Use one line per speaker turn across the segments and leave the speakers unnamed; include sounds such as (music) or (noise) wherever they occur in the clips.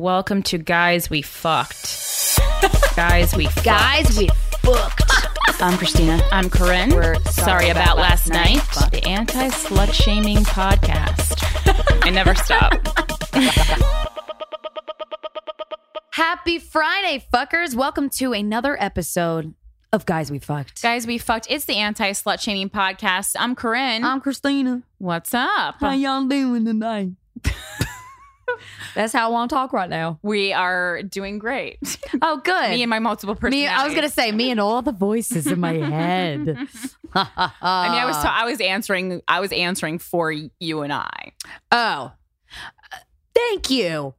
Welcome to Guys We Fucked. Guys We Fucked.
Guys, we booked. I'm Christina.
I'm Corinne.
We're
sorry, about, last night.
Fuck.
The anti slut shaming podcast. I never stop.
Happy Friday, fuckers. Welcome to another episode of Guys We
(laughs)
Fucked.
Guys We Fucked. It's the anti slut shaming podcast. I'm Corinne.
I'm Christina.
What's up?
How y'all doing tonight? (laughs) That's how I want to talk right now.
We are doing great.
Oh, good.
Me and my multiple
Me-
personalities.
I was gonna say me and all the voices in my head.
(laughs) I mean, I was. Ta- I was answering. I was answering for you and I.
(laughs) oh, thank you.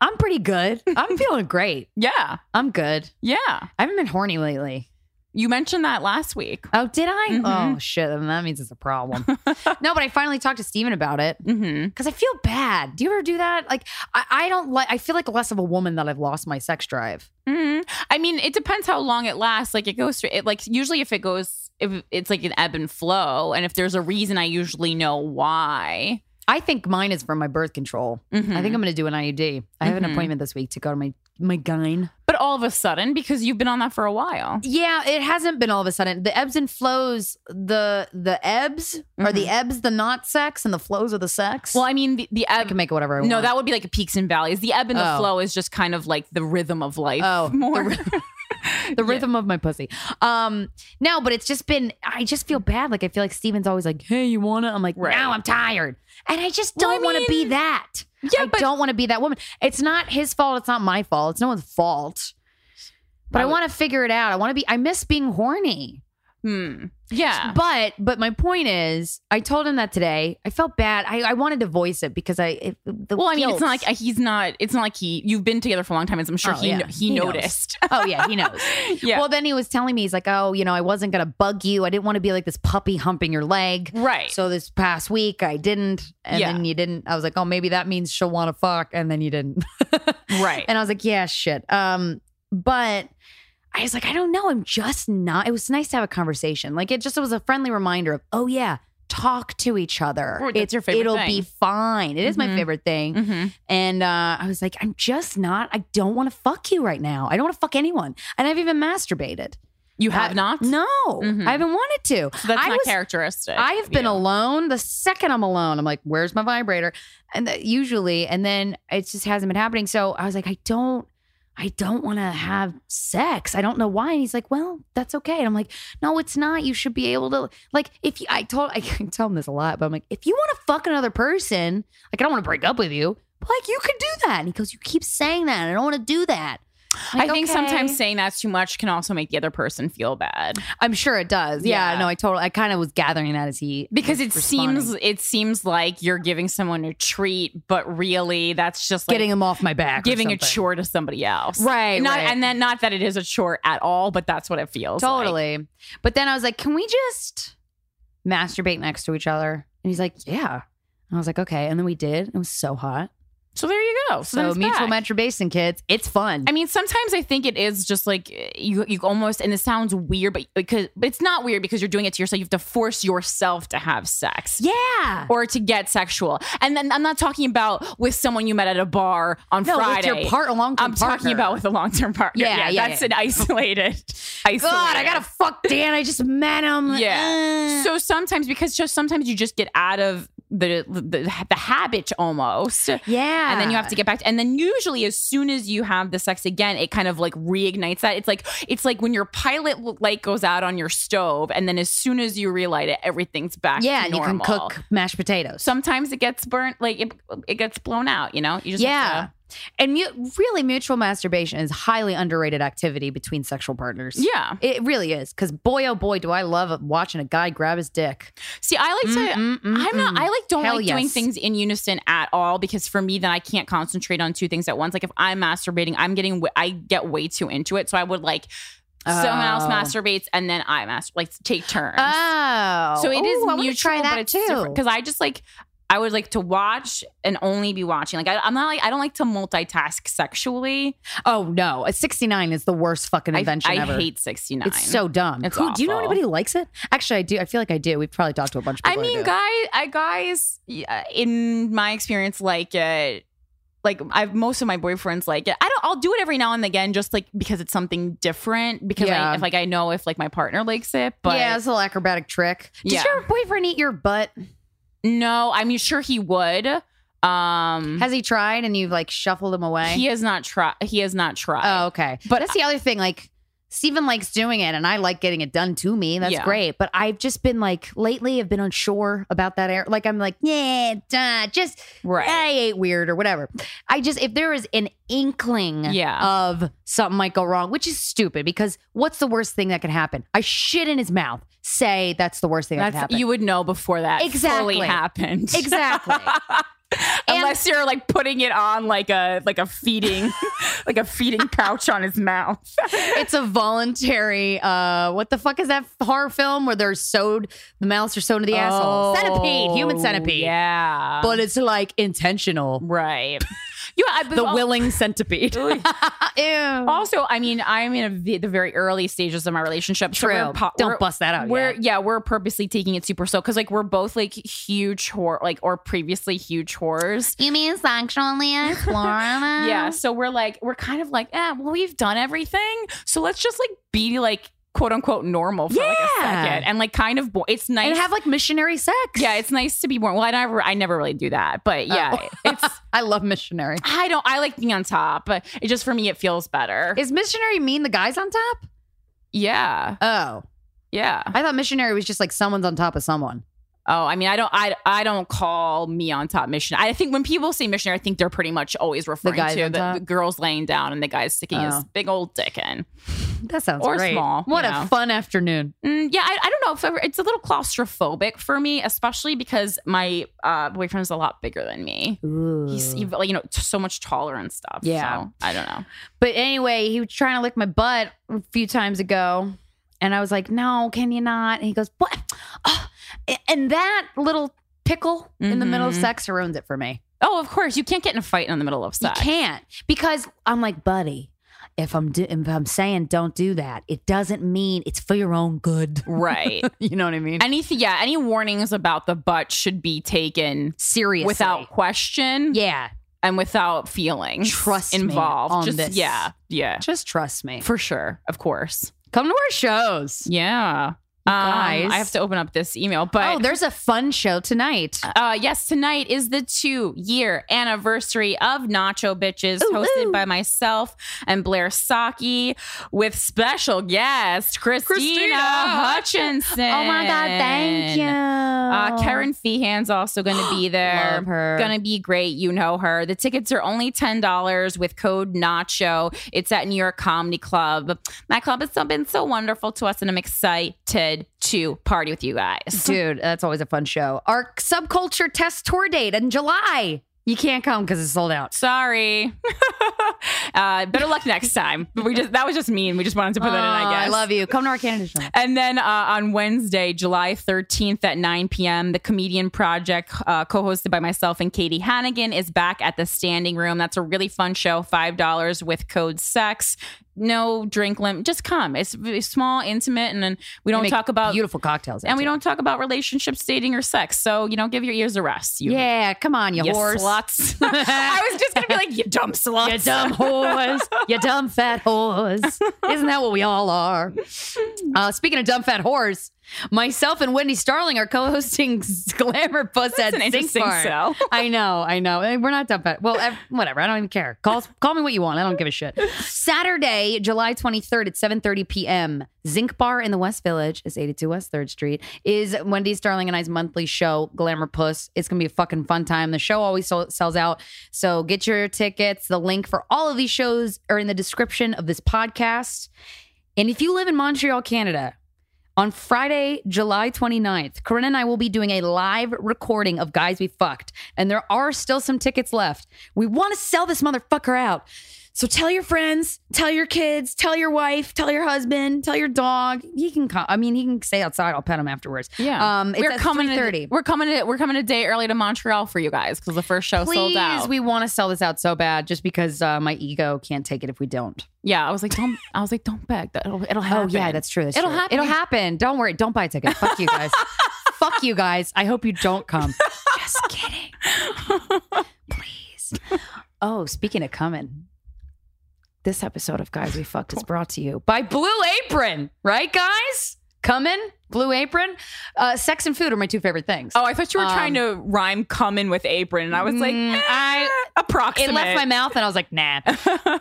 I'm pretty good.
(laughs)
I'm feeling great.
Yeah,
I'm good.
yeah.
I haven't been horny lately.
You mentioned that last week.
Oh, did I?
Mhm.
Oh shit, then that means it's a
(laughs)
problem. no, but I finally talked to Steven about it
Mm-hmm.
because I feel bad. Do you ever do that? Like, I, I don't like. I feel like less of a woman that I've lost my sex drive.
hmm I mean, it depends how long it lasts. Like it goes through. It like usually if it goes, if it's like an ebb and flow, and if there's a reason, I usually know why.
I think mine is from my birth control. I think I'm going to do an IUD. I have an
Mhm.
appointment this week to go to my my gyne.
but all of a sudden, because you've been on that for a while.
Yeah, it hasn't been all of a sudden. The ebbs and flows. The the ebbs are the ebbs the not sex, and the flows are the sex.
Well, I mean, the, the
I
ebb.
can make it whatever I want.
No, that would be like peaks and valleys. The ebb and the
Oh.
flow is just kind of like the rhythm of life.
Oh, the
more.
the (laughs)
Yeah.
rhythm of my pussy. Um, no, but it's just been. I just feel bad. Like I feel like Steven's always like, "Hey, you wanna?" I'm like,
Right.
"No, I'm tired," and I just
Well,
don't
I
want to be
mean-
that.
(laughs) Yeah,
I
but-
don't want to be that woman. It's not his fault. It's not my fault. It's no one's fault. But I
Right.
want to figure it out. I want to be. I miss being horny.
Hmm. Yeah.
But but my point is, I told him that today. I felt bad. I, I wanted to voice it because I. It, the
Well, I mean, it's
guilt.
not like uh, he's not. It's not like he. You've been together for a long time, and I'm sure
Oh,
he
yeah.
kn- he,
He knows.
noticed.
(laughs) oh yeah, he knows.
(laughs) yeah.
Well, then he was telling me he's like, oh, you know, I wasn't gonna bug you. I didn't want to be like this puppy humping your leg.
right.
So this past week I didn't, and
Yeah.
then you didn't. I was like, oh, maybe that means she'll want to fuck, and then you didn't.
right.
and I was like, yeah, shit. Um, but I was like, I don't know. I'm just not. It was nice to have a conversation. Like it just was a friendly reminder of, oh yeah, talk to each other.
Or that's
It's-
your favorite
It'll
thing.
be fine. It is
Mhm.
my favorite thing.
hmm
And uh, I was like, I'm just not. I don't want to fuck you right now. I don't want to fuck anyone, and I've even masturbated.
You have
I-
not.
No,
Mhm.
I haven't wanted to.
So that's
I
not
was-
characteristic.
I have been
Yeah.
alone. The second I'm alone, I'm like, "Where's my vibrator?" And that usually, and then it just hasn't been happening. So I was like, I don't, I don't want to have sex. I don't know why. And he's like, "Well, that's okay." And I'm like, "No, it's not. You should be able to like if you, I told I (laughs) tell him this a lot, but I'm like, if you want to fuck another person, like I don't want to break up with you, but like you could do that." And he goes, "You keep saying that. I don't want to do that." I'm
I
like,
think
"Okay."
sometimes saying that's too much can also make the other person feel bad
I'm sure it does. Yeah,
Yeah.
no, I totally. I kind of was gathering that as he
because
was
it
responding.
seems it seems like you're giving someone a treat, but really that's just like
getting him off my back, or
giving a
something.
chore to somebody else,
Right,
Not,
right.
And then not that it is a chore at all, but that's what it feels like.
Totally. But then I was like, can we just masturbate next to each other? And he's like, yeah. And I was like, okay. And then we did. It was so hot.
So there you go. So, then
So
it's
mutual
back.
masturbation, kids. It's fun.
I mean, sometimes I think it is just like you. You almost, and it sounds weird, but because but it's not weird because you're doing it to yourself. You have to force yourself to have sex.
yeah.
or to get sexual. And then I'm not talking about with someone you met at a bar on
no,
Friday.
with your part long
I'm talking about with a long term partner.
Yeah, yeah,
that's
yeah.
an isolated. isolated.
(laughs) God, I gotta fuck Dan. I just met him.
(laughs) Yeah.
Uh.
So sometimes, because just sometimes you just get out of the the, the habit almost.
yeah.
And then you have to get back. To, and then usually, as soon as you have the sex again, it kind of like reignites that. It's like it's like when your pilot light goes out on your stove, and then as soon as you relight it, everything's back.
Yeah,
to
and you can
normal
cook mashed potatoes.
sometimes it gets burnt like it, it gets blown out you know you just
yeah.
have
And mu- really, mutual masturbation is highly underrated activity between sexual partners.
to- yeah
It really is. Because boy, oh boy, do I love watching a guy grab his dick.
see i like to i'm not i like don't
Hell
like doing
yes.
things in unison at all because for me then i can't concentrate on two things at once like if i'm masturbating i'm getting w- i get way too into it so i would like someone else
Oh.
masturbates and then i masturbate like take turns
Oh,
so it is
Ooh, I wanna
mutual
try that
but it's
too.
because i just like I would like to watch and only be watching. Like I, I'm not like I don't like to multitask sexually.
oh no, a sixty nine is the worst fucking
I,
invention
I
ever.
hate 69.
it's so dumb.
It's
Who- do you know
awful.
anybody who likes it? Actually, I do. I feel like I do. We've probably talked to a bunch of
I
people. who
mean,
do.
guy, I guys, yeah, in my experience, like it like I've most of my boyfriends like it. I don't I'll do it every now and again just like because it's something different because
Yeah.
I if like I know if like my partner likes it but
yeah, it's a little acrobatic trick. Did
Yeah. Mm-hmm.
your boyfriend eat your butt?
no I mean sure he would um
Has he tried and you've like shuffled him away?
he has not tried he has not tried
Oh, okay.
But
But that's the other thing. Like, Steven likes doing it and I like getting it done to me. That's
Yeah.
great. But I've just been like, lately, I've been unsure about that. Air. Like, I'm like, yeah, duh, just,
right
I ate weird or whatever. I just, if there is an inkling
Yeah.
of something might go wrong, which is stupid because what's the worst thing that could happen? I shit in his mouth. Say that's the worst thing that could
that's
happen.
you would know before that
Exactly.
fully happened (laughs)
Exactly.
unless you're like putting it on like a like a feeding (laughs) like a feeding pouch on his mouth
it's a voluntary uh what the fuck is that horror film where they're sewed the mouths are sewn to the asshole centipede human
Oh,
centipede
yeah
but it's like intentional
right (laughs) you I, but
the
al-
willing centipede (laughs) Ew.
also I mean I'm in a v- the very early stages of my relationship so
true
we're po-
don't
we're-
bust that out
we're
yet.
yeah. we're purposely taking it super slow because like we're both like huge whore like or previously huge whores
you mean sexually
(laughs)
exploring
yeah so we're like we're kind of like eh, well we've done everything so let's just like be like quote unquote normal for like a
Yeah.
second and like kind of bo- it's nice
and have like missionary sex
yeah
(laughs)
it's nice to be born well I never I never really do that but yeah
Oh.
it's
i love missionary
I don't I like being on top but it just for me it feels better
is missionary mean the guy's on top
yeah
oh
yeah
i thought missionary was just like someone's on top of someone
Oh, I mean, I don't, I, I don't call me on top missionary. I think when people say missionary, I think they're pretty much always referring
guys
to
on
the,
top?
the girls laying down and the guys sticking his
Oh.
big old dick in.
that sounds
Or
great
small,
what
you
a
know.
fun afternoon
Mm, yeah, I, I don't know if ever, it's a little claustrophobic for me, especially because my uh, boyfriend's a lot bigger than me. He's he- like you know t- so much taller and stuff.
Yeah.
so I don't know.
But anyway, he was trying to lick my butt a few times ago. And I was like, no, can you not? And he goes, what? Oh. And that little pickle in the middle of
Mhm.
sex ruins it for me.
Oh, of course you can't get in a fight in the middle of sex.
You can't because I'm like, buddy, if I'm, do- if I'm saying don't do that, it doesn't mean it's for your own good. (laughs)
Right.
You know what I mean?
Anything? Yeah. Any warnings about the butt should be taken
Seriously. Mm.
without question.
Yeah.
and without feelings
Trust me
involved.
on
Just
this.
yeah, yeah,
Just trust me.
for sure, of course,
Come to our shows.
yeah. Um,
guys.
I have to open up this email,
oh,
but.
there's a fun show tonight. Oh
uh, yes, tonight is the two year anniversary of Nacho Bitches,
Ooh,
hosted
ooh.
by myself and Blair Saki with special guest Christina,
Christina
Hutchinson.
Oh my God. Thank you.
Uh, Karen Feehan's also going to
(gasps)
be there.
Love her.
Gonna be great. You know her. The tickets are only ten dollars with code Nacho. It's at New York Comedy Club. My club has so- been so wonderful to us, and I'm excited to party with you guys.
Dude, that's always a fun show. Our subculture test tour date in July. You can't come because it's sold out.
Sorry. (laughs) uh, better luck next time. But we just that was just mean. We just wanted to put that in. I
Aw,
guess.
love you. Come to our Canada show.
And then uh, on Wednesday, July 13th at 9 p.m., the Comedian Project, uh, co hosted by myself and Katie Hannigan, is back at the Standing Room. That's a really fun show, $5 with code SEX. No drink limit. Just come. It's v- small, intimate, and then we don't
Make
talk about.
beautiful cocktails.
Uh, and we
after.
don't talk about relationships, dating, or sex. So, you know, give your ears a rest. You,
Yeah, come on, you,
you
horse.
sluts. (laughs)
(laughs)
I was just going to be like, you dumb sluts.
You dumb horse. you dumb fat horse. Isn't that what we all are? Uh, speaking of dumb fat horse, myself and Wendy Starling are co-hosting (laughs) Glamour Puss at
an
Sink
interesting
Farm.
sell.
(laughs) I know, I know. Eh, We're not dumb fat. Well, ev- whatever. I don't even care. Call call me what you want. I don't give
(laughs)
a shit. Saturday, July 23rd at 7:30 p.m. Zinc Bar in the West Village is 82 West 3rd Street. Is Wendy Starling and I's monthly show, Glamour Puss. It's gonna be a fucking fun time. The show always so- sells out. So get your tickets. The link for all of these shows are in the description of this podcast. And if you live in Montreal, Canada, on Friday, July 29th, Corinne and I will be doing a live recording of Guys We Fucked, and there are still some tickets left. We want to sell this motherfucker out. So tell your friends, tell your kids, tell your wife, tell your husband, tell your dog. He can come. I mean, he can stay outside. I'll pet him afterwards.
Yeah.
Um, it's
we're
at
coming
3:30.
To, we're coming to, we're coming a day early to Montreal for you guys because the first show sold
Please,
out.
we want to sell this out so bad just because uh, my ego can't take it if we don't.
yeah, I was like, don't I was like, don't beg. That it'll, it'll happen.
Oh yeah, that's true. That's
It'll
true.
happen.
It'll happen. Don't worry. Don't buy a ticket. Fuck
(laughs)
you guys. Fuck you guys. I hope you don't come. Just kidding. Please. Oh, speaking of coming, this episode of Guys We Fucked is brought to you by Blue Apron, right, guys? Coming, Blue Apron. Uh, sex and food are my two favorite things.
Oh, I thought you were
Um,
trying to rhyme "coming" with apron, and I was like,
Mm,
eh,
I-
approximate.
it left my mouth and I was like, nah.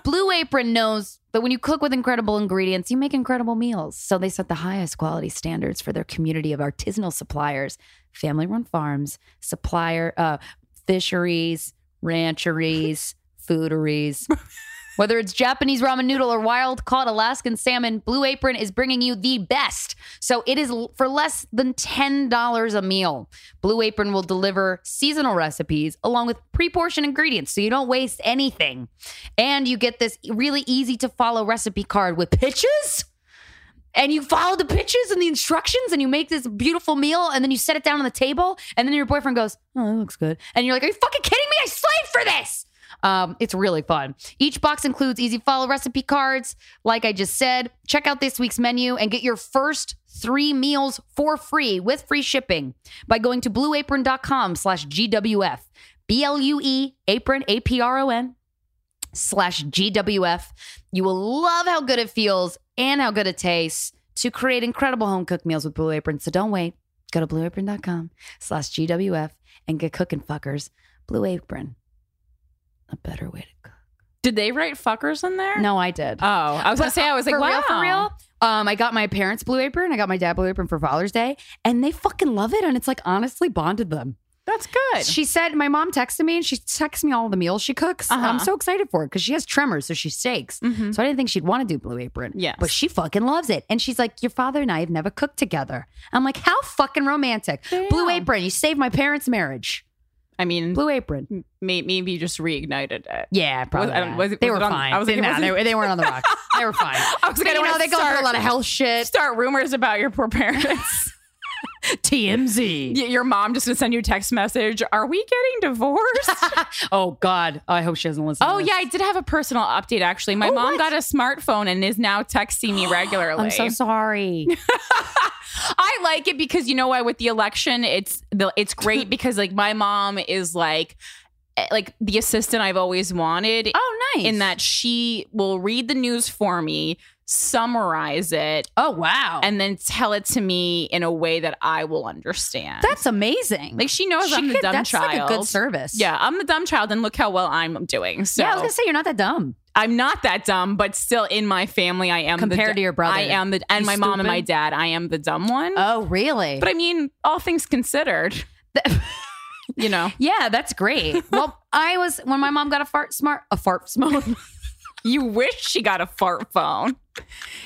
Blue Apron knows that when you cook with incredible ingredients, you make incredible meals. So they set the highest quality standards for their community of artisanal suppliers, family run farms, supplier uh, fisheries, rancheries, fooderies. Whether it's Japanese ramen noodle or wild caught Alaskan salmon, Blue Apron is bringing you the best. So it is l- for less than $10 a meal. Blue Apron will deliver seasonal recipes along with pre portioned ingredients so you don't waste anything. And you get this really easy to follow recipe card with pictures. And you follow the pictures and the instructions, and you make this beautiful meal, and then you set it down on the table, and then your boyfriend goes, "Oh, that looks good," and you're like, "Are you fucking kidding me? I slaved for this." Um, it's really fun. Each box includes easy follow recipe cards. Like I just said, check out this week's menu and get your first three meals for free with free shipping by going to blueapron.com slash GWF. B-L-U-E E, apron, A-P-R-O-N slash GWF. You will love how good it feels and how good it tastes to create incredible home cooked meals with Blue Apron. So don't wait. Go to blueapron.com slash GWF and get cooking fuckers. Blue Apron, a better way to cook.
Did they write "fuckers" in there?
No, I did.
Oh, I was gonna say I was like,
for
wow,
real, for real. Um, I got my parents Blue Apron. I got my dad Blue Apron for Father's Day, and they fucking love it. And it's like honestly bonded them.
That's good.
She said, my mom texted me and she texts me all the meals she cooks. and I'm
Uh-huh.
so excited for it because she has tremors, so she steaks.
Mhm.
So I didn't think she'd want to do Blue Apron.
Yes.
But she fucking loves it. And she's like, Your father and I have never cooked together. I'm like, How fucking romantic.
There you
Blue
go.
Apron, you saved my parents' marriage.
I mean,
Blue Apron.
may- maybe you just reignited it.
Yeah, probably.
I don't-
that.
Mm. was it-
they
was
were
it on-
fine.
I was
they,
like, it
nah, they,
wasn't-
they weren't on the rocks.
(laughs)
they were fine.
I was
But,
like, I
you
don't
know,
wanna
they go through a
start-
lot of
(laughs)
health shit.
start rumors about your poor (laughs) parents.
TMZ.
Y- your mom just gonna send you a text message. Are we getting divorced?
(laughs) Oh, God. I hope she doesn't listen
(laughs)
to
oh
this.
yeah, I did have a personal update actually. My
Oh,
mom
what?
got a smartphone and is now texting (gasps) me regularly.
I'm so sorry.
I like it because you know why with the election it's the it's
(laughs)
great because like my mom is like eh, like the assistant I've always wanted
(laughs) oh, nice.
in that she will read the news for me, summarize it,
Oh, wow.
and then tell it to me in a way that I will understand.
that's amazing.
like she knows
She
I'm the
could-
dumb
that's
child.
like a good service.
Yeah, I'm the dumb child, and look how well I'm doing. So
yeah, I was gonna say you're not that dumb.
I'm not that dumb, but still in my family, I am the,
Compared
du-
to your brother.
I am the and
You
my mom and my
stupid.
dad. I am the dumb one.
Oh, really?
Mm. but I mean, all things considered, (laughs) you know,
yeah, that's (laughs) great. well, I was when my mom got a fart smart a
(laughs)
fart (laughs) smart.
you wish she got a fart phone.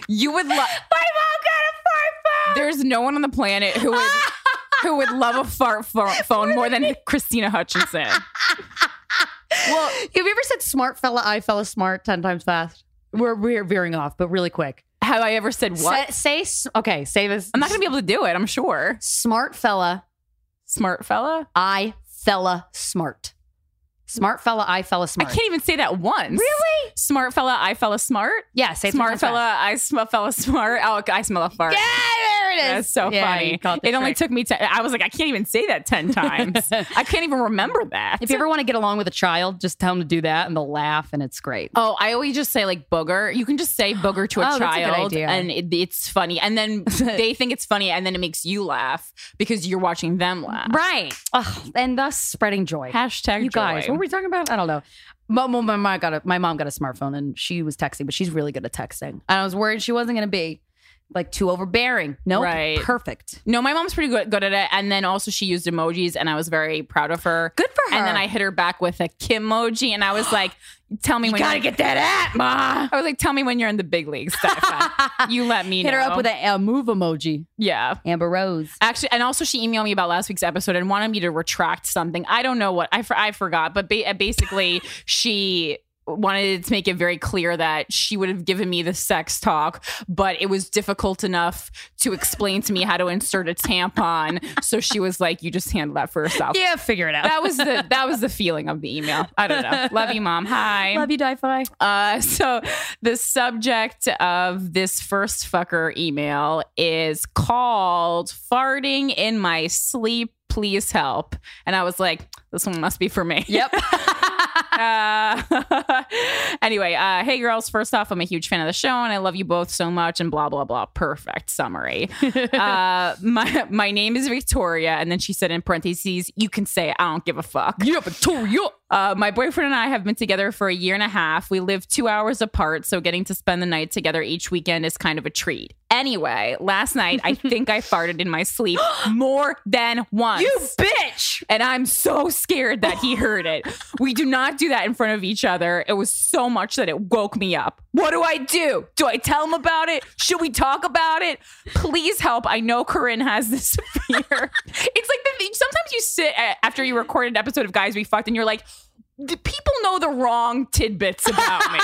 You would (laughs) love.
my mom
There's no one on the planet who (laughs) would who would love a fart pho- phone more than Christina Hutchinson.
Well, have you ever said smart fella, I fella smart ten times fast? We're we're veering off, but really quick.
Have I ever said what?
Say, say s- okay, say this.
I'm not gonna be able to do it. I'm sure.
smart fella,
Smart fella.
I fella smart. Smart fella, I fella
I
smart.
can't even say that once.
Really?
Smart fella. I fella smart.
Yeah, say it ten
smart
times fast.
fella. I smell fella smart. Oh, I smell a fart.
Yeah, there it is.
That's so
Yeah, you
funny.
caught the
It only
trick.
took me. Ten, I was like, I can't even say that (laughs) ten times. I can't even remember that.
If you ever want to get along with a child, just tell them to do that, and they'll laugh, and it's great.
Oh, I always just say like booger. You can just say booger to a
Oh,
child,
that's a good idea.
and it, it's funny. And (laughs) then they think it's funny, and then it makes you laugh because you're watching them laugh.
Right. Ugh, and thus spreading joy.
Hashtag
you guys,
joy.
what were we talking about? I don't know. My, my, my mom got a, my mom got a smartphone and she was texting, but she's really good at texting. And I was worried she wasn't going to be like too overbearing. No,
Right.
perfect.
no, my mom's pretty good, good at it. And then also she used emojis, and I was very proud of her.
Good for her.
And then I hit her back with a Kimoji, and I (gasps) was like, "Tell me when
gotta get that (laughs) at ma.
I was like, "Tell me when you're in the big leagues." (laughs) Stefan. you let me
Hit
know.
her up with a, a move emoji.
yeah.
Amber Rose.
Actually, and also she emailed me about last week's episode and wanted me to retract something. I don't know what I, for- I forgot, but ba- uh, basically she wanted to make it very clear that she would have given me the sex talk, but it was difficult enough to explain to me how to insert a tampon. So she was like, "You just handle that for yourself."
Yeah, figure it out.
That was the that was the feeling of the email. I don't know. Love you, mom. Hi.
Love you, DiFi.
Uh, (laughs) so the subject of this first fucker email is called "Farting in My Sleep." please help. And I was like, this one must be for me. (laughs)
Yep. (laughs)
uh, anyway, uh, hey girls, first off, I'm a huge fan of the show and I love you both so much and blah, blah, blah. Perfect summary. uh, my, my name is Victoria. And then she said in parentheses, you can say, I don't give a fuck.
yeah, Victoria.
Uh, my boyfriend and I have been together for a year and a half. We live two hours apart, so getting to spend the night together each weekend is kind of a treat. Anyway, last night I think I farted in my sleep more than once.
You bitch.
and I'm so scared that he heard it. We do not do that in front of each other. It was so much that it woke me up. What do I do? Do I tell him about it? Should we talk about it? Please help. I know Corinne has this (laughs) fear. it's like the thing, sometimes you sit a- after you record an episode of Guys We Fucked and you're like, the people know the wrong tidbits about me.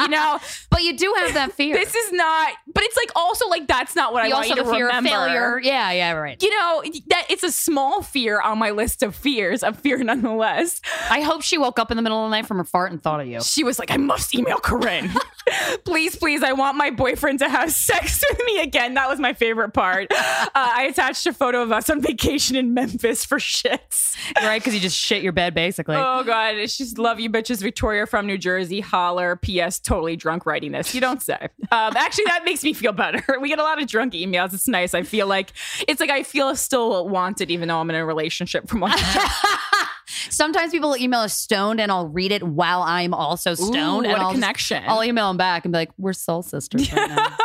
you know,
(laughs) But you do have that (laughs) fear.
this is not, but it's like also like that's not what
you
I want
also
you to
the fear
remember
of failure. Yeah, yeah, right.
you know that it's a small fear on my list of fears a fear nonetheless
I hope she woke up in the middle of the night from her fart and thought of you.
she was like i must email (laughs) corinne please please i want my boyfriend to have sex (laughs) with me again that was my favorite part uh, i attached a photo of us on vacation in memphis for shits
Right? Because you just shit your bed basically.
oh god she's love you bitches victoria from new jersey holler ps totally drunk writing this you don't say um, actually that makes me feel better (laughs) we get a lot of drunk emails it's nice i feel like it's like i feel still wanted even though i'm in a relationship from one
Sometimes people email us stoned and I'll read it while I'm also stoned.
Ooh,
and
what a
I'll just-
connection.
I'll email them back and be like, we're soul sisters right
(laughs)
now.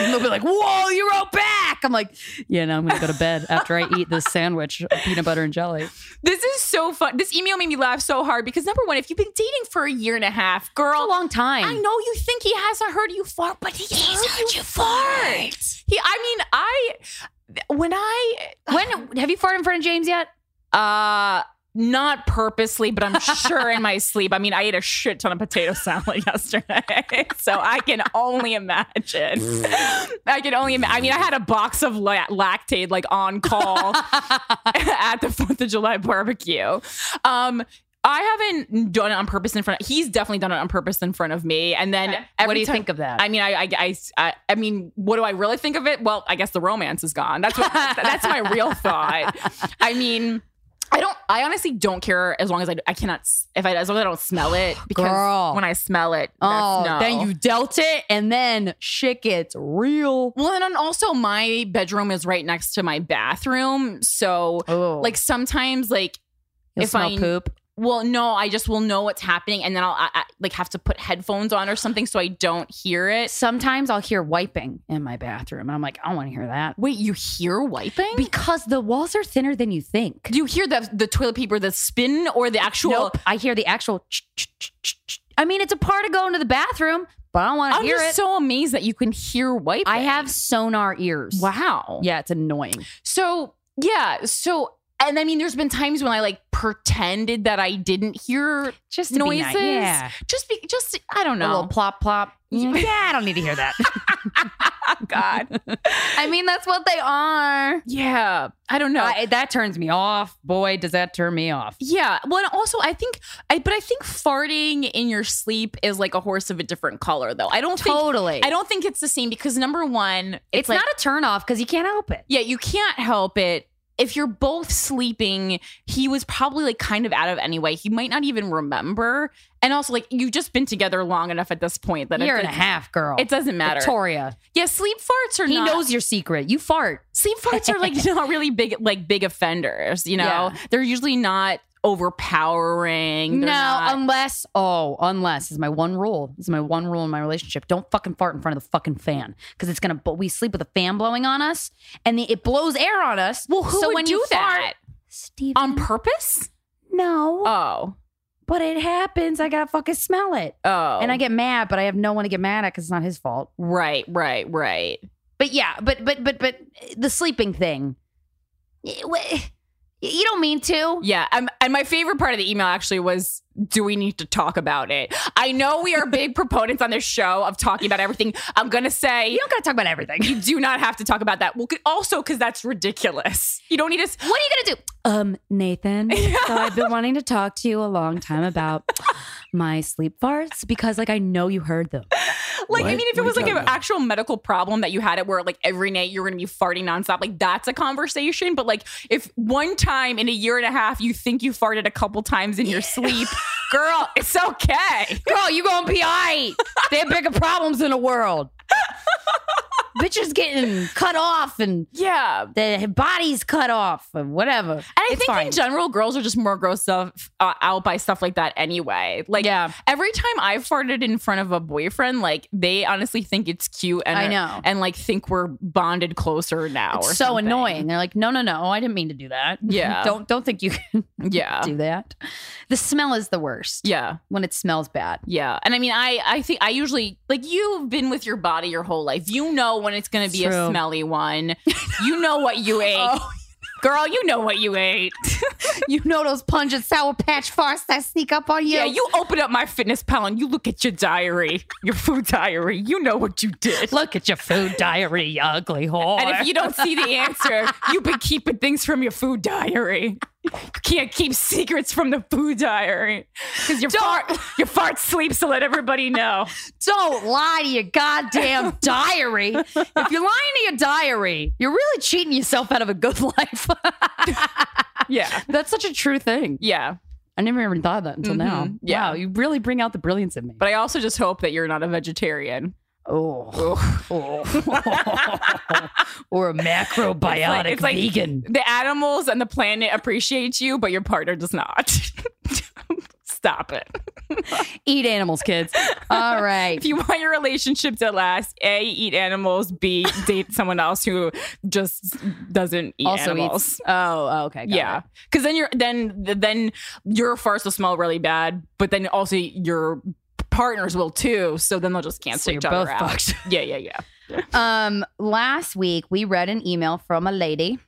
And they'll be like, whoa, you wrote back. I'm like, yeah, now I'm going to go to bed after I eat this sandwich of peanut butter and jelly.
This is so fun. This email made me laugh so hard because number one, if you've been dating for a year and a half,
It's a
girl,
long time.
I know you think he hasn't heard you fart, but he heard, you fart. He, I mean, I when I
When have you farted in front of James yet?
uh not purposely, but I'm sure in
(laughs)
my sleep. I mean, I ate a shit ton of potato salad (laughs) yesterday, (laughs) so I can only imagine.
Mm.
I can only. Im- I mean, I had a box of la- lactate like on
(laughs)
call at the Fourth of July barbecue. Um, I haven't done it on purpose in front. Of, he's definitely done it on purpose in front of me. And then
Okay.
every
what do you
time-
think of that?
I mean, I, I, I, I, I mean, what do I really think of it? Well, I guess the romance is gone. That's
(laughs)
what. that's my real thought. I mean, I don't. I honestly don't care as long as I. I cannot. s- If I as long as I don't smell
(gasps)
it because
Girl.
when I smell it,
oh,
that's no.
then you dealt it, and then shit gets real.
Well, and then also my bedroom is right next to my bathroom, so
Oh,
like sometimes like
You'll
if
smell
I-
poop.
Well, no, I just will know what's happening, and then I'll I, I, like have to put headphones on or something so I don't hear it.
Sometimes I'll hear wiping in my bathroom, and I'm like, I don't want to hear that
Wait, you hear wiping?
because the walls are thinner than you think.
Do you hear the the toilet paper, the spin, or the actual?
Nope, I hear the actual. ch- ch- ch- ch- ch- I mean, it's a part of going to the bathroom, but I don't want to
I'm
hear
just
it.
so amazed that you can hear wiping.
I have sonar ears.
Wow.
Yeah, it's annoying.
So yeah. So and I mean, there's been times when I like pretended that I didn't hear
Just to be
noises.
nice. Yeah.
Just be. Just I don't
A
know.
little plop plop. (laughs) Yeah, I don't need to hear (laughs) that.
God.
I mean, that's what they are.
yeah. I don't know.
I- that turns me off. Boy, does that turn me off.
Yeah. Well, and also I think I but I think farting in your sleep is like a horse of a different color though. I don't
Totally.
think I don't think it's the same because number one, it's,
it's
like,
not a turn off because you can't help it.
yeah, you can't help it. If you're both sleeping, he was probably like kind of out of anyway. He might not even remember. And also like you've just been together long enough at this point that
Year
it,
and a half, girl.
It doesn't matter.
Victoria.
yeah, sleep farts are
He
not
knows your secret. You fart.
sleep farts
(laughs)
are like not really big like big offenders, you know.
Yeah.
They're usually not overpowering.
No,
They're not-
unless oh, unless is my one rule. This is my one rule in my relationship. Don't fucking fart in front of the fucking fan because it's gonna. But we sleep with a fan blowing on us, and the, it blows air on us.
well, who
so
would
when
do
you
that?
fart, Steve?
on purpose?
no,
Oh,
but it happens. I gotta fucking smell it,
oh,
and I get mad. But I have no one to get mad at because it's not his fault.
right, right, right.
But yeah, but but but but the sleeping thing. Y- w- You don't mean to.
Yeah, um, and my favorite part of the email actually was, "Do we need to talk about it?" I know we are big (laughs) proponents on this show of talking about everything. I'm gonna say
You don't gotta talk about everything.
you do not have to talk about that. Well, c- also because that's ridiculous. You don't need to. s-
What are you gonna do? Um, (laughs) Nathan. So I've been wanting to talk to you a long time about my sleep farts because, like, I know you heard them.
Like, I
What?
mean, if it
What are
was
you
like an
talking about?
actual medical problem that you had it where like every night you were gonna be farting nonstop, like that's a conversation. But like if one time in a year and a half you think you farted a couple times in your
(laughs)
sleep, girl, it's okay.
Girl, you gonna be all right. There are bigger problems in the world. Bitches getting cut off and
Yeah.
their bodies cut off and whatever. And
And I think in general, girls are just more grossed out- uh, out by stuff like that anyway. Like
Yeah.
every time I've farted in front of a boyfriend, like they honestly think it's cute and
I
are-
know.
and like think we're bonded closer now. or
it's so
something.
annoying. They're like, no, no, no, I didn't mean to do that.
Yeah.
(laughs)
Oh.
don't don't think you can
Yeah.
do that. The smell is the worst
Yeah.
when it smells bad.
Yeah. And I mean, I I think I usually like you've been with your body your whole life. You know when it's going to be a
True.
smelly
(laughs)
one. you know what you ate.
Oh.
Girl, you know what you
(laughs)
ate.
You know those pungent sour patch farts that sneak up on you.
Yeah, you open up my fitness pal and you look at your diary, your food diary. You know what you did.
look at your food diary, you ugly whore.
And if you don't see the
(laughs)
answer, you've been keeping things from your food diary. You can't keep secrets from the food diary because your fart, your fart sleeps to let everybody know.
Don't lie to your goddamn (laughs) diary. If you're lying to your diary, you're really cheating yourself out of a good (laughs) life.
Yeah,
That's such a true thing.
yeah.
I never even thought of that until now.
Mhm. Yeah.
Wow, you really bring out the brilliance in me.
But I also just hope that you're not a vegetarian.
oh, (laughs)
Ugh.
or a macrobiotic
It's like- it's like-
vegan.
The animals and the planet appreciate you, but your partner does not. (laughs) Stop it.
Eat animals, kids. All right. (laughs)
If you want your relationship to last, A, eat animals, B, date someone else who just doesn't eat
also
animals.
eats. Oh, oh, okay. got
yeah
it.
because then you're then then your farts will smell really bad but then also your partners will too so then they'll just cancel
So
each
you're
other
both
out
fucked.
(laughs) yeah yeah
(laughs)
yeah
Um, last week we read an email from a lady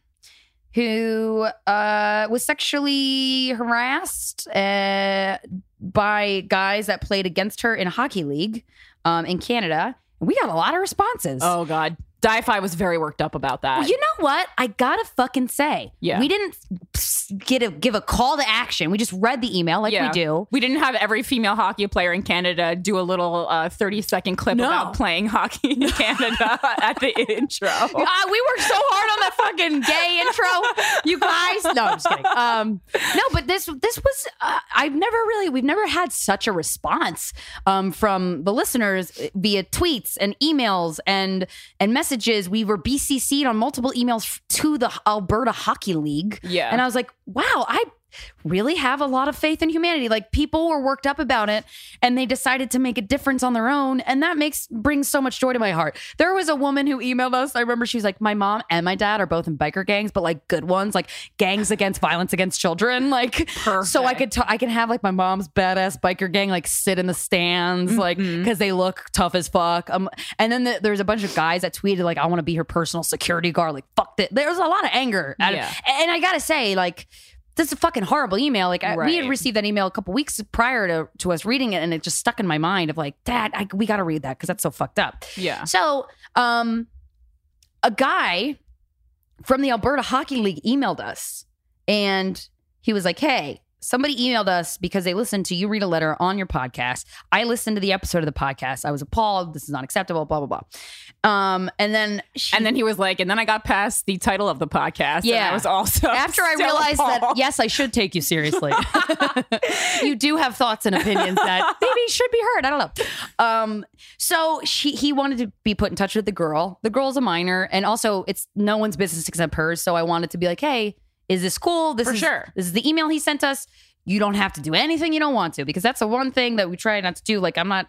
who uh, was sexually harassed uh, by guys that played against her in a hockey league um, in Canada. We got a lot of responses.
oh god Di-Fi was very worked up about that
Well, you know what? I gotta fucking say,
Yeah.
we didn't get a give a call to action. We just read the email like
Yeah.
we do.
we didn't have every female hockey player in Canada do a little uh, 30 second clip
No.
about playing hockey
(laughs)
in Canada (laughs) at the intro.
Ah, we worked so hard on that fucking gay intro, you guys. No, I'm just kidding. Um, no, but this this was uh, I've never really we've never had such a response um, from the listeners via tweets and emails and and messages. We were BCC'd on multiple emails f- to the Alberta Hockey League.
Yeah.
and I was like, wow, I really have a lot of faith in humanity like people were worked up about it and they decided to make a difference on their own and that makes brings so much joy to my heart there was a woman who emailed us i remember she was like my mom and my dad are both in biker gangs but like good ones like gangs against violence against children (laughs) like so i
Perfect.
could t- i can have like my mom's badass biker gang like sit in the stands like
Mm-hmm.
because they look tough as fuck um and then the, there's a bunch of guys that tweeted like i want to be her personal security guard like fuck it there was a lot of anger out of-
Yeah.
and i gotta say like this is a fucking horrible email. Like I, we had
Right.
received that email a couple weeks prior to, to us reading it, and it just stuck in my mind of like, Dad, I, we got to read that because that's so fucked up.
yeah.
So, um, a guy from the Alberta Hockey League emailed us, and he was like, "Hey." Somebody emailed us because they listened to you read a letter on your podcast. I listened to the episode of the podcast. I was appalled. This is not acceptable. Blah blah blah. Um, and then she,
And then he was like, and then I got past the title of the podcast. And I
Yeah.
was also
after
(laughs)
I
still
realized that
appalled.
yes, I should take
(laughs)
you seriously. you do have thoughts and opinions that maybe should be heard. I don't know. Um, so she he wanted to be put in touch with the girl. The girl's a minor, and also it's no one's business except hers. So I wanted to be like, hey, is this cool? This
For
is
sure.
this is the email he sent us. You don't have to do anything you don't want to because that's the one thing that we try not to do. Like I'm not.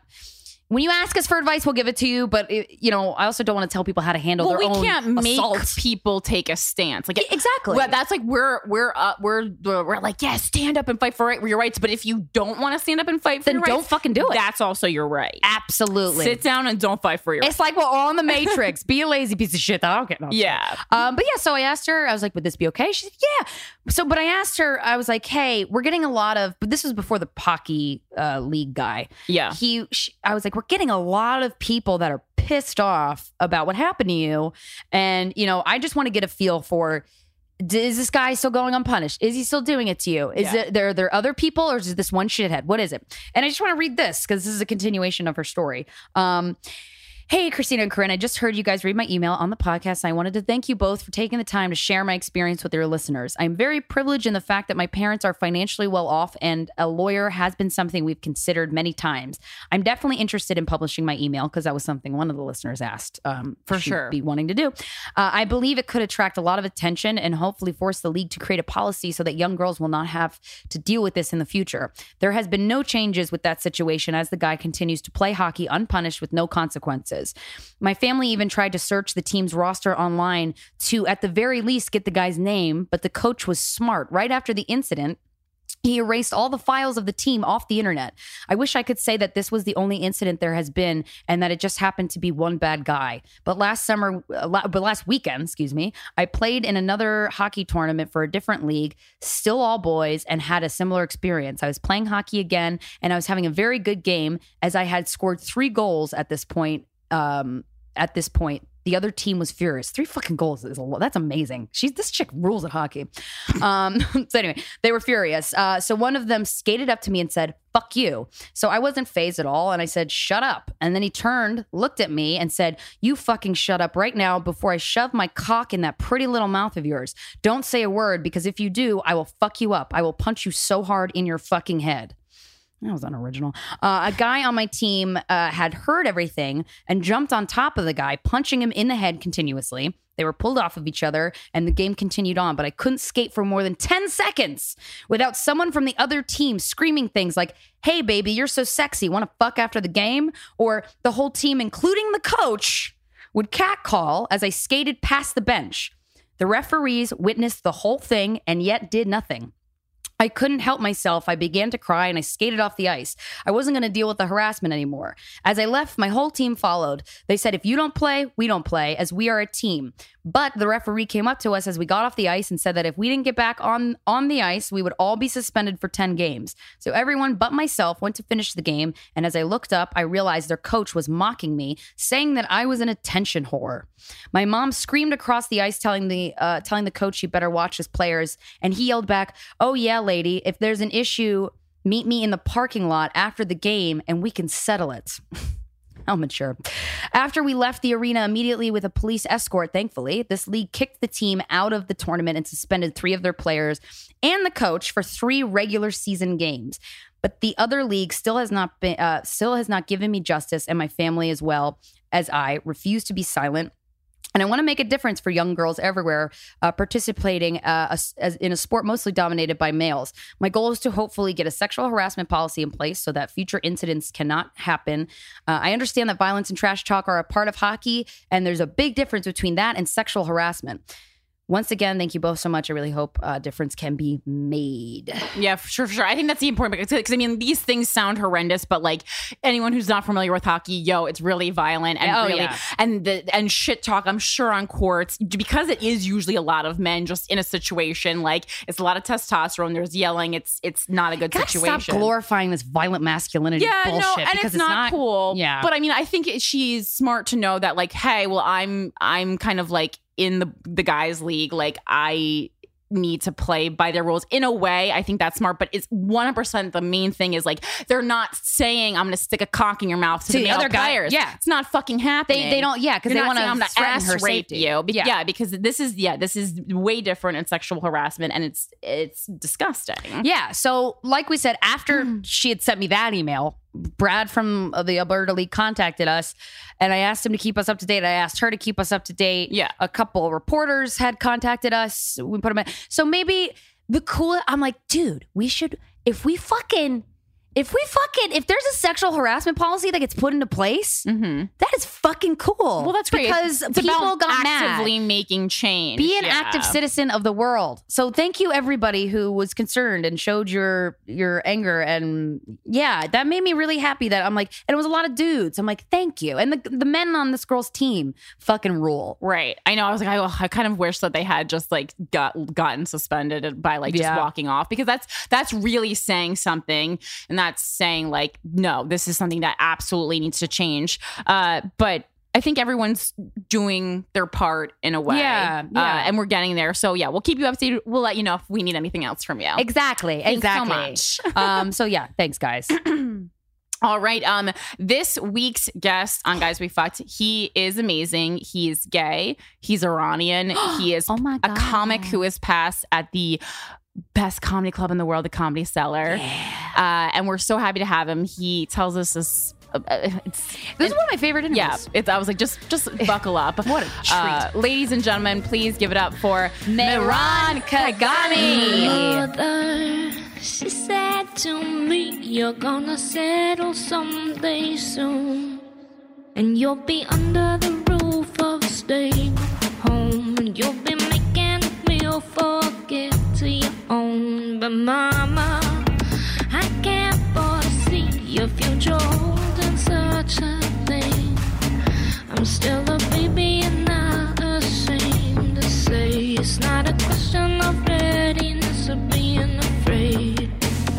When you ask us for advice, we'll give it to you. But it, you know, I also don't want to tell people how to handle
well,
their
we
own
can't make
assault.
people take a stance. Like,
Exactly.
Well, that's like we're we're uh, we're we're like yeah, stand up and fight for right- your rights. But if you don't want to stand up and fight for
Then
your
don't
rights,
fucking do it.
That's also your right.
Absolutely.
Sit down and don't fight for your. rights.
It's like we're all in
(laughs)
the Matrix. Be a lazy piece of shit. I don't get no.
Yeah,
Um, but yeah, so I asked her, I was like, would this be okay? She said, yeah. So, but I asked her, I was like, hey, we're getting a lot of, but this was before the hockey uh, league guy.
yeah,
He, she, I was like, we're getting a lot of people that are pissed off about what happened to you. And, you know, I just want to get a feel for D- is this guy still going unpunished? Is he still doing it to you? Is
Yeah.
it, there are there other people or is it this one shithead? What is it? And I just want to read this because this is a continuation of her story. Um, Hey, Christina and Corinne, I just heard you guys read my email on the podcast, and I wanted to thank you both for taking the time to share my experience with your listeners. I'm very privileged in the fact that my parents are financially well off, and a lawyer has been something we've considered many times. I'm definitely interested in publishing my email because that was something one of the listeners asked um,
For
she'd
sure.
be wanting to do. Uh, I believe it could attract a lot of attention and hopefully force the league to create a policy so that young girls will not have to deal with this in the future. There has been no changes with that situation as the guy continues to play hockey unpunished with no consequences. My family even tried to search the team's roster online to, at the very least, get the guy's name, but the coach was smart. Right after the incident, he erased all the files of the team off the internet. I wish I could say that this was the only incident there has been and that it just happened to be one bad guy. But last summer, uh, la- but last weekend, excuse me, I played in another hockey tournament for a different league, still all boys, and had a similar experience. I was playing hockey again and I was having a very good game as I had scored three goals at this point. Um, at this point, the other team was furious. Three fucking goals is a lot. That's amazing. She's this chick rules at hockey. Um, (laughs) so anyway, they were furious. Uh, so one of them skated up to me and said, "Fuck you." So I wasn't phased at all, and I said, "Shut up." And then he turned, looked at me, and said, "You fucking shut up right now before I shove my cock in that pretty little mouth of yours. Don't say a word because if you do, I will fuck you up. I will punch you so hard in your fucking head." That was unoriginal. Uh, a guy on my team uh, had heard everything and jumped on top of the guy, punching him in the head continuously. They were pulled off of each other and the game continued on, but I couldn't skate for more than 10 seconds without someone from the other team screaming things like, Hey, baby, you're so sexy. Want to fuck after the game? Or the whole team, including the coach, would catcall as I skated past the bench. The referees witnessed the whole thing and yet did nothing. I couldn't help myself. I began to cry and I skated off the ice. I wasn't going to deal with the harassment anymore. As I left, my whole team followed. They said, if you don't play, we don't play, as we are a team. But the referee came up to us as we got off the ice and said that if we didn't get back on, on the ice, we would all be suspended for 10 games. So everyone but myself went to finish the game. And as I looked up, I realized their coach was mocking me, saying that I was an attention whore. My mom screamed across the ice, telling the uh, telling the coach he better watch his players, and he yelled back, "Oh yeah, lady, if there's an issue, meet me in the parking lot after the game, and we can settle it." (laughs) How mature. After we left the arena immediately with a police escort, thankfully, this league kicked the team out of the tournament and suspended three of their players and the coach for three regular season games. But the other league still has not been, uh, still has not given me justice, and my family as well as I refuse to be silent and I want to make a difference for young girls everywhere uh, participating uh, as, as- in a sport mostly dominated by males. My goal is to hopefully get a sexual harassment policy in place so that future incidents cannot happen. Uh, I understand that violence and trash talk are a part of hockey, and there's a big difference between that and sexual harassment. Once again, thank you both so much. I really hope a difference can be made.
Yeah, for sure, for sure. I think that's the important because 'cause, I mean these things sound horrendous, but like anyone who's not familiar with hockey, yo, it's really violent and
Oh,
really
yeah.
and the and shit talk. I'm sure on courts because it is usually a lot of men just in a situation like it's a lot of testosterone. There's yelling. It's it's not a good
Gotta
situation.
stop glorifying this violent masculinity
yeah,
bullshit
no, and
because
it's, not, cool.
Yeah.
but I mean, I think it, she's smart to know that, like, hey, well, I'm, I'm kind of like in the the guys' league. Like, I need to play by their rules in a way. I think that's smart, but it's 100 percent the main thing is like they're not saying I'm going to stick a cock in your mouth to, the, other
guy.
players.
Yeah.
it's not fucking happening.
they, they don't, yeah, because
You're
they
not
want
saying I'm
to
gonna
threaten
ass
her
rape
safety.
you, but
Yeah.
yeah. because this is yeah, this is way different in sexual harassment, and it's it's disgusting.
(laughs) Yeah. So, like we said, after
Mm.
she had sent me that email, Brad from uh, the Alberta League contacted us and I asked him to keep us up to date. I asked her to keep us up to date.
Yeah.
A couple of reporters had contacted us. We put them in. So, maybe the cool, I'm like, dude, we should, if we fucking, if we fucking, if there's a sexual harassment policy that gets put into place,
Mm-hmm.
that is fucking cool.
Well, that's great.
because
It's
people
about
got mad.
actively making change.
Be an
Yeah.
active citizen of the world. So thank you everybody who was concerned and showed your your anger and yeah, that made me really happy that I'm like and it was a lot of dudes. I'm like thank you. And the the men on this girl's team fucking rule.
Right. I know. I was like, I, I kind of wish that they had just like got gotten suspended by like just
Yeah.
walking off because that's that's really saying something and that's saying like no, this is something that absolutely needs to change. Uh, but I think everyone's doing their part in a way.
Yeah,
Uh,
yeah.
and we're getting there. So yeah, we'll keep you updated. We'll let you know if we need anything else from you.
Exactly.
Thanks
exactly.
so much. (laughs)
um, so yeah, thanks guys.
All right. Um, this week's guest on Guys We Fucked, he is amazing. He's gay. He's
(gasps)
Iranian. he is
Oh my
a
god.
comic who has passed at the best comedy club in the world, the Comedy Cellar.
Yeah.
Uh, and we're so happy to have him. He tells us this. Uh, it's,
This is one of my favorite
yeah,
interviews.
it's, I was like, just
(laughs)
just buckle up.
What a treat.
Uh, ladies and gentlemen, please give it up for
Mehran
Mehran Kagami.
Mother, she said to me, You're gonna settle someday soon. And you'll be under the roof of a stable home. And you'll be making a meal forget to your own. But mama, I can't foresee your future holding such a thing. I'm still a baby and not ashamed to say it's not a question of readiness or being afraid.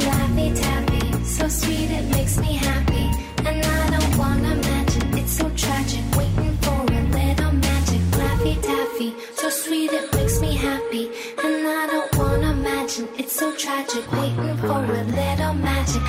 Laffy Taffy, so sweet it makes me happy. And I don't wanna match it, it's so tragic. Waiting for a little magic. Laffy Taffy, so sweet it makes me happy. And I don't wanna match it, it's so tragic. Waiting for a little magic.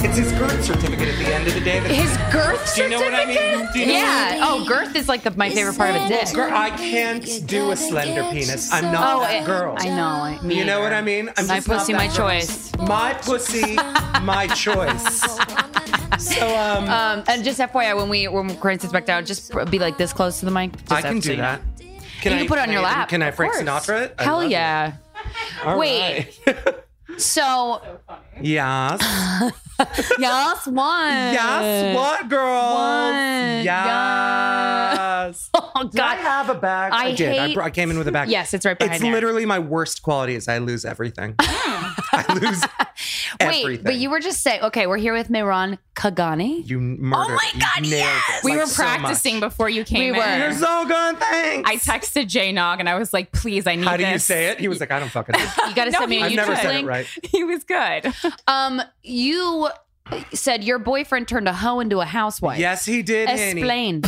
It's his birth certificate at the end of the day. That, (laughs)
His girth
do you know what I mean? Do you know-
Yeah. Oh, girth is like the, my favorite part of a dick.
Girl, I can't do a slender penis. I'm
Oh,
not
it-
that girl.
I know. I, me
You know what
either.
I mean? I'm
My
just not
pussy,
that
my
girl.
choice.
My pussy,
(laughs)
my choice. So um,
Um, and just FYI, when we when Corinne sits back down, just pr- be like this close to the mic. Just
I can
up so
do
you know.
that.
You can put it on your
I-
lap.
Can I
of
Frank
course.
Sinatra it? I
Hell
love it.
yeah.
All
Wait.
right. (laughs)
So
yes.
yes, one.
Yes. What, girl?
One.
Yes.
Oh
Did I
God.
have a bag?
I
did. I,
hate-
br- I came in with a bag.
Yes, it's right behind
It's
there.
literally my worst quality is I
(laughs)
lose everything. I lose
Wait,
everything.
but you were just saying. Okay, we're here with Mehran Kagani.
You murdered.
Oh
my God,
You nailed
yes!
it,
We
like,
were
so much.
practicing before you came
We
in.
were.
You're so good. Thanks.
I texted J Nog and I was like, please, I need
How do you
this.
say it? He was like, I don't fucking know.
(laughs) You got to
No,
send me a
I've
YouTube
never said it
link.
right.
(laughs) He was good.
Um, you said your boyfriend turned a hoe into a housewife.
Yes, he did. Hanny. (laughs)
Explain.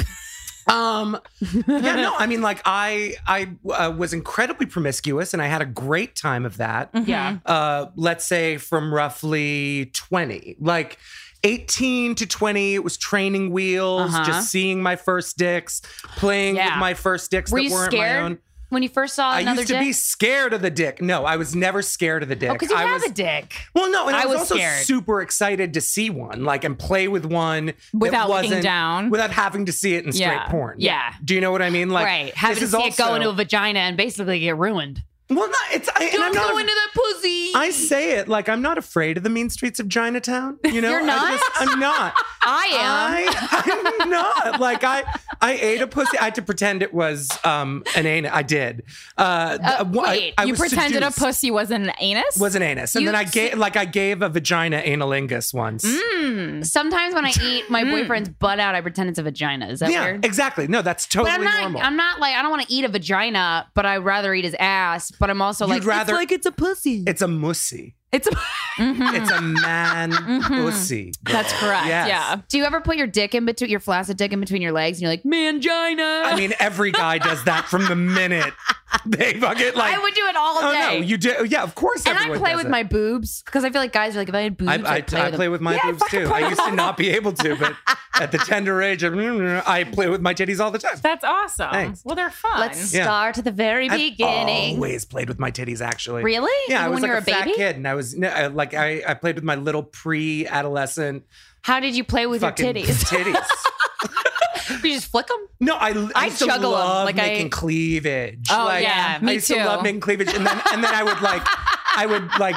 Um, yeah, no, I mean, like, I I uh, was incredibly promiscuous, and I had a great time of that.
Yeah.
Uh, let's say from roughly twenty, like. 18 to 20, it was training wheels,
Uh-huh.
just seeing my first dicks, playing
Yeah.
with my first dicks
Were
that
you
weren't my own.
scared when you first saw
I
another
used to
dick?
be scared of the dick. No, I was never scared of the dick.
oh, because you
I
have
was,
a dick.
Well, no, and I,
I
was,
was
also
scared.
super excited to see one, like, and play with one
Without
that
looking
wasn't,
down.
without having to see it in straight
Yeah.
porn.
Yeah.
do you know what I mean? Like,
right. Having
this
to
is
see it go
also-
into a vagina and basically get ruined.
Well, no, it's I, and I'm not.
the pussy.
I say it like I'm not afraid of the mean streets of Chinatown. You know,
You're not?
I am not.
(laughs) I
I, I'm not. Like I, I ate a pussy. I had to pretend it was um an anus. I did. Uh, th-
Uh,
wh- I-
wait,
I
you
was
pretended
seduced.
a pussy was an anus?
was an anus, and
You
then I
se-
gave like I gave a vagina analingus once.
Mm, am. Sometimes
(laughs)
when I eat my boyfriend's butt out, I pretend it's a vagina. Is that
Hmm. yeah,
weird?
exactly. No, that's
But
totally
I'm not.
normal.
I'm not like I don't want to eat a vagina, but I'd rather eat his ass. But I'm also
You'd
like
rather-
it's like it's a pussy.
it's a mussy.
It's. A, (laughs)
(laughs)
Mm-hmm.
It's a man pussy.
That's correct.
Yes.
Yeah.
do you ever put your dick in between your flaccid dick in between your legs and you're like mangina?
I mean, every guy does that from the minute they fucking
(laughs)
like.
I would do it all
oh
day.
no, you do. Yeah, of course.
and I
everyone
play
does
with
it.
my boobs because I feel like guys are like if I had boobs,
I,
I, would
I,
play,
I
with
play
them.
with my
Yeah, I
boobs
fucking
too.
play
I
with
used to
them.
not be able to, but
(laughs)
at the tender age of, (laughs) I play with my titties all the time.
That's awesome.
Thanks.
Well, they're fun.
Let's
Yeah.
start at the very
I've
beginning.
always played with my titties, actually.
Really?
Yeah,
Even
I was
when
like
you were
a,
a
fat
baby?
kid, and I was no, I- like, I, I played with my little pre-adolescent
How did you play with your
fucking
titties?
(laughs) titties.
(laughs) you just flick them?
No, I, I
I
used to
juggle 'em,
love
like I-
making cleavage.
Oh,
like,
yeah,
I
me
used
too.
to love making cleavage, and then and then I would like, I would like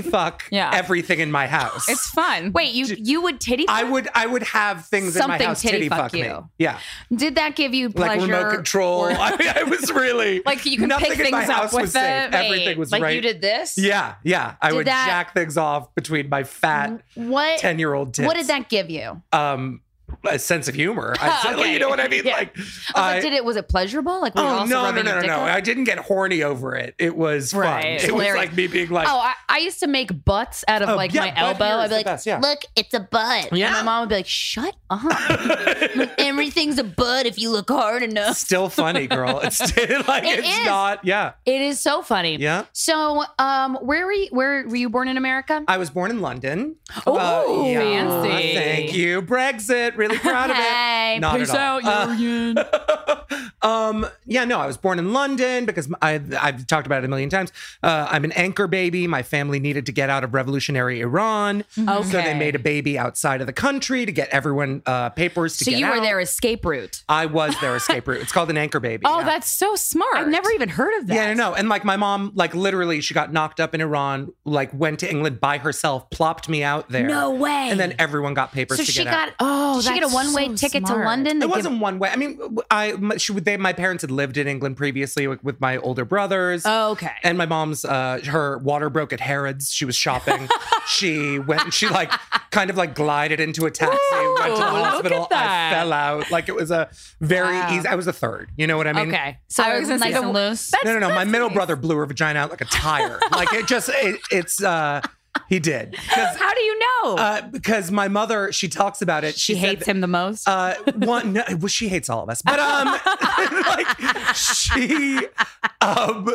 (laughs)
fuck
Yeah.
everything in my house.
It's fun.
Wait, you you would titty?
I would I would have things in
Something
my house
titty
titty,
fuck
fuck, me.
you.
Yeah,
did that give you
like
pleasure?
remote control.
or-
(laughs) I mean, I was
(laughs)
really
Like, you can
(laughs) nothing
pick
in my
things up
house
with
was
it.
safe.
Wait,
Everything was
like
right.
you did this.
yeah, yeah. I
Did
would
that-
jack things off between my fat
What?
ten year old tits.
What did that give you?
Um, a sense
(laughs)
of humor. I, said, like,
Okay.
you know what I mean?
Yeah.
Like,
I was like, did it was it pleasurable? Like, were you
oh
also
no, no,
rubbing
no,
your
no,
dick
no!
up?
I didn't get horny over it. It was fun.
Right.
It
It's
was
hilarious.
like me being like,
Oh, I, I used to make butts out of
Oh,
like
yeah,
my
butt
elbow.
hair is
I'd be
the
like,
best, yeah.
look, it's a butt.
Yeah.
And my mom would be like, shut
(laughs)
up. Everything's a butt if you look hard enough.
still funny, girl. It's (laughs) like
It
it's
is.
not. Yeah,
It is so funny.
yeah.
So, um, where were you, where were you born in America?
I was born in London. Uh,
Ooh,
fancy.
Thank you, Brexit. Really proud of it.
Hey,
Not
Peace
at all.
out,
Uh,
Union.
(laughs) um, yeah, no, I was born in London because I, I've talked about it a million times. Uh, I'm an anchor baby. My family needed to get out of revolutionary Iran.
Okay.
So they made a baby outside of the country to get everyone uh, papers to
so
get
you were
out.
their escape route.
I was their escape route. It's called an anchor baby.
oh,
yeah.
that's so smart.
I've never even heard of that.
Yeah, I know. And like my mom, like literally, she got knocked up in Iran, like went to England by herself, plopped me out there.
No way.
And then everyone got papers
So
to
she
get out.
got
Oh,
did she get
that's
a one way
so
ticket to
smart.
London. to
It
give-
wasn't one way. I mean, I my- she, would- they, my parents had lived in England previously with, with my older brothers.
Oh, okay.
And my mom's uh, her water broke at Harrods. She
(laughs)
was shopping. she went and she like kind of like glided into a taxi, went to the
Ooh, look
hospital.
at that.
I fell out. Like it was a very easy. I was the third. You know what I mean?
okay. So
I was gonna say
nice
the-
and loose.
That's-
No, no, no. My
that's
middle
nice.
brother blew her vagina out like a tire. like it just it, it's uh he did. 'Cause,
How do you know?
uh, because my mother, she talks about it.
she
said
hates
that-
him the most.
uh, one, no, well, she hates all of us, but um, (laughs) like she, um,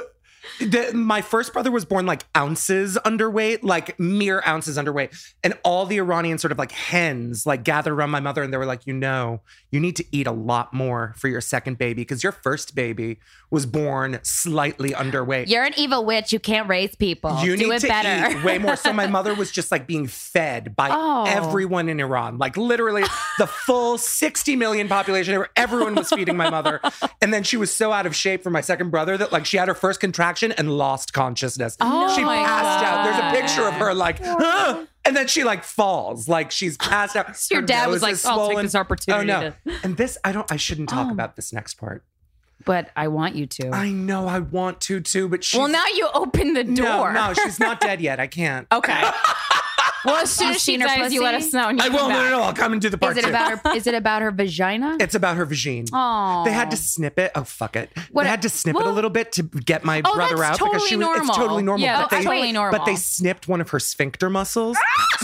the, my first brother was born like ounces underweight, like mere ounces underweight, and all the Iranian sort of like hens like gathered around my mother, and they were like, you know, you need to eat a lot more for your second baby because your first baby was born slightly underweight.
You're an evil witch. You can't raise people.
You
do
need
it
to
better.
eat way more. So my mother was just like being fed by
Oh.
everyone in Iran, like literally the full 60 million population. Everyone was feeding my mother, and then she was so out of shape for my second brother that like she had her first contraction and lost consciousness.
Oh
she
my
passed out. There's
God.
a picture of her like. "Huh," And then she like falls, like she's passed out.
(laughs) Your
Her
dad was
nose
like,
is
"I'll take
swollen."
this opportunity Oh.
Oh no! And this, I don't. I shouldn't talk about this next part.
(laughs) but I want you to.
I know I want to too, but she's
Well, now you open the door.
No, no, she's not dead yet.
(laughs)
I can't.
Okay. (laughs) well, as soon
You've
as she
seen her
dies, you let
pussy?
us know. and you
I
come
will. No,
back.
no, no. I'll come and do the
is
part
it
two.
about her? Is it about her vagina?
(laughs) It's about her vagine.
Oh,
They had to snip it. Oh fuck it!
What-
they had to snip
(gasps)
it
well-
a little bit to get my
Oh,
brother
that's
out because she was.
totally
It's
normal.
totally normal.
Yeah,
but
that's
they,
totally normal. Ah!
But they snipped one of her sphincter muscles.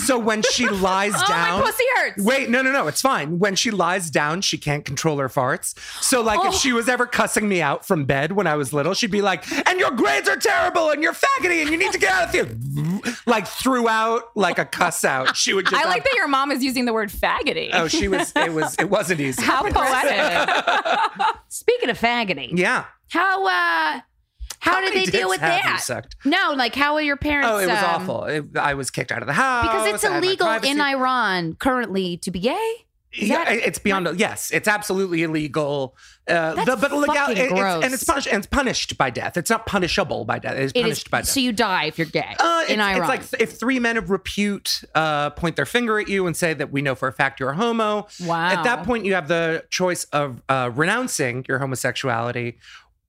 so when she lies
(laughs) Oh,
down,
my pussy hurts.
Wait, no, no, no. It's fine. When she lies down, she can't control her farts. So, like,
Oh.
if she was ever cussing me out from bed when I was little, she'd be like, and your grades are terrible and you're faggoty and you need to get out of here. (laughs) Like, throughout, like a cuss out, she would just.
I like
have-
that your mom is using the word faggoty.
(laughs) Oh, she was, it was, it wasn't easy. (laughs)
How poetic.
Speaking of faggoty,
Yeah.
how uh, how, did
many
they deal with
dicks have you
that?
sucked?
No, like how were your parents?
Oh, it was
um,
awful. It- I was kicked out of the house.
Because it's
I had my
illegal in
privacy.
Iran currently to be gay. Is
Yeah,
that-
it's beyond. Yes, it's absolutely illegal. Uh, the, but legal,
fucking
it- it's-
gross.
and it's punished. And it's punished by death. It's not punishable by death. It's
It
punished
is
by death.
so you die if you're gay
uh,
in
it's,
Iran.
it's like th- if three men of repute uh, point their finger at you and say that we know for a fact you're a homo.
Wow.
At that point, you have the choice of uh, renouncing your homosexuality,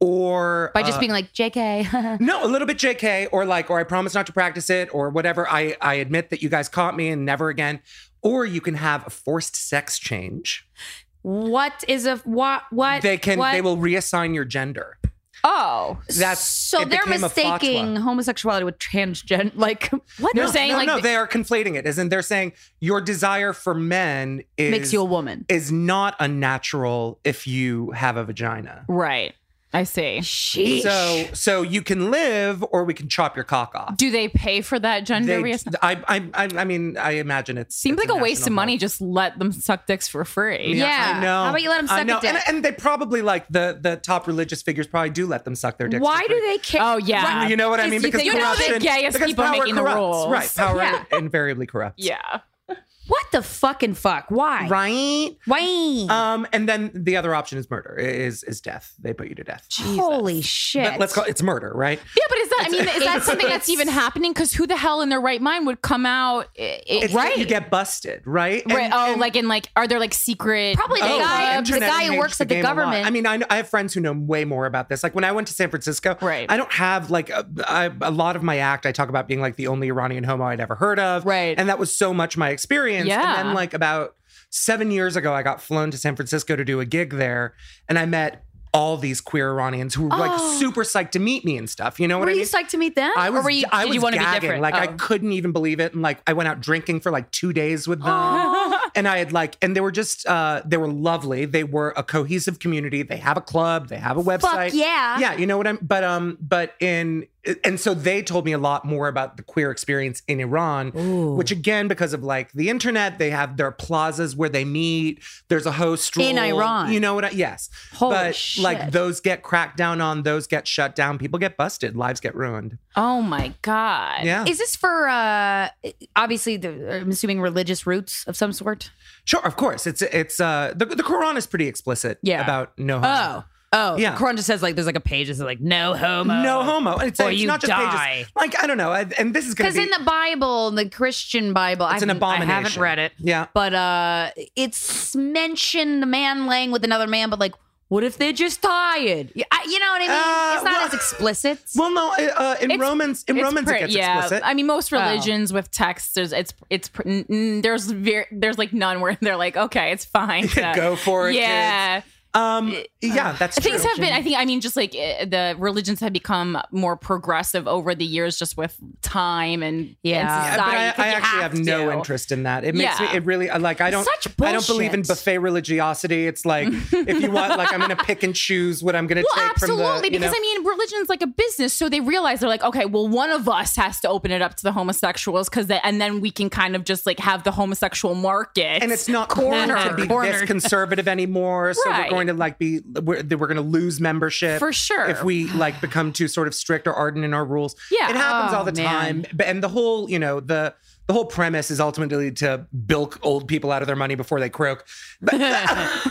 or
by just
uh,
being like JK.
no, a little bit JK, or like, or I promise not to practice it, or whatever. I, I admit that you guys caught me and never again. Or you can have a forced sex change.
(laughs) what is a what? What
They can,
What?
they will reassign your gender.
Oh.
That's
so
it
they're
became a fatwa.
mistaking homosexuality with transgender. Like (laughs) what?
No,
They're
no,
like
no, they are conflating it. Isn't they're saying your desire for men is
makes you a woman.
is not unnatural if you have a vagina.
Right. I see.
Sheesh.
So, so you can live, or we can chop your cock off.
Do they pay for that gender
They-
reassignment?
I, I, I, I mean, I imagine it's
Seems
it's
like a waste of
national
money. Just let them suck dicks for free.
Yeah.
I know.
How about you let 'em
I
suck a
know.
dick?
And, and they probably like the the top religious figures probably do let them suck their dicks.
Why
for
do
free.
they care?
Oh, yeah.
Right.
(laughs) You know what I mean?
you
Because
think- you know the
corruption.
gayest
because
people
power
making the
corrupts.
rules.
Right. Power
Yeah.
invariably corrupts.
Yeah.
What the fucking fuck? Why?
Right.
Why?
Um. And then the other option is murder. Is is death. They put you to death.
Holy shit.
But let's call it's murder, right?
Yeah, but is that? I mean, is that something that's even happening? Because who the hell in their right mind would come out? i- i-
It's that
right.
You get busted, right?
right.
And-
oh,
and-
like in like, are there like secret? uh,
Probably the
Oh,
guy, the
internet
guy who
changed
works at the
game a lot.
government.
I mean, I, I have friends who know way more about this. Like when I went to San Francisco,
Right.
I don't have like a, I, a lot of my act. I talk about being like the only Iranian homo I'd ever heard of,
Right.
And that was so much my experience.
Yeah.
And then like about seven years ago, I got flown to San Francisco to do a gig there, and I met all these queer Iranians who were like
Oh.
super psyched to meet me and stuff. You know what
Were
I
you
mean?
psyched to meet them?
I was,
were you-
I
did
was
you wanna be
gagging.
different?
Like I
Oh.
couldn't even believe it, and like I went out drinking for like two days with them.
(laughs)
And I had like, and they were just, uh, they were lovely. They were a cohesive community. They have a club. They have a website.
yeah.
yeah. You know what I'm, but um, but in, and so they told me a lot more about the queer experience in Iran, which again, because of like the internet, they have their plazas where they meet. There's a host
In
rule.
Iran.
You know what? I, yes.
Holy
but like
shit.
those get cracked down on. Those get shut down. People get busted. Lives get ruined.
Oh my god.
Yeah.
Is this for uh obviously the, I'm assuming religious roots of some sort?
Sure, of course. It's it's uh the the Quran is pretty explicit
Yeah.
about no
Oh.
homo.
Oh.
Yeah.
Quran just says like there's like a page that's like no homo.
No homo. And it's,
Or
it's
you
not just
die.
pages. Like I don't know. I, and this is going
Because
to be
in the Bible, in the Christian Bible, I
It's an
haven't- I haven't
abomination.
read it.
Yeah.
But uh it's mentioned the man laying with another man, but like, what if they're just tired? Yeah, I- You know what I mean?
Uh,
it's not
well-
as explicit.
Well, no. Uh, in Romans, in
It's
Romans,
pre-
it gets
yeah,
explicit.
I mean, most religions with texts, there's it's it's pr- n- n- there's very there's like none where they're like, okay, it's
(laughs)
fine. to-
Go for it.
Yeah,
kids. Um. Yeah, that's true.
uh, things have been. I think. I mean, just like eh, the religions have become more progressive over the years, just with time and
Yeah.
and
Yeah,
Yeah, but
society,
I,
'cause
I
you
actually have, no
to.
interest in that. It makes
Yeah.
me. It really. I- Like I don't.
Such
I don't believe in
bullshit.
buffet religiosity. It's like if you want, like I'm going to pick and choose what I'm going to
Well,
take from the.
absolutely,
you
because
know.
I mean, religion's like a business, so they realize they're like, okay, well, one of us has to open it up to the homosexuals, because and then we can kind of just like have the homosexual market,
and
(laughs)
it's (laughs) not cool
cornered.
to be this
Cornered.
conservative anymore. So
Right.
we're going to like be we're, we're going to lose membership
For sure.
if we like become too sort of strict or ardent in our rules.
Yeah.
it happens
Oh,
all the
man.
time. But- And the whole you know the the whole premise is ultimately to bilk old people out of their money before they croak. (laughs)
(laughs)
But- (laughs)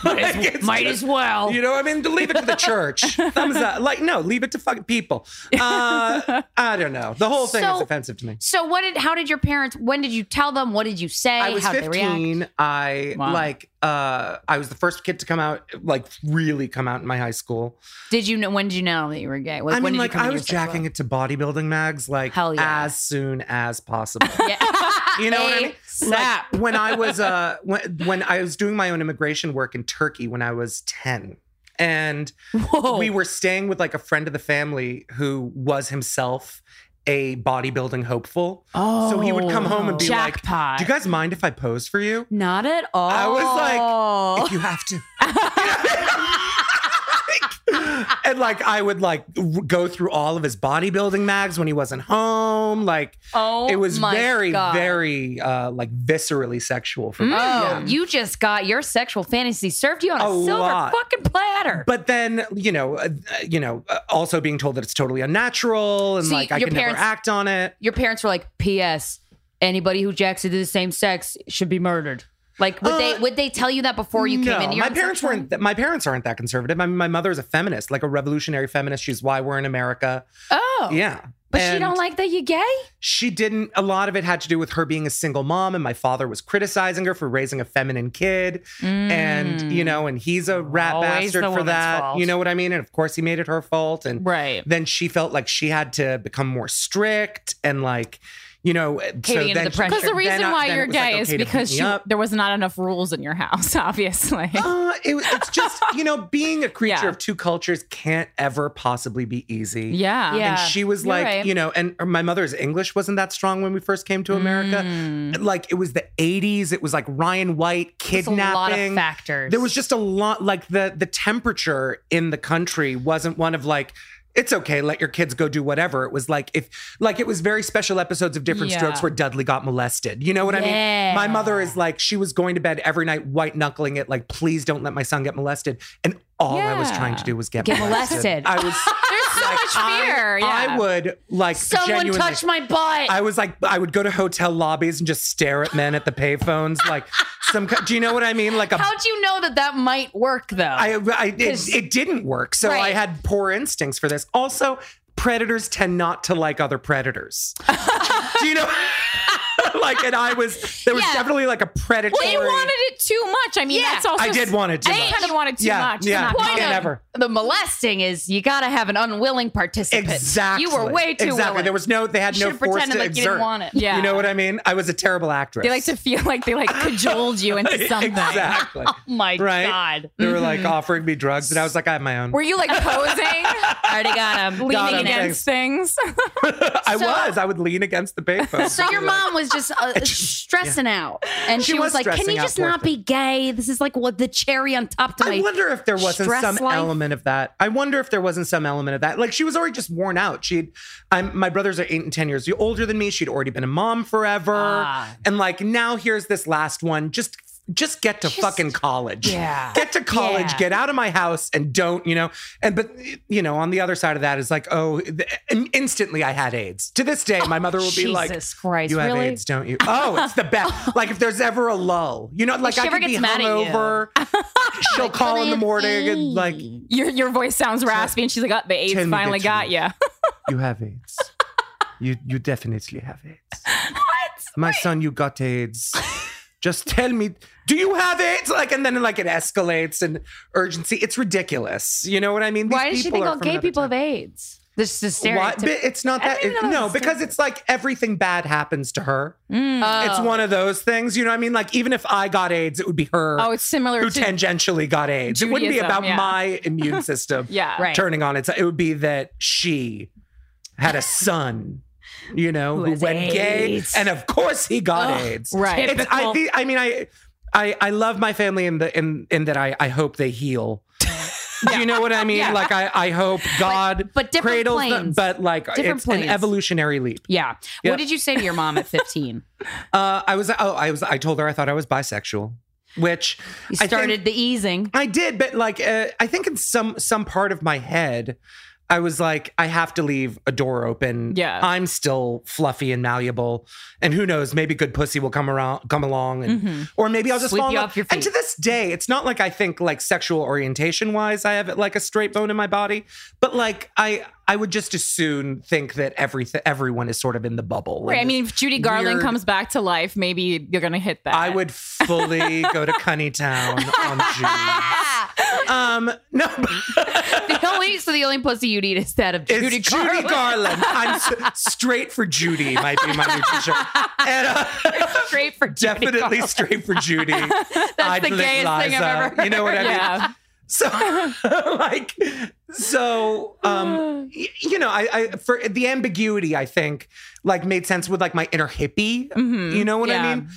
like, it's
Might
just-
as well.
You know, what I mean, to leave it to the church.
(laughs)
Thumbs up. Like, no, leave it to fucking people. Uh,
(laughs)
I don't know. The whole thing
So-
is offensive to me.
So what did how did your parents when did you tell them? What did you say?
I was
how did they react?
15. I
Wow.
like uh I was the first kid to come out like really come out in my high school.
Did you know when did you know that you were gay? Like,
I
when
mean
did you
like
come
I
to
was
your sexual-
jacking it to bodybuilding mags like
Hell yeah.
as soon as possible.
(laughs) Yeah.
(laughs) You know what I mean?
slap.
(laughs)
Like, when I was uh when when I was doing my own immigration work in Turkey when I was 10. And
Whoa.
we were staying with like a friend of the family who was himself a bodybuilding hopeful.
oh,
so he would come home and be
jackpot.
like, "Do you guys mind if I pose for you?"
Not at all.
I was (laughs) like, if you have to. and like I would like r- go through all of his bodybuilding mags when he wasn't home. Like
(laughs) oh,
it was
my
very,
God.
very uh like viscerally sexual for
Oh,
me.
you just got your sexual fantasy served you on a,
A
silver
lot.
fucking platter.
But then you know, uh, you know, uh, also being told that it's totally unnatural and
See,
like I
your
can
parents-
never act on it.
your parents were like, "P.S. Anybody who jacks into the same sex should be murdered." Like, would they
Uh,
would they tell you that before you
no,
came in?
my parents weren't. th- My parents aren't that conservative. I mean, my mother is a feminist, like a revolutionary feminist. She's why we're in America.
Oh,
Yeah,
But she
And-
don't like that you gay.
she didn't a lot of it had to do with her being a single mom and my father was criticizing her for raising a feminine kid and you know and he's a rat
Mm. Always
bastard
the
for
woman's
that
fault.
you know what i mean and of course he made it her fault and
right.
then she felt like she had to become more strict and like you know
Caving
so
into
then
the
she-
pressure.
Because the
then
reason
I-
why
then it
you're
was
gay
like,
is
okay to
because
beat me
you-
up.
there was not enough rules in your house, (laughs)
(laughs)
obviously.
Uh, it- it's just you know
(laughs)
being a creature
Yeah.
of two cultures can't ever possibly be easy
yeah.
Yeah.
and she was
you're
like,
right.
you know, and my mother's English wasn't that strong when we first came to America. Like it was the 80s, it was like Ryan White
It's Mm. a lot of
kidnapping.
factors.
There was just a lot like the the temperature in the country wasn't one of like it's okay, let your kids go do whatever. It was like if like it was very special episodes of different
Yeah.
strokes where Dudley got molested. You know what I mean? My mother is like she was going to bed every night white knuckling it like please don't let my son get molested and all I was
Yeah.
trying to do was get,
Get molested.
I was
(laughs) There's so
like,
much fear.
I,
yeah.
I would like
someone
genuinely-
touched my butt.
I was like, I would go to hotel lobbies and just stare at men at the payphones, like some. ki- Do you know what I mean? Like a.
How'd you know that that might work though?
I, I it, it didn't work, so I
Right.
had poor instincts for this. Also, predators tend not to like other predators. do you know? (laughs) like, and I was there was
Yeah.
definitely like a predatory.
Well, you wanted it too much. I mean,
Yeah.
that's also
I did want it too
I
much.
kind of wanted too
yeah,
much.
Yeah,
It's not
you
good.
can't ever.
The molesting is you got to have an unwilling participant.
Exactly.
You were way too
Exactly.
willing.
There was no. They had
You
no
should've
force
pretended
to
like you
exert.
didn't want it.
Yeah.
You know what I mean? I was a terrible actress.
They like
(laughs)
to feel like they like cajoled you into something.
exactly.
(laughs) oh my
Right?
god. Mm-hmm.
They were like offering me drugs, and I was like, I have my own.
Were you like
(laughs)
posing,
Already got him.
leaning
him,
against things?
I
So-
was. I would lean against the payphone.
So your mom was just
(laughs)
uh, stressing out, and she,
She
was,
was
like, "Can
stressing
you
out,
just
poor
not be gay? This is like what the cherry on top to
I
my."
wonder if there wasn't
stress
some
life.
element of that. I wonder if there wasn't some element of that. Like she was already just worn out. She'd, I'm, my brothers are eight and ten years older than me. She'd already been a mom forever,
Ah.
and like now here's this last one. Just, just get to fucking college.
Yeah.
Get to college.
Yeah.
Get out of my house and don't, you know. And but you know, on the other side of that is like, oh, the, and instantly I had AIDS. To this day, my mother will be
Jesus
like.
Christ!
You have
really?
AIDS, don't you? Oh, it's the
(laughs)
best. like if there's ever a lull, you know, like
she
I
ever
could be
gets mad at you. (laughs)
hungover. She'll call in the morning and like,
Your your voice sounds raspy, and she's like, "Oh, the AIDS
Tell me the
finally got
truth.
(laughs) you."
you have AIDS. You you definitely have
(laughs)
AIDS. My son, you got AIDS. Just tell me, do you have AIDS? Like, and then like it escalates and urgency. It's ridiculous. You know what I mean?
Why does she think all gay people have
AIDS?
AIDS? This is
What?
stereotype.
But It's not
I
that.
don't even
it-
know
no,
that's
because it's like everything bad happens to her.
Mm.
It's
Oh.
one of those things. You know what I mean? Like, even if I got AIDS, it would be her.
Oh, it's similar
who
to
tangentially got AIDS. it wouldn't be
Judaism,
about
yeah.
my
(laughs)
immune system
yeah,
Right.
turning on its. It would be that she had a son, you know, who,
has
went gay,
AIDS.
and of course he got
Ugh,
AIDS.
right.
It's, I,
Typical.
think I mean, I, I, I love my family in the in in that I I hope
(laughs)
they heal. Do you know what I mean?
Yeah.
Like I, I hope God
but different
cradles them,
planes.
but like
Different
it's an
planes.
evolutionary leap.
Yeah.
Yeah.
What did you say to your mom
(laughs)
at 15?
Uh, I was oh I was I told her I thought I was bisexual, which
You
I think-
started the
(laughs)
easing.
I did, but like uh, I think in some some part of my head, I was like, I have to leave a door open.
Yeah.
I'm still fluffy and malleable, and who knows, maybe good pussy will come around, come along, and or maybe I'll just
Mm-hmm. Sweep
fall in
you
love.
off your
And to
feet.
this day, it's not like I think like sexual orientation wise, I have like a straight bone in my body, but like I I would just as soon think that everything everyone is sort of in the bubble.
Right, I
And
mean, if Judy Garland
weird-
comes back to life, maybe you're gonna hit that.
I
(laughs)
would fully go to Cunningtown
(laughs)
on June. Um, no,
the only so the only pussy you'd eat is that of
(laughs) It's
Judy
Judy
Garland.
Garland. I'm s- straight for Judy. Might be my new t-shirt. And, uh,
Straight for Judy
definitely
Garland.
straight
(laughs)
for Judy. That's
the gayest thing I've ever heard.
You know what I mean?
yeah,
So, (laughs) like, so,
(sighs)
um, y- you know, I, I for the ambiguity, I think, like, made sense with like my inner hippie.
Mm-hmm.
You know what
Yeah. Mm-hmm.
I mean?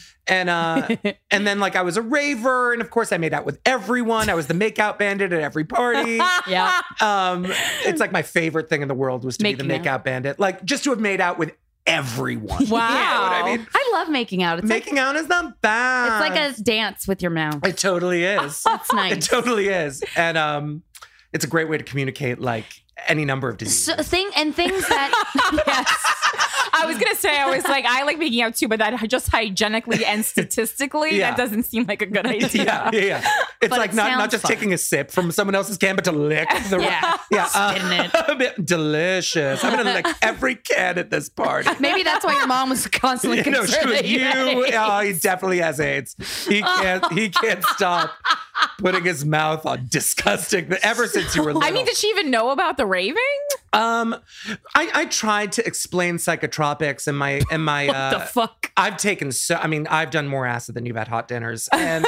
(laughs)
And uh, and then like I was a raver, and of course I made out with everyone. I was the makeout bandit at
(laughs)
every party.
(laughs) yeah.
Um, it's like my favorite thing in the world was to be the
Making
makeout bandit. Like just to have made out with
(laughs)
Wow.
everyone. You know what I mean? uh,
I love making out. It's
Making out is not
like
bad.
it's like a dance with your mouth.
It totally
(laughs)
is.
That's
it
nice.
totally is. And um, it's a great way to communicate like any number of diseases.
So, thing and things
(laughs)
that yes.
I was gonna say I was like I like making out too, but that just hygienically
(laughs)
and statistically,
Yeah.
that doesn't seem like a good idea.
(laughs) yeah, yeah, yeah.
(laughs)
It's
But
like
it
not not
sounds
just
fun.
taking a sip from someone else's can, but to lick
(laughs)
the
Yeah.
(laughs) yeah,
Spitting
it. (laughs) delicious. I'm gonna lick every can at this party.
(laughs) Maybe that's why your mom
(laughs)
was constantly
(laughs) you know,
concerned
should
that you had
you?
AIDS.
Oh, he definitely has AIDS. He can't. he can't stop putting his mouth on disgusting. Ever since you were little,
I mean, did she even know about the raving?
um, I, I tried to explain psychotropics and my and my. uh,
the fuck.
I've taken so. I mean, I've done more acid than you've had hot dinners,
(laughs)
and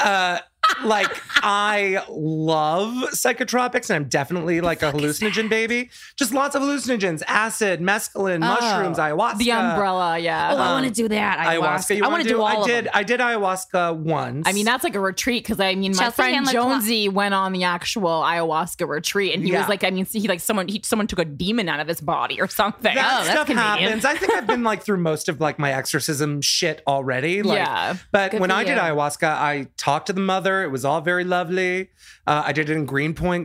uh, like I love psychotropics, and I'm definitely like a hallucinogen baby. Just lots of hallucinogens: acid, mescaline, mushrooms, ayahuasca.
Oh, The umbrella, yeah.
Oh, I want to do that. Ayahuasca.
um, ayahuasca. You
I
wanna
want to do, all
I
of
did.
them.
I did ayahuasca once.
I mean, that's like a retreat because I mean, my
Chelsea
friend
Handler Cla-
Jonesy went on the actual ayahuasca retreat, and he
Yeah.
was like, I mean, he like someone he someone took a demon out of his body or something.
that
Oh, that's
stuff
convenient.
happens. I think I've been like through most of like my exorcism shit already. Like,
Yeah.
But
Good
when
for
I did
you.
ayahuasca, I talked to the mother. It was all very lovely. Uh, I did it in Greenpoint,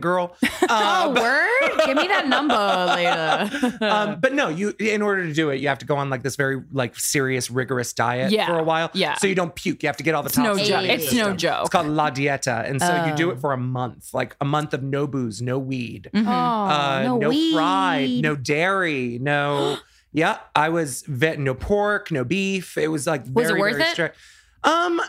(laughs)
girl. Uh,
Oh, word! Give me that number later.
(laughs) um, but no, you in order to do it, you have to go on like this very like serious, rigorous diet
Yeah.
for a while.
Yeah.
So you don't puke. You have to get all the
It's no
toxins
joke.
out of your
It's
system.
no joke.
It's called La Dieta, and so you do
Oh.
it for a month, like a month of
Mm-hmm.
no booze, no weed,
Oh,
uh,
no,
no
weed. (gasps)
fried, no dairy, no Yeah, I was vet. No pork, no beef. It was like
Was it
very,
worth
very
it?
strict.
(laughs)
Um,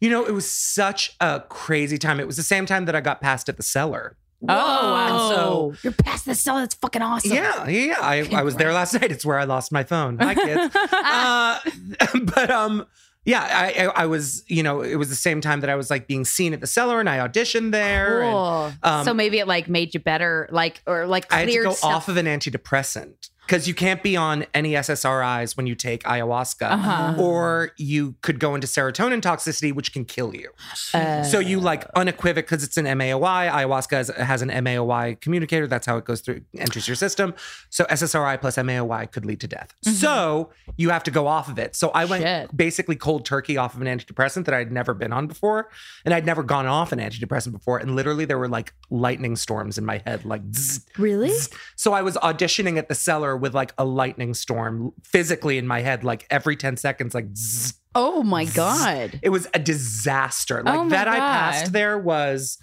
you know, it was such a crazy time. It was the same time that I got passed at the cellar.
Oh,
Whoa. you're past the cell. That's fucking awesome. (laughs)
Yeah, (laughs) yeah. I, I was there last (laughs) night. It's where I lost my phone.
(laughs)
Hi, kids.
Ah,
uh, (laughs) but um, yeah, I, I I was you know it was the same time that I was like being seen at the cellar and I auditioned there. and
Cool.
um,
so maybe it like made you better, like or like
I had to
cleared
go
stuff.
off of an antidepressant because you can't be on any SSRIs when you take ayahuasca,
Uh-huh.
or you could go into serotonin toxicity, which can kill you.
Uh,
So you like unequivoc because it's an MAOI. Ayahuasca has, has an MAOI communicator. That's how it goes through, enters your system. So SSRI plus MAOI could lead to death. So you have to go off of it. So I went
Mm-hmm. Shit.
basically cold turkey off of an antidepressant that I'd never been on before, and I'd never gone off an antidepressant before. And literally, there were like lightning storms in my head, like. zzz,
really?
so I was auditioning at the cellar with like a lightning storm physically in my head, like every 10 seconds, like zzz.
Oh
(laughs)
my god.
it was a disaster. Like
Oh my
that I
God.
passed there was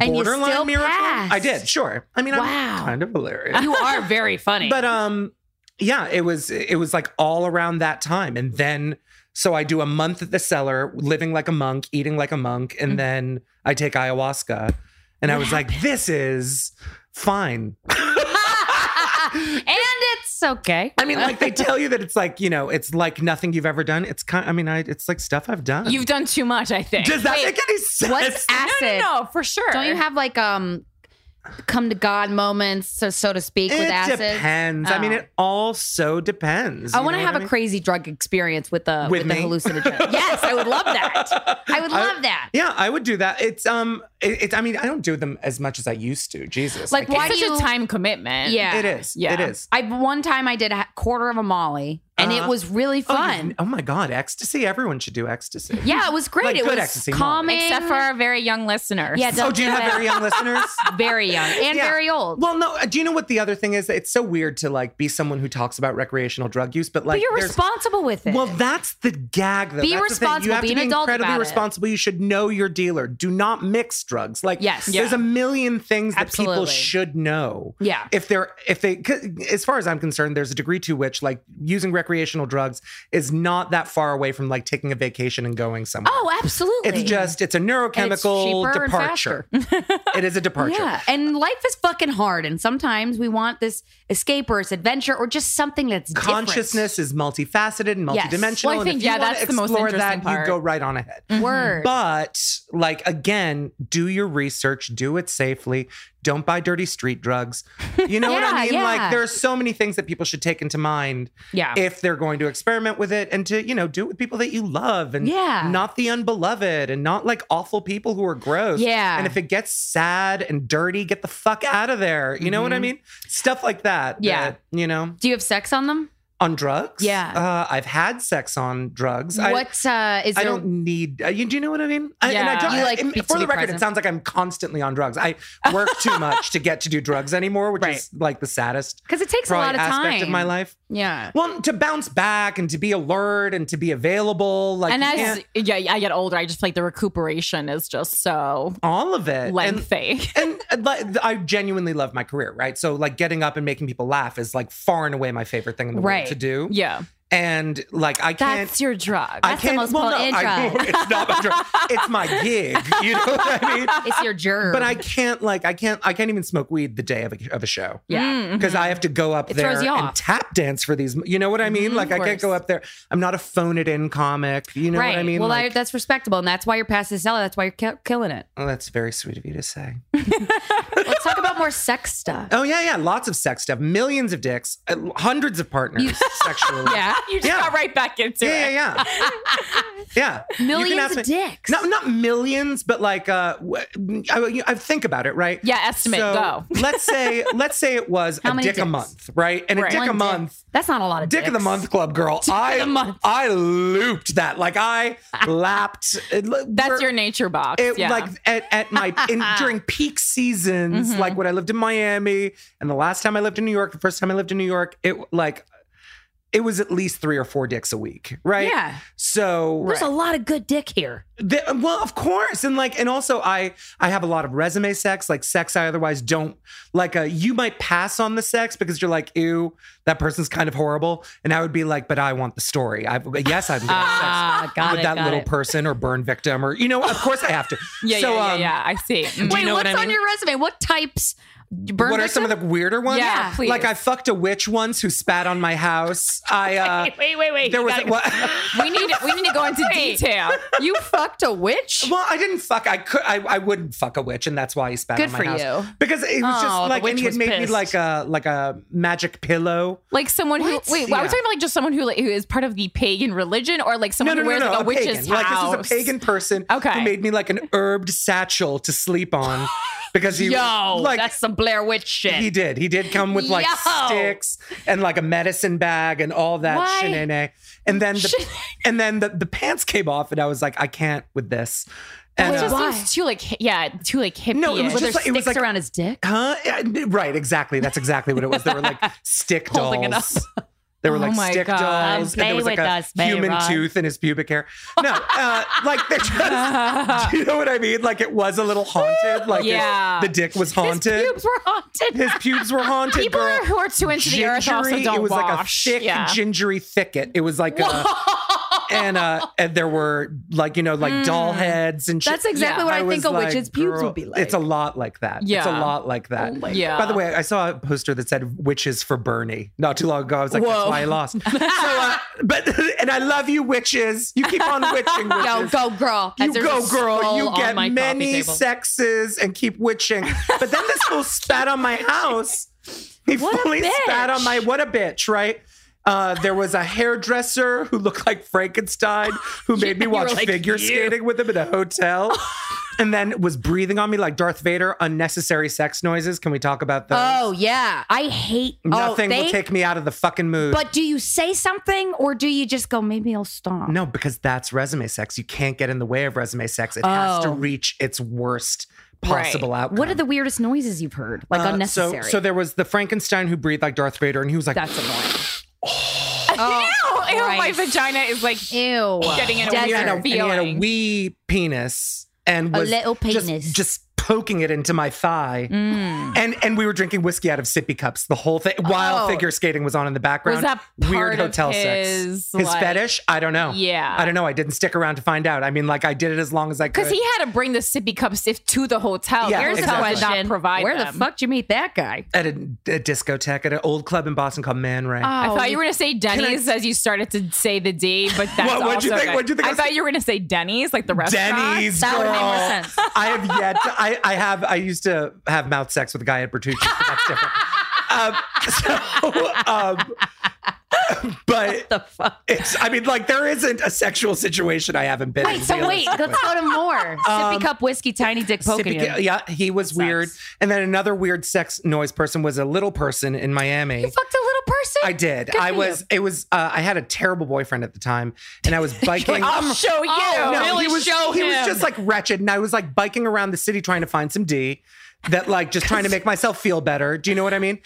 And you
borderline
still
miracle.
passed.
I did, sure. I mean,
Wow.
I'm kind of hilarious.
You are very funny.
but um, yeah, it was it was like all around that time. And then so I do a month at the cellar, living like a monk, eating like a monk,
Mm.
and then I take ayahuasca. And I was like, this is fine.
and it's okay.
I mean, like they tell you that it's like you know, it's like nothing you've ever done. It's kind. I mean, I it's like stuff I've done.
You've done too much, I think.
Does that
Wait,
make any sense?
What's
no,
acid?
no, no, for sure.
Don't you have like um come to God moments, so so to speak, with
it
acid?
depends. I mean,
Oh.
it also depends.
I
You
want to
know
have
what
a
mean?
crazy drug experience with the
With
with, the
me? (laughs)
hallucinogen. yes, I would love that. I would
I-
love that.
Yeah, I would do that. It's um, it, it's. I mean, I don't do them as much as I used to. Jesus,
Like,
I
why
can't-
It's
do
such
you-
a time commitment.
Yeah.
It is.
Yeah.
It is.
I one time I did a quarter of a Molly, and it
Uh-huh.
was really
Oh, you-
fun.
Oh, my God, ecstasy! Everyone should do ecstasy.
yeah, it was great.
Like
it
good
was
ecstasy, Molly.
calming,
Except for our very young listeners.
yeah.
Oh,
don't
do you have
that.
very
(laughs)
young listeners?
very young and
Yeah.
very old?
Well, no. uh, Do you know what the other thing is? It's so weird to like be someone who talks about recreational drug use, but like
but you're
there's-
responsible with it.
Well, that's the gag, though.
Be
That's the thing.
responsible.
You have
Be
to
an
be
adult
incredibly
about it.
responsible. You should know your dealer. Do not mix drugs. Like,
Yes.
there's
Yeah.
a million things that people
Absolutely.
should know.
Yeah.
If they're, if they, 'cause as far as I'm concerned, there's a degree to which like using recreational drugs is not that far away from like taking a vacation and going somewhere.
oh, absolutely.
It's just it's a
And it's
neurochemical
cheaper and
departure.
(laughs)
it is a departure.
Yeah, and life is fucking hard, and sometimes we want this escape or this adventure or just something that's different.
Consciousness is multifaceted and
Yes.
multidimensional.
Well, I
and if
think,
you
yeah,
wanna
that's the most
explore
interesting
that,
part.
You go right on ahead.
Word.
But like again, do your research, do it safely. Don't buy dirty street drugs. You know what
(laughs) Yeah,
I mean?
yeah.
Like there are so many things that people should take into mind
Yeah.
if they're going to experiment with it and to, you know, do it with people that you love and
Yeah.
not the unbeloved and not like awful people who are gross.
Yeah.
And if it gets sad and dirty, get the fuck out of there. You know what I mean? Stuff like that.
Mm-hmm. Yeah.
that, you know,
Do you have sex on them?
on drugs.
Yeah.
Uh, I've had sex on drugs. I-
What uh, is
I
there?
don't need. Uh, you, do you know what I mean? I, and I
Yeah.
don't,
You like
and
be- to
for
be
the record,
present.
it sounds like I'm constantly on
(laughs)
drugs. I work too much to get to do drugs anymore, which is like the saddest
Because it takes a lot
probably
of
aspect
time.
of my life.
Yeah.
Well, to bounce back and to be alert and to be available, like
and
you
as
can't-
yeah, I get older, I just feel like the recuperation is just so
all of it, And-
lengthy.
and uh, like, I genuinely love my career, right? So like getting up and making people laugh is like far and away my favorite thing in the
Right.
world to do.
yeah.
And like I can't
That's your drug.
I
that's the
can't,
most
well, no,
potent
I- (laughs)
drug.
it's not my drug. It's my gig. You know what I mean?
it's your germ.
But I can't like I can't I can't even smoke weed the day of a, of a show.
yeah.
Mm. Mm-hmm.
Because I have to go up
It
there
throws you
and
off. Mm-hmm.
tap dance for these. You know what I mean?
Mhm,
like
of
I can't go
course.
up there. I'm not a phone it in comic. You know
right.
what I mean?
well, I,
Like,
that's respectable, and that's why you're past the cellar. That's why you're ki- killing it.
oh, that's very sweet of you to say.
Let's talk about more sex stuff.
(laughs) Oh yeah, yeah. Lots of sex stuff. Millions of dicks. uh, Hundreds of partners sexually.
(laughs) Yeah.
you just
Yeah.
got right back into
Yeah,
it.
yeah, yeah. yeah. You can
Millions
ask
of
me-
dicks.
No, not millions, but like uh, wh- I, you- I think about it, right?
Yeah, estimate,
So
go.
(laughs) let's say let's say it was
How
a
many
dick a
dicks?
month, right? And a
Right.
dick
One
a month.
That's not a lot of
Dick of the
dicks.
Month Club girl. I
the month.
I looped that.
(laughs)
Like I lapped. uh,
That's your nature box.
It,
yeah.
Like at, at my
(laughs)
in, during peak
Mm-hmm.
seasons, like when I lived in Miami, and the last time I lived in New York, the first time I lived in New York, it like it was at least three or four dicks a week, right?
Yeah.
So
There's a lot of good dick here.
the, well, of course, and like, and also, I I have a lot of resume sex, like sex I otherwise don't like. Uh, you might pass on the sex because you're like, ew, that person's kind of horrible, and I would be like, but I want the story. I yes, I'm gonna have
Ah,
sex
got
with
it.
that
got
little
it.
person or burn victim or you know, of course I
(laughs)
have to.
Yeah,
so,
yeah, yeah,
um,
yeah. I
(laughs)
see. Mm.
Wait,
know
what's
what I
on
mean?
your resume? What types? Burn
What are some of the weirder ones?
Yeah, please.
Like I fucked a witch once who spat on my house.
(laughs)
I uh,
wait, wait, wait.
there
You
was
gotta-
well, (laughs)
we need we need to go into detail.
you fucked a witch?
well, I didn't fuck. I could. I, I wouldn't fuck a witch, and that's why he spat
Good
on my
for
house.
you.
because it was
Oh,
just
the
like
witch
and he had
was
made
pissed.
me like a like a magic pillow.
Like someone
What?
who wait, I
Yeah.
was talking about like just someone who like, who is part of the pagan religion or like
No,
someone
no,
who
no,
wears
no,
like a,
a
witch's
pagan.
house.
Like this is a pagan person
Okay.
who made me like an herbed satchel to
(laughs)
sleep on because he
Yo,
like
that's some Blair Witch shit.
he did. He did come with like
Yo.
sticks and like a medicine bag and all that
Why?
shenanigans. And then the, and then the, the pants came off and I was like, I can't with this. And
It
uh,
just
Why?
seems too like hi- yeah, too like hippie.
No, it was
Were there
just like- it was
sticks
like-
around his dick?
Huh? Yeah, Right, exactly. That's exactly what it was. They were like stick
Holding it
dolls. There were
Oh
like
my
stick
God.
dolls,
Come
and there was
play
like a
with us, Bay
human
Ron.
tooth in his pubic hair. No, uh, like they're just, you know what I mean? Like it was a little haunted. Like his-
Yeah.
the dick was haunted. His pubes,
Boobs were haunted.
were haunted.
People
girl.
are, who are too into the earth also
Gingery,
don't
it was
wash.
like a thick
yeah.
gingery thicket. It was
(laughs)
like a, and uh, and there were like you know like doll heads and shit.
Mm. That's exactly
Yeah.
what I,
was
think a
like,
witch's pubes
girl,
would be like. Oh
It's a lot like that. It's a
Yeah.
lot like that.
yeah.
By the way, I saw a poster that said "Witches for Bernie" not too long ago. I was like, "That's
Whoa.
why I lost." so, uh, but (laughs) and I love you, witches. You keep on
(laughs)
witching, witches.
Yo, go girl.
You
As there's
go,
a
girl.
skull
You
on
get
my coffee
many
table.
sexes and keep witching. But then this
(laughs)
fool spat on my house. He
What a
fully spat on
bitch.
my what a bitch, right? Uh, there was a hairdresser who looked like
(laughs)
Frankenstein who made me
You were
watch
like,
figure
"You."
skating with him in
(laughs)
a hotel, and then was breathing on me like Darth Vader. Unnecessary sex noises. Can we talk about those?
Oh yeah, I hate oh,
Nothing will
they-
take me out of the fucking mood.
But do you say something or do you just go? Maybe I'll stop.
no, because that's resume sex. You can't get in the way of resume sex. It has to
Oh.
reach its worst
Right.
possible outcome.
What are the weirdest noises you've heard? Like
Uh,
unnecessary.
So, so there was the Frankenstein who breathed like Darth Vader, and he was like,
that's annoying. Oh,
(laughs) Ew, ew, my
Christ.
vagina is like
ew.
Getting in a
and he, had a, and
Desert.
he had a
feeling.
wee penis and
A
was
little
just-
penis.
Just, poking it into my thigh.
Mm.
And and we were drinking whiskey out of sippy cups the whole thing while
Oh.
figure skating was on in the background.
Was that part
Weird
of
hotel
his,
sex. His
like-
fetish? I don't know.
Yeah.
I don't know. I didn't stick around to find out. I mean, like I did it as long as I could.
because he had to bring the sippy cup sift to the hotel.
Yeah,
The
Here's a
hotel did
question.
Not provide
Where
them.
the fuck did you meet that guy?
at a, a discotheque at an old club in Boston called Man Ray.
I
Oh,
thought you were gonna say Denny's as you started to say the D, but
(laughs)
that's
What- what'd you
also
think-
good.
what'd you think I
I
was-
thought you were gonna say Denny's, like the restaurant.
Denny's
That
girl.
would make more sense.
(laughs) I have yet. To, I I have. I used to have mouth sex with a guy at Bertucci. But that's different. Um, so, um, but
The fuck.
it's. I mean, like there isn't a sexual situation I haven't been.
Wait,
in
so wait,
realistically.
let's go to
(laughs)
more.
Uh,
Sippy cup whiskey, tiny dick poking.
Sippy-
you.
yeah, he was weird. And then another weird sex noise person was a little person in Miami.
You fucked a little person.
I did.
Good
I
for
was. It was. Uh, I had a terrible boyfriend at the time,
(laughs)
and I was biking.
I'll (laughs) show you.
Oh,
no,
really
he was
show
he was
him.
just like wretched, and I was like biking around the city trying to find some D, that like just trying to make myself feel better. Do you know what I mean?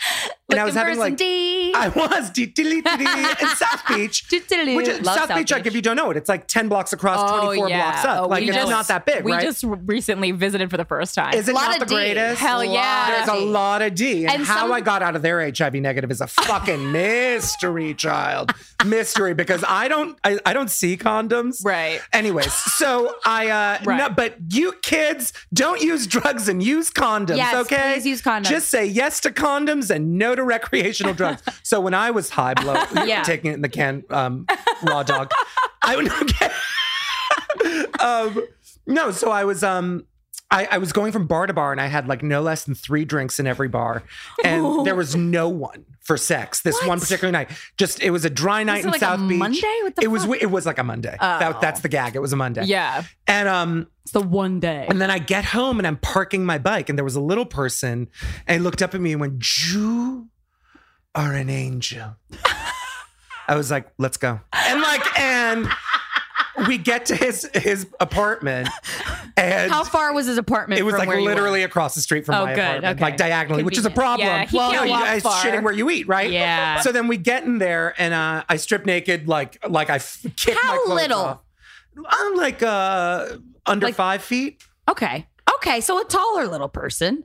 and I was
Looking for
having
some
like
D.
I was (laughs) D dilly dilly in South Beach,
Dilly dilly.
which is,
Love
South
South
Beach. Like
Beach.
if you don't know it, it's like ten blocks across, twenty four blocks up.
Oh,
like
we
it's
just-
not that big,
We
right?
just recently visited for the first time.
is it
Lot
not
of
the
D.
greatest?
Hell yeah.
There's a lot of D. And,
And
how
some-
I got out of their HIV
(laughs)
negative is a fucking mystery, child. Mystery because I don't I, I don't see condoms.
Right.
Anyways, so
(laughs)
I uh
Right.
no, but you kids don't use drugs and use condoms,
Yes,
okay?
please use condoms.
Just say yes to condoms and no to
(laughs)
recreational drugs. so when I was high blow
Yeah.
taking it in the can um raw dog. I would okay. (laughs) um no, so I was um I, I was going from bar to bar and I had like no less than three drinks in every bar.
(laughs)
And there was no one for sex this one particular night. Just it was a dry night
it
in
like a
South Beach.
Monday? What the
it was
fuck? Oh.
it was like a Monday. That, that's the gag. It was a Monday.
Yeah.
And um
It's the one day.
and then I get home and I'm parking my bike and there was a little person and he looked up at me and went, You are an angel. I was like, let's go. And like, and we get to his his apartment And
How far was his apartment?
it was
from
like
where you were?
literally across the street from
Oh,
my
good,
apartment,
okay.
like diagonally, which is a
Convenient.
problem.
Yeah, he
well,
can't
you
walk
guys
far.
shitting where you eat, right?
Yeah.
So then we get in there, and uh, I strip naked, like like I f- kick my
How
clothes
little?
off. I'm like uh, under
Like-
five feet.
Okay. Okay. So a taller little person.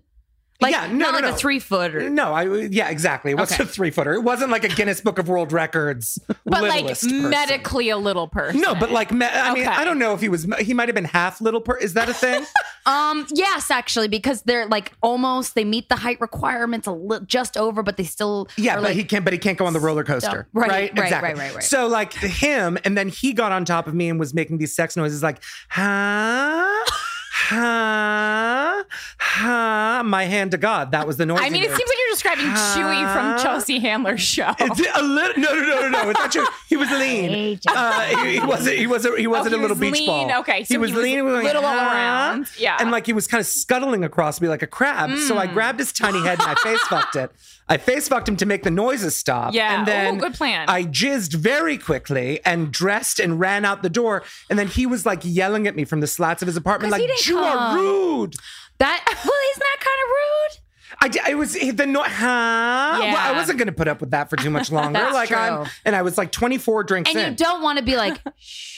Like,
Yeah, no,
not
no,
like
no. Mm.
a three footer.
No, I yeah, exactly. It was
Okay.
a three footer. It wasn't like a Guinness Book of World Records,
(laughs) but like
littlest person.
medically a little person.
No, but like me- I mean,
Okay.
I don't know if he was. He might have been half little. Per- is that a thing?
Um, yes, actually, because they're like almost they meet the height requirements a little just over, but they still
Yeah,
are,
but
like,
he can't. But he can't go on the roller coaster.
right,
Right,
right,
exactly.
right, right, right.
So like him, and then he got on top of me and was making these sex noises, like huh, huh, huh. My hand to God. That was the noise.
I mean,
he
it
made.
seems like you're describing Chewy from
Huh?
Chelsea Handler's
(laughs)
show. (laughs)
It's a little, no, no, no, no, no. It's not true. He was lean. Uh, he, he wasn't. He wasn't. He wasn't
he
a little
was
beach
lean.
ball.
Okay, so
he was
he was
lean. and was like,
little all
"Huh?"
around. Yeah. Mm.
and like he was kind of scuttling across me like a crab. So I grabbed his tiny head and I face fucked it. I face fucked him to make the noises stop.
Yeah.
and then
Ooh, good plan.
I jizzed very quickly and dressed and ran out the door. And then he was like yelling at me from the slats of his apartment,
'Cause
like
he didn't
"You are
come."
rude."
that (laughs) well, isn't that kind of rude?
I did, it was eh, the no, huh? Well, I
Yeah.
wasn't going to put up with that for
(laughs)
too much longer.
That's
like I'm,
true.
and I was like 24 drinks
And
in.
you don't want to be
(laughs)
like shh.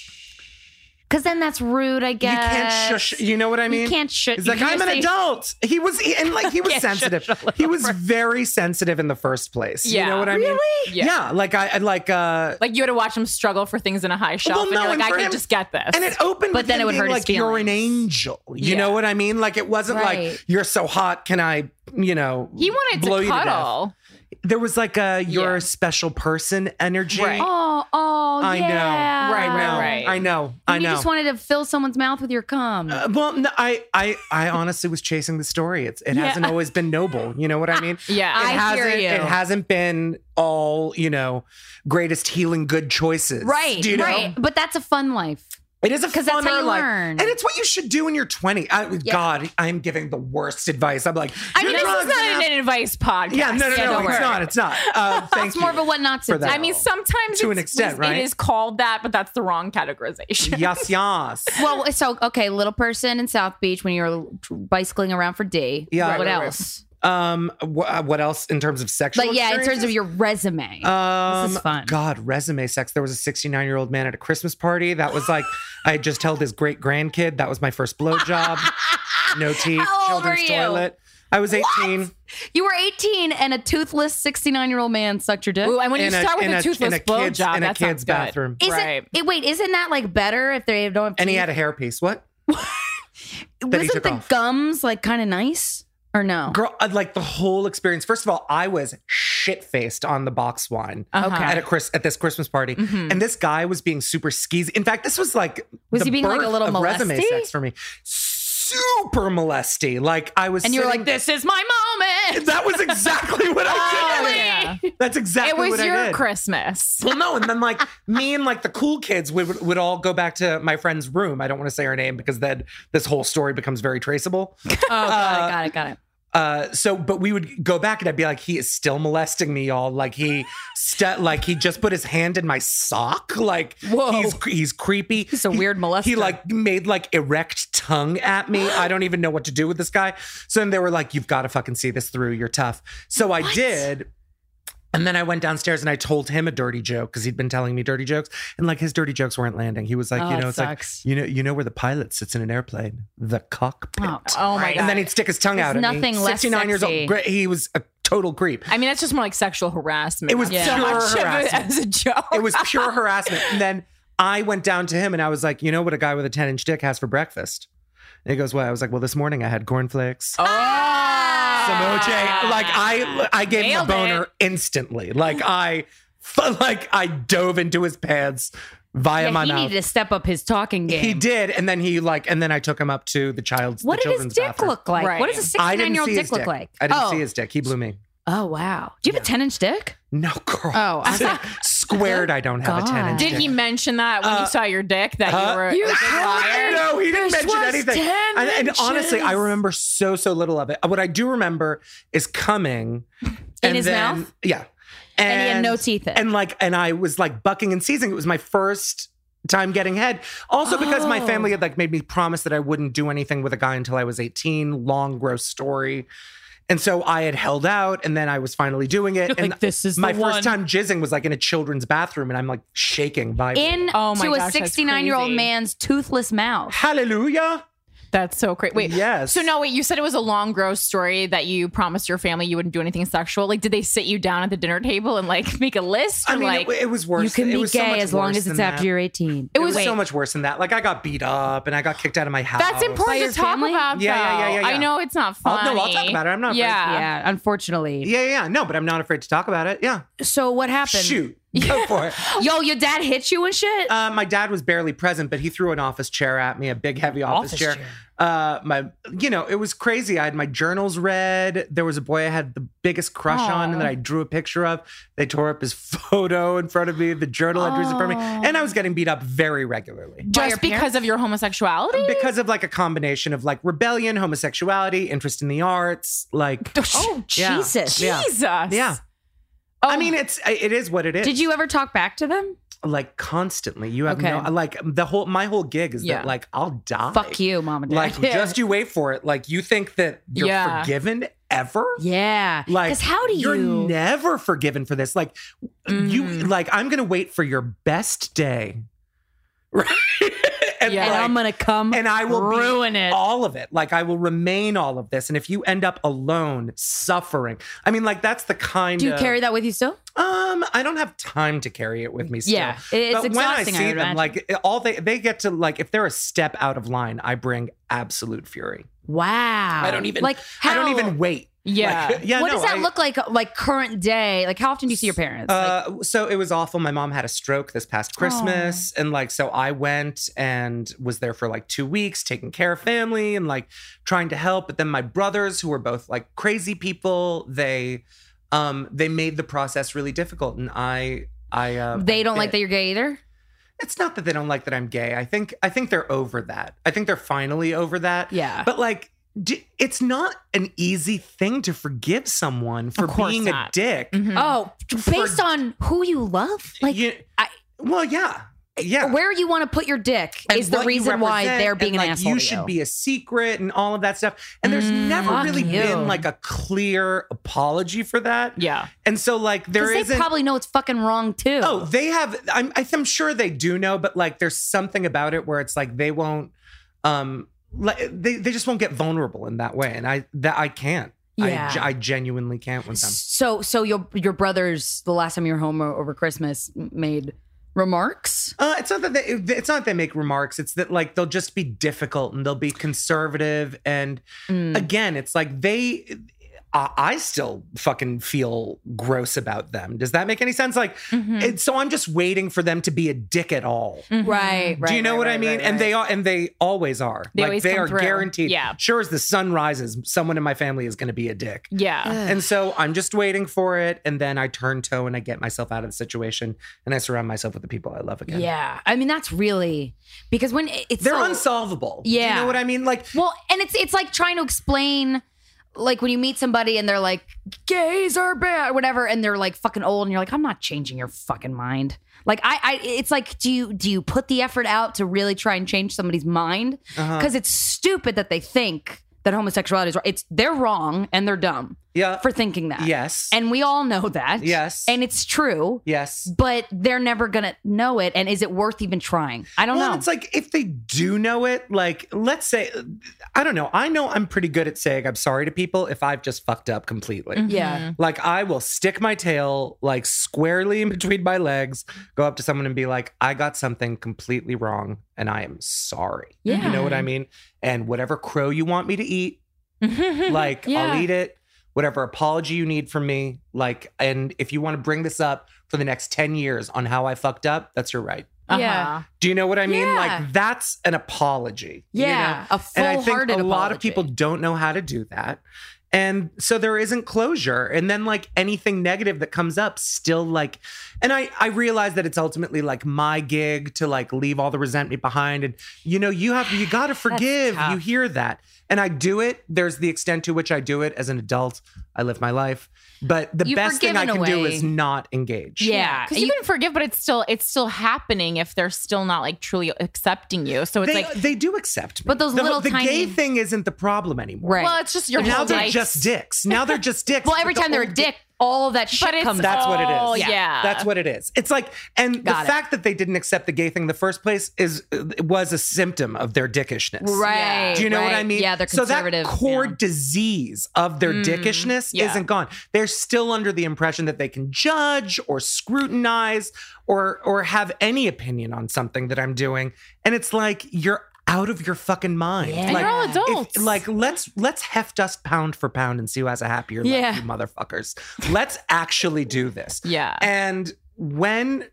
Cause then that's rude, I guess.
You can't shush. You know what I mean?
can't shush-
He's like,
you
I'm an
say- (laughs)
adult. He was, he- and like, he was
Can't shush
sensitive.
a little
He was very sensitive in the first place.
Yeah.
You know what I mean?
Really?
Yeah. Like, I, I like, uh,
like you had to watch him struggle for things in a high shelf,
well, no,
and you're
and
like, I
for
can
him-
just get this.
and it opened,
But
with
then
him
it would
being
hurt his
like, you're an
feelings."
angel. You
Yeah.
know what I mean? Like, it wasn't
Right.
like, you're so hot. Can I, you know,
he wanted
blow
to
you death.
cuddle.
There was like a, you're
Yeah.
a special person energy.
Right.
Oh, oh,
I
yeah.
know.
Right,
I
right,
know.
right.
I know. I
And
know.
you just wanted to fill someone's mouth with your cum.
Uh, well, no, I, I, I honestly was chasing the story. It's, it
Yeah.
hasn't always been noble. You know what I mean?
(laughs) Yeah.
It
I- hear
hasn't,
you.
It hasn't been all, you know, greatest healing good choices.
right,
Do you know?
right. But that's a fun life.
It is a
'Cause that's
funner
how you
life.
learn.
And it's what you should do when you're 20. I, God, I'm giving the worst advice. I'm like,
I
do
mean, this
drugs
is not
now.
an advice podcast.
Yeah, no, no,
so
no.
don't
it's
worry.
not. It's not.
(laughs)
Uh, thank
It's more
you
of a what not to
for
do.
that.
I mean, sometimes
To an
it's-
extent, right?
It is called that, but that's the wrong categorization.
yes, yes.
Well, so okay, little person in South Beach when you're bicycling around for D.
Yeah.
What
Right, right, right.
else?
Um, wh- uh, what else in terms of sexual?
Like yeah, in terms
experiences?
of your resume.
Um,
This is fun.
God, resume sex. There was a 69 year old man at a Christmas party. That
(gasps)
was like, I had just held his great grandkid. That was my
(laughs)
first blowjob. No teeth,
How old were
children's
you?
toilet. I was 18.
you were 18 and a toothless 69 year old man sucked your dick.
Ooh, and when you
In a-
start
in
with
a-
a toothless
in a kid's-
blowjob,
in a
that sounds
kid's
good.
bathrost.
Isn't,
right.
it, wait, isn't that like better if they don't have
And he
teeth?
had a hairpiece. What? that he
Wasn't
took
the
off.
gums like kind of nice or no?
Girl, I'd like the whole experience. First of all, I was shit faced on the box wine.
Uh-huh.
At a Chris at this Christmas party, and this guy was being super skeezy. In fact, this was like
Mm-hmm. Was
the
he being, like, a
birth
little
of resume
molesty?
sex for me. Super molesty. Like I was,
And you were
sitting-
like, this is my
(laughs)
moment.
That was exactly what I did.
Oh, Yeah.
That's exactly
It was
what I
your
did.
Christmas.
well, no, and then like me and like the cool kids would would all go back to my friend's room. I don't want to say her name because then this whole story becomes very traceable.
Oh, got it, got it, got it.
Uh, so, but we would go back and I'd be like, he is still molesting me, y'all. Like he, st- like he just put his hand in my sock. Like
Whoa.
he's he's creepy.
He's a
He-
weird molester.
He like made like erect tongue at me. I don't even know what to do with this guy. So then they were like, you've got to fucking see this through. You're tough. So I did. And then I went downstairs and I told him a dirty joke because he'd been telling me dirty jokes, and like his dirty jokes weren't landing. He was like,
Oh,
you
that
know, it's
sucks.
like you know, you know where the pilot sits in an airplane, the cockpit.
Oh,
Oh my god.
And then he'd stick his tongue
There's
out at
nothing
me.
less
69 years
sexy.
old. Great. He was a total creep.
I mean, that's just more like sexual harassment.
It was
Not
pure
so much of it
harassment.
as a joke.
(laughs)
It was pure harassment. And then I went down to him and I was like, you know what a guy with a 10 inch dick has for breakfast? And he goes, what? I was like, well, this morning I had cornflakes.
Oh. Ah!
Some OJ. Like I, I gave him a
Nailed
boner
it.
instantly. Like I, (laughs) f- like I dove into his pants via
Yeah,
my
he
mouth.
needed to step up his talking game.
he did, and then he like, and then I took him up to the child's.
What did
the
his
children's
dick
bathroom.
look like?
Right.
What does a
I
69
didn't
year old
see
dick,
his
look like?
I didn't
oh.
see his dick. He blew me.
Oh, wow. Do you have a 10 inch dick?
No, girl.
Oh,
(laughs)
I was like,
squared. I don't have a ten
God.
inch.
Did
dick.
he mention that when
Uh,
you saw your dick that
huh?
you were
You
a big liar?
No, he didn't
This
mention
was
anything.
10
And, and honestly, I
inches.
remember so so little of it. What I do remember is coming and
his
then-
mouth?
Yeah,
And he had no teeth in.
And like, and I was like bucking and seizing. It was my first time getting head. Also because my
Oh.
family had like made me promise that I wouldn't do anything with a guy until I was 18, long gross story. And so I had held out and then I was finally doing it. and
like this is
my
the
first
one.
time jizzing was like in a children's bathroom and I'm like shaking by
in
Oh my
to
gosh, that's
a 69 year old
crazy.
man's toothless mouth.
Hallelujah.
That's so crazy. Wait,
Yes.
So no, wait. You said it was a long, gross story that you promised your family you wouldn't do anything sexual. Like, did they sit you down at the dinner table and like make a list? Or,
I mean,
like,
it, it was worse.
You can
it
be
was so
gay
much
as long
worse
as it's
than
after
that.
you're 18.
It was
wait.
so much worse than that. Like I got beat up and I got kicked out of my house.
That's
By
important
your
to talk
family?
about.
Yeah, yeah, yeah,
though.
yeah, yeah.
I know it's not
I'll-
funny.
no, I'll talk about it. I'm not afraid.
Yeah.
yeah, unfortunately.
Yeah, yeah, yeah. No, but I'm not afraid to talk about it. Yeah.
So what happened? (laughs)
Shoot. Go for it.
Yo, your dad hit you and shit?
Uh, my dad was barely present, but he threw an office chair at me, a big, heavy office,
Office
chair.
chair.
Uh, my, you know, it was crazy. I had my journals read. There was a boy I had the biggest crush on, and that I drew a picture of. They tore up his (laughs) photo in front of me, the journal entries in front of me, and I was getting beat up very regularly.
Just because of your
(laughs)
homosexuality?
because of like a combination of like rebellion, homosexuality, interest in the arts,
(laughs)
like
Oh,
yeah.
Jesus.
yeah.
Jesus.
Yeah.
Oh,
I mean, it's it is what it is.
Did you ever talk back to them?
like constantly? You have
Okay.
no like the whole my whole gig is
Yeah.
that like I'll die.
Fuck you, mom and dad. (laughs)
Like just you wait for it. Like you think that you're
Yeah.
forgiven ever?
yeah.
Like
'Cause how do
you're
you? Mm-hmm.
never forgiven for this. Like you like I'm gonna wait for your best day. (laughs) Right. and,
Yeah.
and
like,
I'm gonna come
and I will be
ruin it.
all of it. Like I will remain all of this. And if you end up alone, suffering, I mean, like that's the kind.
do you
of,
carry that with you still?
Um, I don't have time to carry it with me. Still.
Yeah, it's
but when I
exhausting, I
see
would
them,
imagine.
like it- all they they get to like if they're a step out of line, I bring absolute fury.
Wow.
I don't even
like how
I don't even wait.
yeah.
Like, (laughs) yeah.
what
no,
does that
I-
look like like current day? Like how often do you see your parents? Like,
Uh, so it was awful. My mom had a stroke this past Christmas, and like, so I went and was there for like two weeks, taking care of family and like trying to help. But then my brothers, who were both like crazy people, they, um, they made the process really difficult, and I, I, uh,
they don't like
bit-
that you're gay either.
It's not that they don't like that I'm gay. I think, I think they're over that. I think they're finally over that.
Yeah.
But like, d- it's not an easy thing to forgive someone for
course
being
not.
a dick.
Oh, based on who you love, like
You-
I-
well, yeah, yeah.
where you want to put your dick
and
is the
what you
reason why
represent,
they're
and,
being
like,
an asshole.
You
to Mm,
should be a secret and all of that stuff. And there's never
fuck
really
you.
been like a clear apology for that.
Yeah.
And so like there
'Cause
isn't.
they probably know it's fucking wrong too.
oh, they have. I'm I- I'm sure they do know, but like there's something about it where it's like they won't. Um, like they they just won't get vulnerable in that way, and I that I can't.
Yeah.
I, ge- I genuinely can't with them.
so so your your brothers the last time you were home o- over Christmas m- made remarks.
Uh, it's not that they, it's not that they make remarks. It's that like they'll just be difficult and they'll be conservative. And again, it's like they. I I still fucking feel gross about them. Does that make any sense? Like, it, so I'm just waiting for them to be a dick at all.
Right, Mm-hmm. right.
Do you know
right,
what I
right,
mean?
right,
And
right.
they are, and they always are.
They
like
always
they
come
are
through.
guaranteed.
Yeah.
Sure as the sun rises, someone in my family is going to be a dick.
Yeah.
And so I'm just waiting for it, and then I turn toe and I get myself out of the situation, and I surround myself with the people I love again.
Yeah. I mean that's really because when it- it's
They're
so,
unsolvable. Do You
Yeah.
know what I mean? Like,
Well, and it's it's like trying to explain like when you meet somebody and they're like gays are bad or whatever and they're like fucking old and you're like I'm not changing your fucking mind. Like I I it's like do you do you put the effort out to really try and change somebody's mind?
Uh-huh.
Cuz it's stupid that they think that homosexuality is wrong. It's they're wrong and they're dumb
yeah.
for thinking that.
yes.
And we all know that.
Yes.
And it's true.
yes.
But they're never gonna know it, and is it worth even trying? I don't
Well,
know.
it's like if they do know it, like, let's say, I don't know. I know I'm pretty good at saying I'm sorry to people if I've just fucked up completely.
Mm-hmm.
yeah,
Like, I will stick my tail, like, squarely in between my legs, go up to someone and be like, I got something completely wrong and I am sorry.
Yeah.
You know what I mean? And whatever crow you want me to
(laughs)
eat, like
Yeah.
i'll eat it whatever apology you need from me like and if you want to bring this up for the next 10 years on how i fucked up that's your right
Uh-huh. Yeah.
Yeah.
do you know what i mean
Yeah.
like that's an apology you know?
yeah. A full-hearted
and i think a lot of
apology.
people don't know how to do that And so there isn't closure. And then like anything negative that comes up still like and I I realize that it's ultimately like my gig to like leave all the resentment behind and you know you have you got to forgive.
tough.
You hear that. And I do it. There's the extent to which I do it as an adult. I live my life. But the
You
best thing I
forgive
can
in a
do
way.
is not engage.
Yeah, because you,
You-
can forgive, but it's still it's still happening if they're still not like truly accepting you. So it's
They,
like,
they do accept me.
But those
the,
little
the gay
tiny-
thing isn't the problem anymore.
Right.
well, it's just your
Now
whole
they're
life.
just dicks. Now they're
(laughs)
just dicks.
well, every
But the
time they're a
old-
dick, all that
but
shit
it's
comes out.
That's what it is.
all-
Yeah.
Yeah.
That's what it is. It's like, and
"Oh, Got
the
it.
fact that they didn't accept the gay thing in the first place is was a symptom of their dickishness.
Right.
Do you know what
right.
I mean?
Yeah, they're conservative.
So that core
yeah. Mm,
disease of their dickishness
yeah.
isn't gone. They're still under the impression that they can judge or scrutinize or or have any opinion on something that I'm doing, and it's like you're out of your fucking mind.
Yeah.
And
Like,
you're all
if-
adults.
if, like let's let's heft us pound for pound and see who has a happier
Yeah.
life, you motherfuckers. Let's actually do this.
yeah,
And when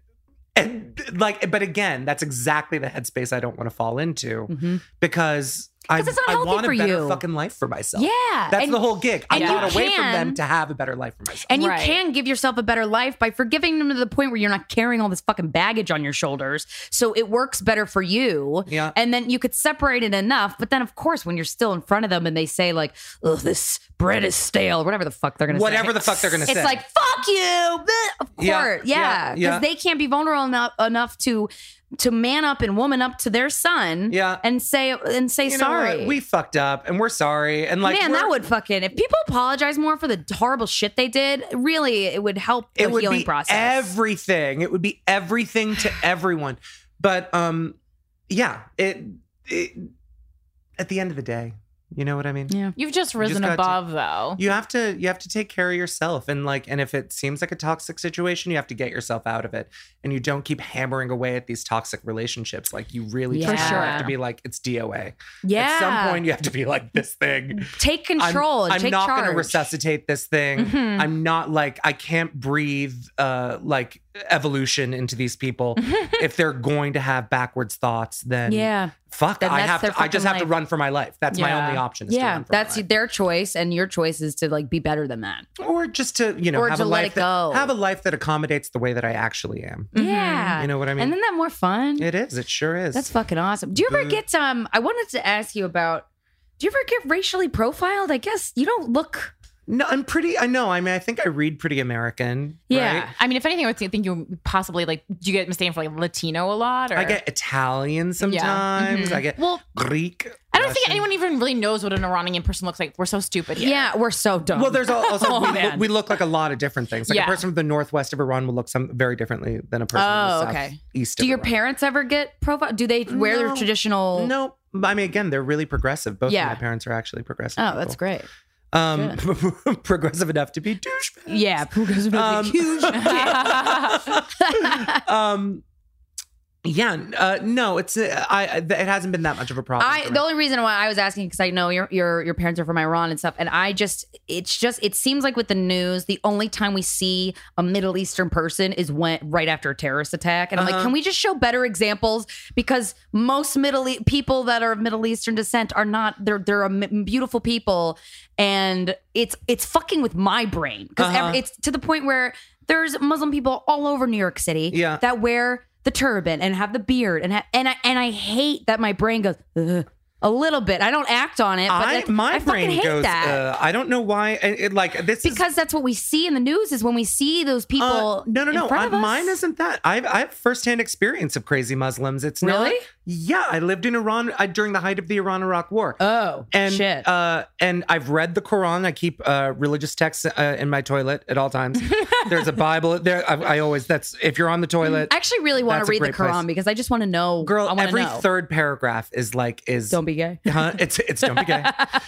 and like but again, that's exactly the headspace I don't want to fall into
Mm-hmm.
because
Mm.
I,
'Cause it's not
I
healthy
want a
for
better
you.
fucking life for myself.
Yeah.
That's
and,
the whole gig. I
and
you
got away from
can-
them to have a better life for myself.
And you
Right.
can give yourself a better life by forgiving them to the point where you're not carrying all this fucking baggage on your shoulders. So it works better for you.
Yeah.
And then you could separate it enough. But then, of course, when you're still in front of them and they say, like, oh, this bread is stale, whatever the fuck they're going to say.
Whatever the fuck they're gonna
it's
say.
like, fuck you. bleh, Of course.
Yeah,
Yeah. Because
yeah, yeah.
they can't be vulnerable enough, enough to to man up and woman up to their son
Yeah.
and say and say
You know what?
sorry.
we fucked up and we're sorry. And like
Man,
we're-
that would fucking if people apologize more for the horrible shit they did, really it would help the
it would
healing
be
process.
everything. It would be
(sighs)
everything to everyone. But um, yeah, it, it at the end of the day, you know what I mean.
yeah.
you've just risen
got to-
above though.
You have to you have to take care of yourself and like and if it seems like a toxic situation, you have to get yourself out of it. And you don't keep hammering away at these toxic relationships. Like you really
Yeah.
just
For
have to
sure.
be like it's DOA.
Yeah.
At some point, you have to be like this thing.
take
I'm-
control
I'm,
and take
not
charge. Mm-hmm.
gonna resuscitate this thing.
Mhm.
I'm not like I can't breathe uh like evolution into
(laughs)
these people. if they're going to have backwards thoughts, then
Yeah.
fuck,
Then
I
that's
have
their
to I just
fucking
have to
life.
run for my life. That's my
Yeah.
only option. Is to
Yeah.
run for my
That's
life.
their choice and your choice is to like be better than that.
or just to you know
Or
have
to
a
let
life
it
that,
go.
have a life that accommodates the way that I actually am.
Yeah.
You know what I mean?
And then that more fun.
it is. It sure is.
Mm-hmm. That's fucking awesome. Do you ever
Boo.
get um I wanted to ask you about do you ever get racially profiled? I guess you don't look
no, I'm pretty. I know. I mean, I think I read pretty American.
Yeah.
right?
I mean, if anything, I would think you possibly like do you get mistaken for like Latino a lot? Or
I get
Mm-hmm.
Italian sometimes.
mhm.
I get
well.
Greek.
I don't think
Russian.
anyone even really knows what an Iranian person looks like. We're so stupid here.
Yeah, we're so dumb.
Well, there's al- also
(laughs)
Oh,
we, look,
man.
we look like a lot of different things. Like
Yeah.
a person from the northwest of Iran will look some very differently than a person
Oh,
from the
okay.
southeast.
do
of
your
Iran.
parents ever get profiled? Do they wear their
No.
traditional
No, I mean again, they're really progressive. Both
Yeah.
of my parents are actually progressive.
Oh, that's
people.
great.
Um, (laughs) progressive enough to be douchebags.
Yeah, because of
Um, (laughs)
huge
um yeah uh, no it's uh, I, I- it hasn't been that much of a problem
I
for me.
the only reason why I was asking because I know your your your parents are from Iran and stuff, and I just it's just it seems like with the news, the only time we see a Middle Eastern person is when right after a terrorist attack, and I'm
Uh-huh.
like, can we just show better examples because most Middle e- people that are of Middle Eastern descent are not they're they're a m- beautiful people, and it's it's fucking with my brain because
Uh-huh.
it's to the point where there's Muslim people all over New York City
Yeah.
that wear the turban and have the beard and ha- and I and I hate that my brain goes "Ugh," a little bit. I don't act on it, but
I-
like,
my
I fucking
brain
hate
goes
that
uh, i don't know why it, it, like this is
because that's what we see in the news is when we see those people.
uh, no, no,
in
no.
front
I-
of us.
mine isn't that. I've I have firsthand experience of crazy Muslims. It's
Really?
Not, yeah, I lived in Iran uh, during the height of the Iran-Iraq War.
Oh
and
shit!
Uh, and I've read the Quran. I keep uh, religious texts uh, in my toilet at all
(laughs)
times. There's a Bible there. I, I always that's if you're on the toilet.
Mm, I actually really want
that's
to
a
read the
great place.
Quran because I just want to know.
Girl,
I want
every
to know.
third paragraph is like is
Don't be gay.
(laughs) Huh? It's it's don't be
(laughs)
gay.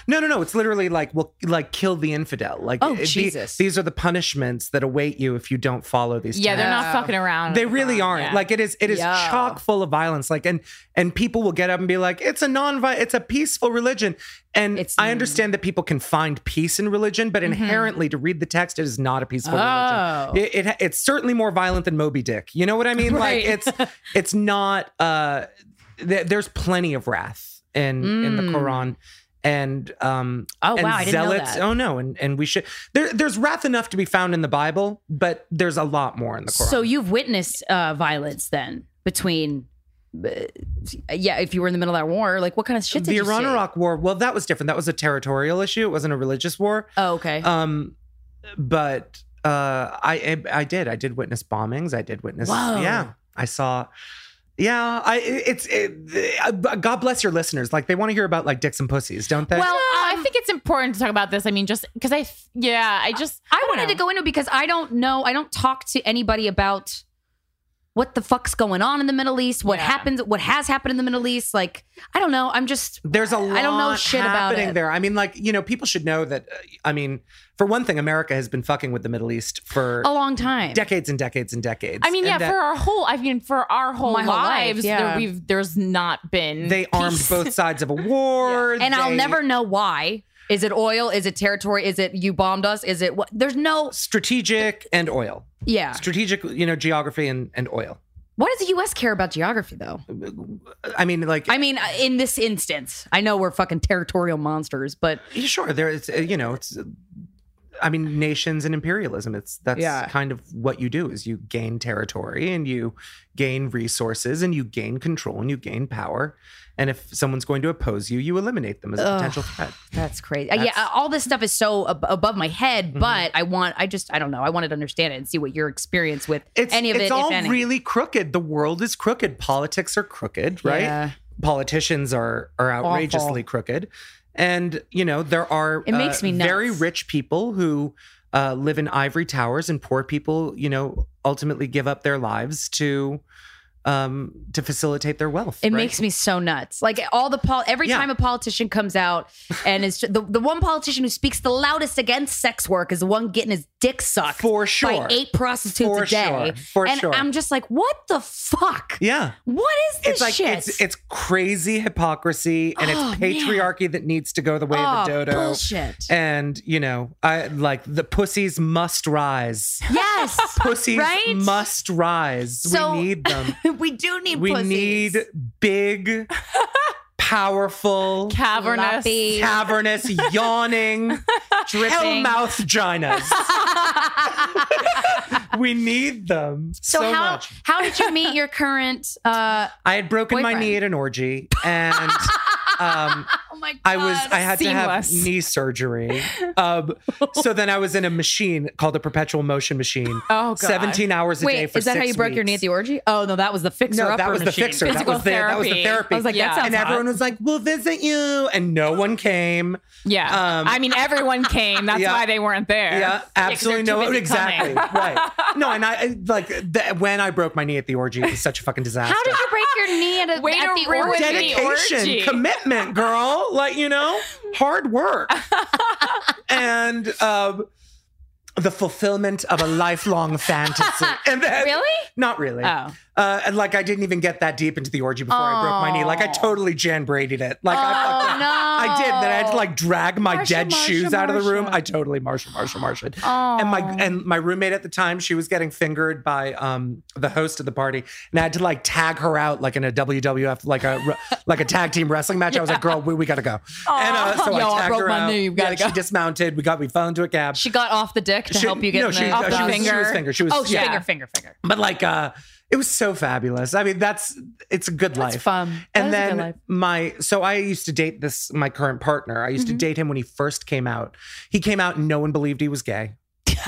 No, no, no. It's literally like well, like kill the infidel. Like
Oh,
it- the-
Jesus.
these are the punishments that await you if you don't follow these.
yeah, they're
tenets.
not fucking around.
They really aren't.
Yeah.
Like it is. It is
Yeah.
chock full of violence. Like and and people will get up and be like, it's a non It's a peaceful religion. And
It's- Mm-hmm.
I understand that people can find peace in religion, but inherently, to read the text, it is not a peaceful
Oh.
religion. It, it it's certainly more violent than Moby Dick. You know what I
(laughs)
mean?
Right.
Like it's it's not. uh th- There's plenty of wrath in in the Quran. and um
Mm. Oh
and
wow, I didn't
zealots.
know that.
Oh no, and and we should there there's wrath enough to be found in the Bible, but there's a lot more in the Quran.
So you've witnessed uh, violence then between, uh, yeah, if you were in the middle of that war, like what kind of shit did
the
you
Iran
see?
Iraq war, well, that was different. That was a territorial issue. It wasn't a religious war.
Oh, okay.
Um, but uh, I, I I did I did witness bombings. I did witness.
Whoa.
Yeah, I saw. Yeah, I it's it, I- God bless your listeners. Like they want to hear about like dicks and pussies, don't they?
Well, I think it's important to talk about this. I mean, just because I, th- yeah, I just,
um, I
don't
wanted to
know.
go into it because I don't know. I don't talk to anybody about what the fuck's going on in the Middle East. What
Yeah.
happens? What has happened in the Middle East? Like I don't know. I'm just
There's a lot
I don't know shit about
happening
it.
there. I mean, like you know, people should know that. uh, I mean, for one thing, America has been fucking with the Middle East for
a long time.
decades and decades and decades.
I mean,
And
yeah,
that
for our whole, I mean, for our whole
My whole life,
lives,
yeah.
there, we've there's not been
they armed
peace.
both
(laughs)
sides of a war,
and I'll
they-
never know why. Is it oil? Is it territory? Is it you bombed us? Is it what? There's no
strategic and oil,
yeah.
strategic, you know, geography and and oil.
Why does the U.S. care about geography though?
I mean, like,
I mean, uh, in this instance, I know we're fucking territorial monsters, but
Yeah, Sure, there is. uh, You know, it's. uh, I mean, nations and imperialism. It's that's
Yeah.
kind of what you do is you gain territory and you gain resources and you gain control and you gain power. And if someone's going to oppose you, you eliminate them as a potential threat.
that's crazy. Uh, yeah, all this stuff is so ab- above my head,
Mm-hmm.
but I want, I just, I don't know. I wanted to understand it and see what your experience with
It's
any of
it's
it,
all
if any.
really crooked. The world is crooked. Politics are crooked, right?
Yeah.
Politicians are are
Awful.
outrageously crooked, and you know there are uh,
It makes me nuts.
very rich people who uh, live in ivory towers, and poor people, you know, ultimately give up their lives to um to facilitate their wealth.
It makes me so nuts. Like all the pol- every
Yeah.
time a politician comes out and is the the one politician who speaks the loudest against sex work is the one getting his dick sucked
For
by
sure.
eight prostitutes
For
a day.
sure. For
and
sure.
I'm just like, what the fuck?
yeah.
What is this
It's like
shit?
it's it's crazy hypocrisy and
Oh, man.
it's patriarchy that needs to go the way
oh,
of the dodo.
bullshit.
And you know, I like the pussies
(laughs)
must rise. (laughs)
yes.
Pussies
Right?
must rise.
So-
we
(laughs)
need them.
we do need
We
pussies.
need big,
(laughs)
powerful,
cavernous.
Sloppy.
cavernous,
(laughs)
yawning, dripping mouth ginas. we need them so,
So, how
much. (laughs)
how did you meet your current uh
I had broken my
Boyfriend.
knee at an orgy, and um,
oh my god (laughs)
I was I had to
seamless.
have knee surgery. Um, so then I was in a machine called the perpetual motion machine.
Oh, God.
Seventeen hours a day.
Wait,
For
is that how
six
you broke your knee at
weeks.
the orgy? Oh no, that was the fixer
No,
upper
that was the
machine.
fixer. That
Physical
was, the, that was the
therapy.
therapy.
I was like, that
yeah.
sounds
and everyone
hot.
was like, "We'll visit you," and no one came.
Yeah,
Um,
I mean, everyone came. That's
yeah.
why they weren't there.
Yeah, absolutely
no.
no. Exactly right. No, and I I- like th- when I broke my knee at the orgy, it was such a
(laughs)
fucking disaster.
How did you break your knee at, a,
Way
at
to
the
ruin
orgy?
it. the orgy?
dedication, commitment, girl. Like you know, hard work and um, the fulfillment of a lifelong fantasy. And then,
Really?
Not really.
Oh.
Uh, and like I didn't even get that deep into the orgy before I broke my knee. Like I totally Jan Brady'd it. Like I
Oh,
fucking-
no.
I did. Then I had to like drag my
Marsha,
dead
Marsha,
shoes out of the room.
Marsha.
I totally Marsha, Marsha, Marsha. And my and my roommate at the time, she was getting fingered by um the host of the party, and I had to like tag her out like in a WWF like a re- like a tag team wrestling match. I was like, girl, we, we gotta go. And uh, so
Yo, I
I tagged
broke
her
my
out.
knee. You gotta
Yeah,
go.
She dismounted. We got we fell into a cab.
She got off the dick to
She-
help you get
no,
in
she-
the
uh,
she was- she
finger.
was
finger. She was-
oh, she
yeah.
finger, finger, finger.
but like uh it was so fabulous i mean that's it's a good life
fun. That
and
is a good
then
life.
my so i used to date this my current partner i used
Mm-hmm.
to date him when he first came out he came out and no one believed he was gay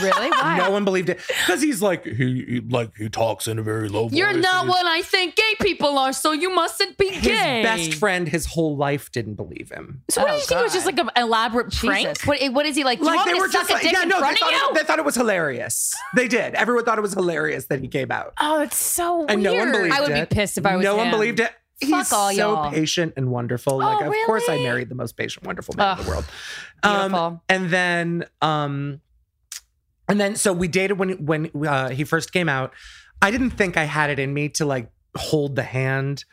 Really? Why?
(laughs) no one believed it because he's like
he, he like he talks in a very low voice.
You're
and
not
he's-
what I think gay people are, so you mustn't be
his
gay.
best friend his whole life didn't believe him
So what
Oh,
did you think was just
God.
like an elaborate prank?
Jesus. What, eh, what is he like? Do you want me to suck a dick in
they
front of
thought,
you?
it, they thought it was hilarious. They did. Everyone thought it was hilarious that he came out,
Oh, it's so
and no one
weird.
believed it.
I would be pissed if I was
No
him.
one believed it. He's
all
so
y'all.
patient and wonderful. Like,
Oh,
of course, I
really?
married the most patient, wonderful man in
Ugh.
the world. Um,
Beautiful.
and then, um, and then, so we dated when when uh, he first came out. I didn't think I had it in me to like hold the hand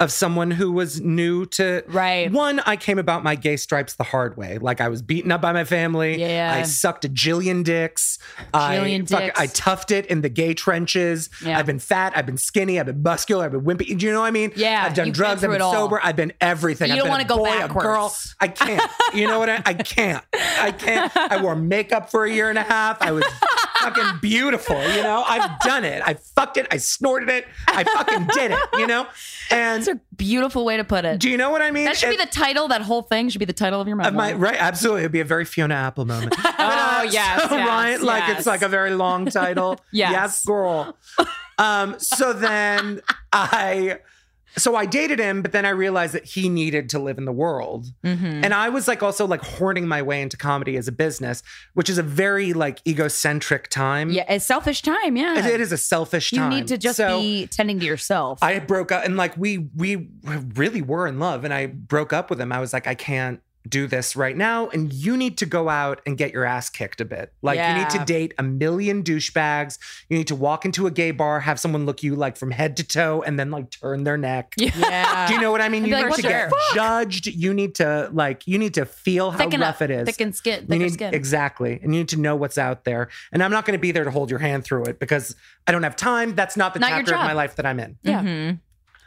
of someone who was new to
Right.
one i came about my gay stripes the hard way like i was beaten up by my family
Yeah.
i sucked a jillion dicks I,
Jillion
fuck-
dicks.
I toughed it in the gay trenches
Yeah.
i've been fat i've been skinny i've been muscular i've been wimpy do you know what i mean
Yeah,
i've done
you've been
drugs i've
through
been
it all.
sober i've been everything
You
I've
don't
been a
wanna go
boy,
backwards.
a girl i can't you know what i, I can't i can't i wore makeup for a year and a half i was fucking beautiful you know i've done it i fucked it i snorted it i fucking did it you know and
That's a beautiful way to put it.
do you know what I mean?
That should be
And-
the title. That whole thing should be the title of your
of
memoir.
my- right, absolutely. It'd be a very Fiona Apple
(laughs)
moment. But,
Oh,
(laughs)
yes,
so,
yes,
right? Like
yes.
it's like a very
(laughs)
long title.
Yes.
girl. Um, so then I so I dated him, but then I realized that he needed to live in the world.
Mm-hmm.
And I was like also like horning my way into comedy as a business, which is a very like egocentric time.
yeah, it's selfish time. Yeah,
Mm-hmm. It- it is a selfish
you
time.
need to just
So-
be tending to yourself.
I broke up and like we we really were in love and I broke up with him. I was like I can't do this right now and you need to go out and get your ass kicked a bit. Like you need
Yeah.
to date a million douchebags. You need to walk into a gay bar, have someone look you like from head to toe and then like turn their neck.
yeah,
Do you know what I mean? You
like,
need
what
to
the
get judged. You need to like you need to feel how
thicken
rough
up,
it is.
thicken skin,
You
thicker
need-
skin.
Exactly. And you need to know what's out there. And I'm not going to be there to hold your hand through it because I don't have time. That's not the
Not your
chapter of
job.
my life that I'm in.
yeah,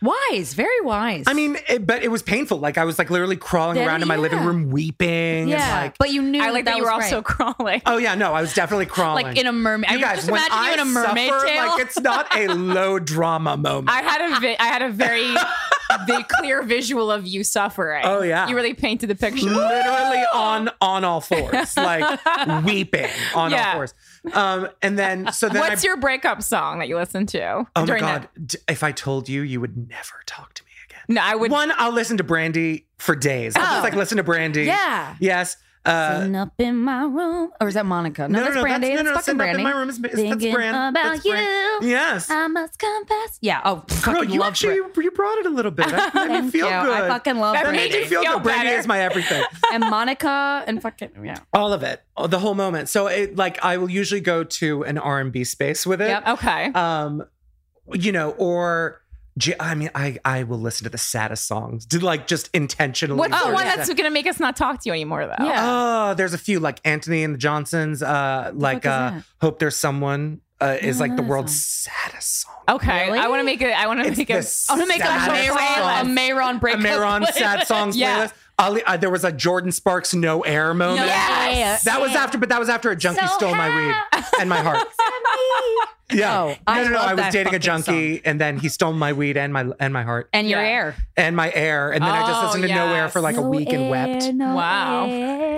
wise, very wise.
Mm-hmm. I mean, it, but it was painful. Like I was like literally crawling
Then,
around in my
yeah.
living room weeping.
yeah,
And, like,
but you knew
I like that, you were
was
also
right.
crawling.
oh yeah, no, I was definitely crawling.
like in a mermaid.
you guys,
just
when
imagine
I
you in a mermaid
suffer,
tail.
like it's
(laughs)
not a low drama
(laughs)
moment.
I had a vi- I had a very
(laughs)
the clear visual of you suffering.
Oh, yeah.
you really painted the picture.
literally on on all fours, like
(laughs)
weeping on
Yeah.
all fours. Um, and then so then
What's
I,
your breakup song that you listen to?
oh my
during
god,
That?
D- if I told you, you would never talk to me again.
No, I would.
One, I'll listen to Brandy for days. I'll just like listen to Brandy.
Oh. yeah.
Yes. Uh,
Sitting up in my room, or is that Monica? No, that's Brandy.
That's, no, no,
that's fucking
sitting up
Brandy.
in my room is, is that's
Thinking
Brand.
about
that's Brand.
you.
Yes.
I must confess. Yeah. Oh,
Girl,
fucking
you
love
actually
Brit.
you, you brought it a little bit. That made me
Thank
feel
you.
good.
I fucking
(laughs)
love
that
Brandy.
made me feel
Feel
good. Brandy
better.
is my everything.
and Monica and fucking yeah.
All of it, all- the whole moment. So, it, like, I will usually go to an R and B space with it.
Yep.
okay.
Um, you know, or j- I mean, I I will listen to the saddest songs. Did like just intentionally.
What's the
search
one
that.
that's gonna make us not talk to you anymore though?
Oh, Yeah.
Oh, there's a few like Anthony and the Johnsons. Uh, like
is
uh,
that?
hope there's someone. Uh, is
don't know
like the
that
world's saddest song.
Okay.
Really?
I want to make a. I want to
It's
make a.
the
I want to make a
saddest
playlist.
song.
A Mayron breakup.
(laughs)
Amaron sad
playlist.
songs
Yeah.
playlist. Ali, uh, there was a Jordan Sparks no air moment.
Yes.
That was after, but that was after a junkie
So
stole my weed and
(laughs)
my heart. Yeah,
Oh,
no,
I
no, no.
love
I was
that
dating a
fucking
junkie, and then he stole my weed and my and my heart
And your
Yeah.
air.
and my air, and then I just
Oh,
listened to No Air
yes.
for like a week and wept.
Wow.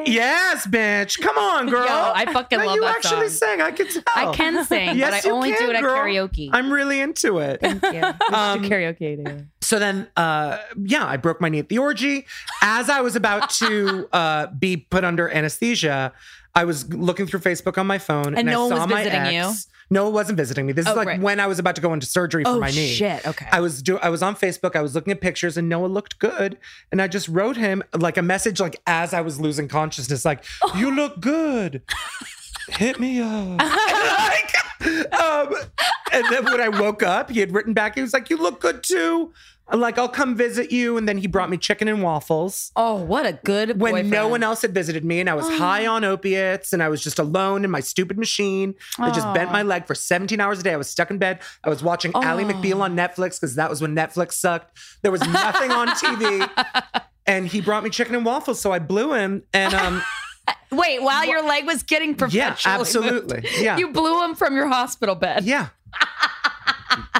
Yes, bitch. Come on, girl.
Yo, I fucking
No,
love
you
that
actually
song.
sang. I could tell.
I can sing,
Oh. Yes,
but I
you
only
can,
do it at
girl.
karaoke.
I'm really into it.
yeah.
Um,
karaoke together.
So then, uh, yeah, I broke my knee at the orgy. As I
(laughs)
was about to uh, be put under anesthesia, I was looking through Facebook on my phone, and,
no
I
one
saw
was
my
visiting you?
ex. No one wasn't visiting me. This
Oh,
is like
great.
when I was about to go into surgery for
Oh
my knee.
shit. Okay.
I was do I was on Facebook. I was looking at pictures, and Noah looked good. And I just wrote him like a message, like as I was losing consciousness, like "You look good. Hit me up." like, um, and then when I woke up, he had written back. He was like, "You look good too." I'm like, "I'll come visit you." And then he brought me chicken and waffles.
oh, what a good
When
boyfriend. Oh.
no one else had visited me, and I was high on opiates, and I was just alone in my stupid machine that just bent my leg for 17 hours a day. I was stuck in bed. I was watching Ally McBeal on Netflix because that was when Netflix sucked. There was nothing on
(laughs)
TV, and he brought me chicken and waffles, so I blew him.
(laughs)
And um,
Wait, while your leg was getting
yeah,
professional.
absolutely,
(laughs)
yeah,
You blew him from your hospital bed. (laughs)
yeah.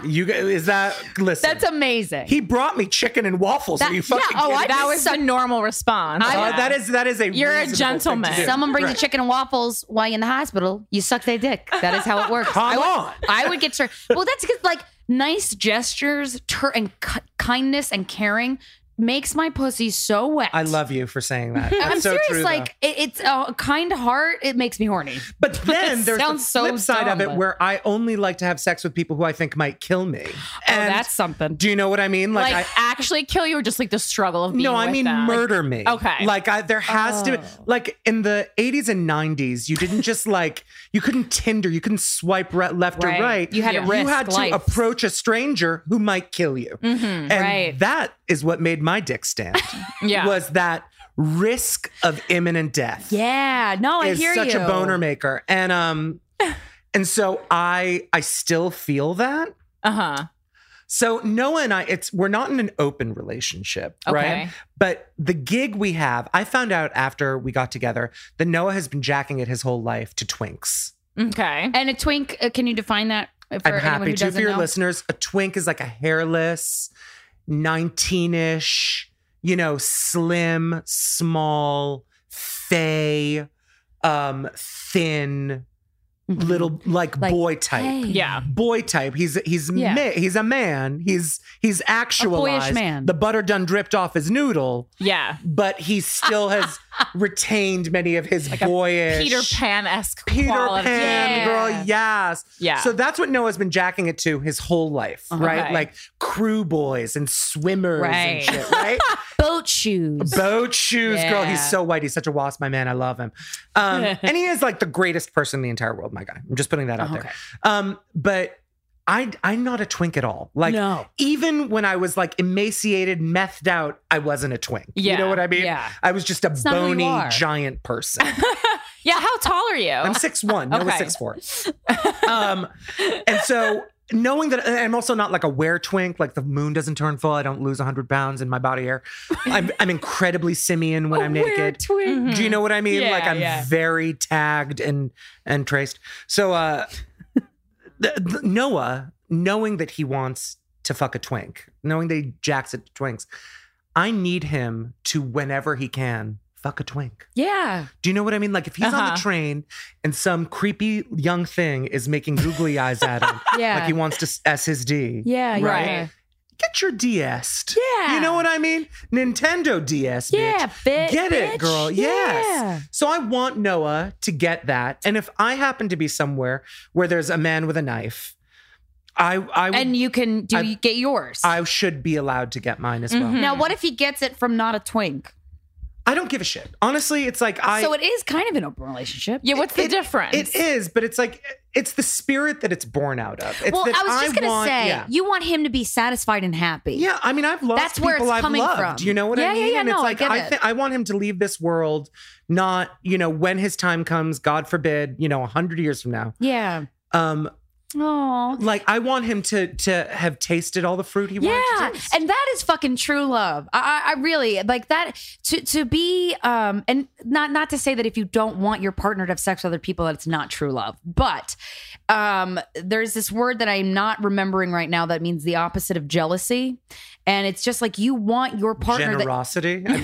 You g- is that listen?
That's amazing.
he brought me chicken and waffles.
That-
Are you fucking
yeah, oh,
kidding
I
me?
That
just
was
suck-
the normal response.
Uh,
Yeah.
that is that is a
You're a
reasonable thing to
gentleman.
do.
Someone brings
Right.
you chicken and waffles while you're in the hospital. You suck their dick. That is how it works.
(laughs) Come
I would,
on.
I would get turned. Well, that's because like nice gestures, tur- and ki- kindness and caring makes my pussy so wet.
I love you for saying that.
(laughs)
That's
I'm
so
serious.
True, though.
like it, it's oh, a kind heart. It makes me horny. (laughs)
but then
It
there's the flip
sounds so
side
dumb,
of it
but-
where I only like to have sex with people who I think might kill me.
oh, that's something.
do you know what I mean?
Like,
Like, I,
actually kill you or just like the struggle of being
no, I
with
mean
them? Like,
murder me.
Okay.
like I, there has to be
Oh.
like in the 80s and 90s, you didn't just like you couldn't Tinder, you couldn't swipe right, left
Right.
or right.
You had to
you
risk
had to
life. Mm-hmm,
approach a stranger who might kill you, and
right.
that is what made my dick
(laughs)
stand.
Yeah.
was that risk of imminent death?
Yeah. No, I
is
hear
such
you.
a boner maker.
(laughs)
And um and so I I still feel that.
uh-huh.
So Noah and I it's we're not in an open relationship,
Okay.
right? But the gig we have, I found out after we got together that Noah has been jacking it his whole life to twinks.
Okay.
And a twink. Uh, can you define that? For
I'm
anyone
happy
who
to for
doesn't
your
know?
listeners. A twink is like a hairless 19ish, you know, slim, small, fey, um thin,
Mhm.
little like,
Like,
boy type.
hey.
Yeah.
boy type. He's he's
Yeah.
ma- he's a man. He's he's actualized.
man.
The butter done dripped off his noodle,
Yeah.
but he
(laughs)
still has retained many of his boyish
Peter Pan esque
Peter
quality.
Pan,
Yeah.
girl, yes.
Yeah.
So that's what Noah's been jacking it to his whole life, right?
Okay.
Like crew boys and swimmers
Uh-huh. Right.
and
(laughs)
shit, right?
boat shoes.
Boat shoes, girl. He's
Yeah.
so white. He's such a wasp, my man. I love him.
(laughs)
Um, and he is like the greatest person in the entire world, my guy. I'm just putting that out
Oh,
there.
okay.
Um, but I I'm not a twink at all. Like
No.
even when I was like emaciated, methed out, I wasn't a twink. You
Yeah,
know what I mean?
yeah.
I was just a
not who you
bony
are.
giant person.
Yeah. How tall are you?
I'm six one. No,
Okay.
six four. Um, and so knowing that and I'm also not like a wear twink, like the moon doesn't turn full. I don't lose hundred pounds in my body hair. I'm I'm incredibly
(laughs)
simian when (laughs) I'm naked.
twink.
Do you know what I mean?
Mm-hmm. Yeah,
like I'm
yeah.
very tagged and and traced. So uh th- th- Noah, knowing that he wants to fuck a twink, knowing that he jacks at twinks, I need him to whenever he can fuck a twink.
Yeah.
Do you know what I mean? Like if he's on
Uh-huh.
the train and some creepy young thing is making googly eyes at him,
(laughs) Yeah.
like he wants to s- S his D.
yeah.
Right.
Yeah.
Get your DS.
Yeah.
You know what I mean? Nintendo DS.
Yeah.
bitch.
Bit,
Get it,
bitch.
girl. Yes.
Yeah.
So I want Noah to get that. And if I happen to be somewhere where there's a man with a knife, I I would-
And you can do
I-
you get yours.
I Hmm. should be allowed to get mine as well.
Mhm.
now, what if he gets it from not a twink?
I don't give a shit. Honestly, it's like I
so it is kind of an open relationship.
yeah. What's the
it-
difference?
It is, but it's like it's the spirit that it's born out of. It's
well,
that
I was just gonna
want-
say,
yeah.
you want him to be satisfied and happy.
Yeah, I mean, I've lost
That's
people
where it's
I've
coming
loved.
from.
You know what
Yeah,
I
yeah,
mean?
yeah,
and
no,
it's
I
like
get
I,
it.
thi- I want him to leave this world, not you know when his time comes. God forbid, you know, a hundred years from now.
Yeah.
Um,
Oh.
like I want him to to have tasted all the fruit he
Yeah,
wanted to taste.
and that is fucking true love. I, I I really like that to to be um and not not to say that if you don't want your partner to have sex with other people that it's not true love, but um there's this word that I'm not remembering right now that means the opposite of jealousy, and it's just like you want your partner that
generosity. I mean,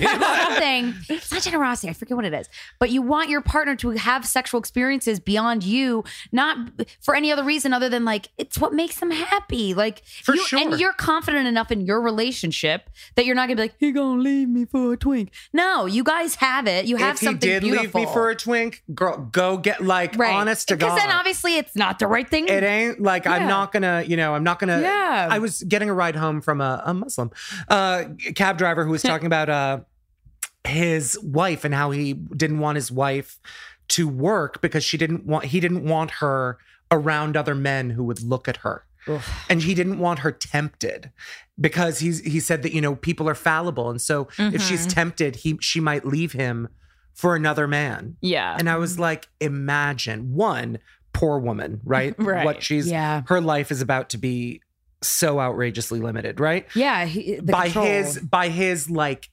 something.
(laughs)
It's not generosity. I forget what it is. But you want your partner to have sexual experiences beyond you, not for any other reason other than like it's what makes them happy. Like
For
you,
sure.
and you're confident enough in your relationship that you're not gonna be like, he gonna leave me for a twink. No, you guys have it. You have
if he
something
did
beautiful.
leave me for a twink, girl, go get like
right.
honest to God.
Because then obviously it's not the right thing.
it ain't like I'm
Yeah.
not gonna, you know, I'm not gonna.
Yeah.
I was getting a ride home from a, a Muslim uh, cab driver who was talking about uh, his wife and how he didn't want his wife to work because she didn't want he didn't want her around other men who would look at her. And he didn't want her tempted because he's he said that you know people are fallible and so if she's tempted he she might leave him for another man.
yeah.
And I was like, imagine one poor woman, right?
Right.
What she's
Yeah.
her life is about to be so outrageously limited, right?
yeah, he, the
by
control.
his by his like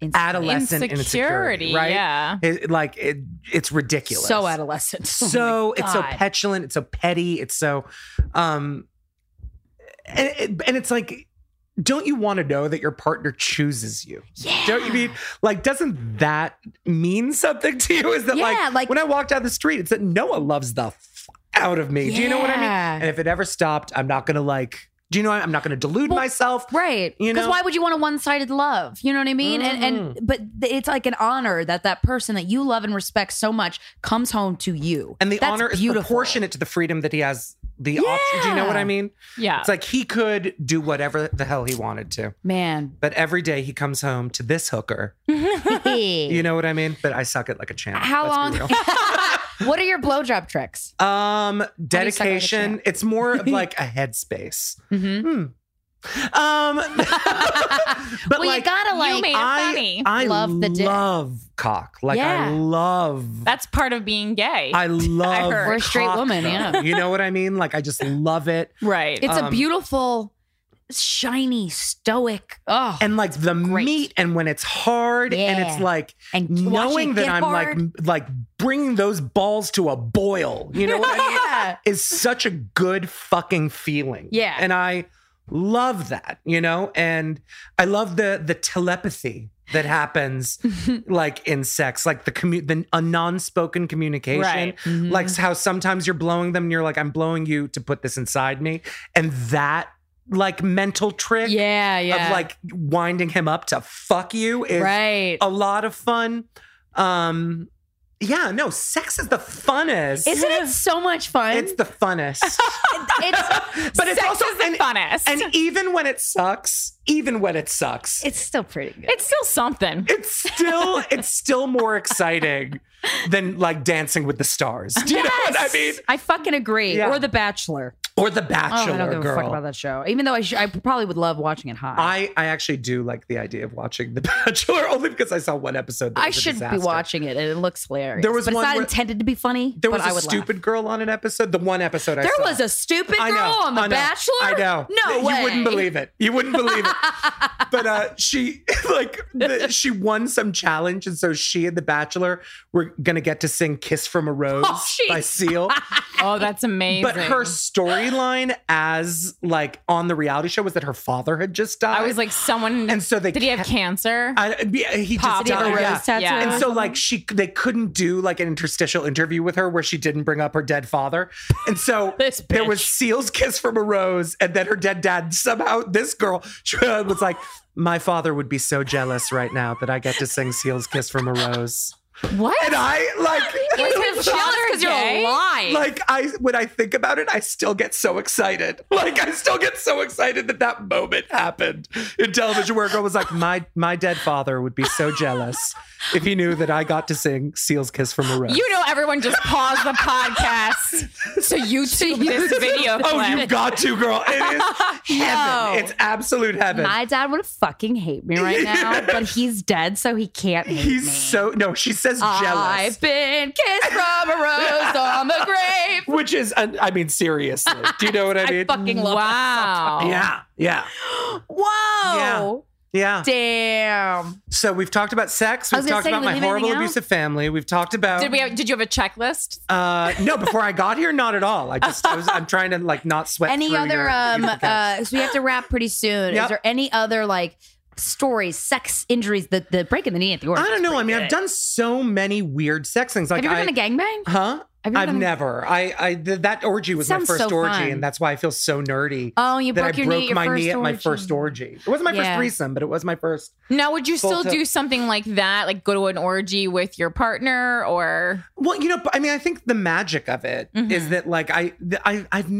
Instinct.
adolescent insecurity,
Insecurity,
right?
yeah.
It- like it, it's ridiculous.
so adolescent. (laughs) Oh my
So it's so
God.
petulant. It's so petty. It's so, um, and, and it's like, don't you want to know that your partner chooses you?
Yeah.
Don't you mean like doesn't that mean something to you? Is that
Yeah,
like,
like-
when I walk down the street, it's that Noah loves the f- out of me. Do you know what I mean?
Yeah.
And if it ever stopped, I'm not gonna like Do you know I'm not going to delude
Well,
myself?
Right.
You
Because
know? Mm-hmm.
why would you want a one-sided love? You know what I mean? And and but th- it's like an honor that that person that you love and respect so much comes home to you.
And the
That's
honor is
beautiful.
proportionate to the freedom that he has the option. Do you know what I
Yeah.
mean?
Yeah.
It's like he could do whatever the hell he wanted to.
Man.
But every day he comes home to this hooker. (laughs) You know what I mean? But I suck it like a champ.
How
let's be
long? (laughs)
real.
what are your blowjob tricks? (laughs)
Um,
do you suck like a
dedication.
champ?
It's
(laughs)
more of like a headspace.
Mm-hmm.
Um, (laughs) but
well, you
like,
gotta like.
made it
I,
funny.
I
Love the dick.
love cock. Like I
Yeah. (laughs)
love.
That's part of being gay.
I love.
heard. We're
a straight
cock,
woman,
though.
yeah.
You know what I mean? Like I just love it.
right.
it's a
um,
beautiful, shiny, stoic. Oh,
and like the
Great.
meat and when it's hard and
Yeah.
it's like
and
knowing that I'm
like.
like like bringing those balls to a boil, you know (laughs) what I mean?
(laughs) yeah.
Is such a good fucking feeling.
Yeah.
And I love that, you know? And I love the the telepathy
(laughs)
that happens like in sex, like the commu- the a non-spoken communication.
Right.
Mm-hmm.
Like how sometimes you're blowing them and you're like I'm blowing you to put this inside me and that like mental trick
Yeah, yeah.
of like winding him up to fuck you is
right.
a lot of fun. Um, yeah, no, sex is the funnest.
Isn't it so much fun?
It's (laughs)
(laughs)
the funnest,
it's,
but it's
Sex
also
is the
and,
funnest.
and even when it sucks, even when it sucks,
it's still pretty good.
it's still something.
it's still it's still
(laughs)
more exciting than like Dancing with the Stars. Do you know what I mean?
I fucking agree.
Yeah.
Or The Bachelor.
Or The
oh, I
Bachelor
don't give a fuck
Girl.
about that show. Even though I, sh- I probably would love watching it hot.
I, I actually do like the idea of watching The Bachelor (laughs) only because I saw one episode. That
I
was a
should be
disaster.
watching it, and it looks hilarious.
There was
but
one
it's not
where-
intended to be funny.
There was
but I
a
would
stupid girl on an episode. The one episode I
Laugh.
saw.
There was a stupid girl
I know,
on The
I know,
Bachelor.
I know.
No
you
way.
wouldn't believe it. You wouldn't believe
(laughs)
it. but uh, she (laughs) like the, she won some challenge, and so she and the Bachelor were gonna get to sing "Kiss from a Rose"
Oh, she-
by Seal.
Oh, that's amazing.
But her storyline, as like on the reality show, was that her father had just died.
I was like, someone.
and so they
did he have
kept-
cancer?
I, yeah, he
Pop.
just
Did he have a
died.
rose
yeah.
tattoo?
Yeah.
And so like she they couldn't do like an interstitial interview with her where she didn't bring up her dead father. And so
(laughs) This
there
bitch.
was Seal's kiss from a rose and then her dead dad somehow this girl she (laughs) was like my father would be so jealous right now that I get to sing Seal's kiss from a rose.
what?
And I like
(laughs) Because you're
gay?
alive.
like I when I think about it I still get so excited. (laughs) Like I still get so excited that that moment happened in television where a girl was like my my dead father would be so jealous if he knew that I got to sing Seal's kiss from a rose.
you know, everyone just paused the
(laughs)
podcast to YouTube this video clip.
Oh, you got to, girl. It is heaven. It's absolute heaven.
My dad would fucking hate me
(laughs)
right now, but he's dead, so he can't hate
He's
me.
so no. She says
I've
jealous,
been kissed from a rose on the grave.
which is an- I mean seriously. Do you know what I mean?
fucking love
wow.
yeah, yeah,
Whoa.
yeah.
Damn.
So we've talked about sex.
I
We've
was gonna
talked
say,
about
did we
my
leave
horrible
anything out?
abusive family. We've talked about
Did we? Have, did you have a checklist?
Uh, no, before I got here, not at all. I just I was, I'm trying to like not sweat.
Any
through
other
your-
um
your-
uh so we have to wrap pretty soon.
Yep.
Is there any other like stories, sex injuries, the the break in the knee at the organ?
I don't know. I mean, I've done so many weird sex things. Like
uh, have you ever
I,
done a gangbang?
huh?
Have you ever
I've
done a-
never. I I th- that orgy was my
Sounds
first
so
orgy,
fun.
and that's why I feel so nerdy.
Oh, you
that
broke
I
your
broke
knee at your
my
first
knee at my
orgy.
first orgy. It wasn't my first
Yeah.
threesome, but it was my first.
Now, would you still
Full to-
do something like that? Like go to an orgy with your partner or
Well, you know, but, I mean, I think the magic of it is
Mm-hmm.
Mhm.
that like I th- I I've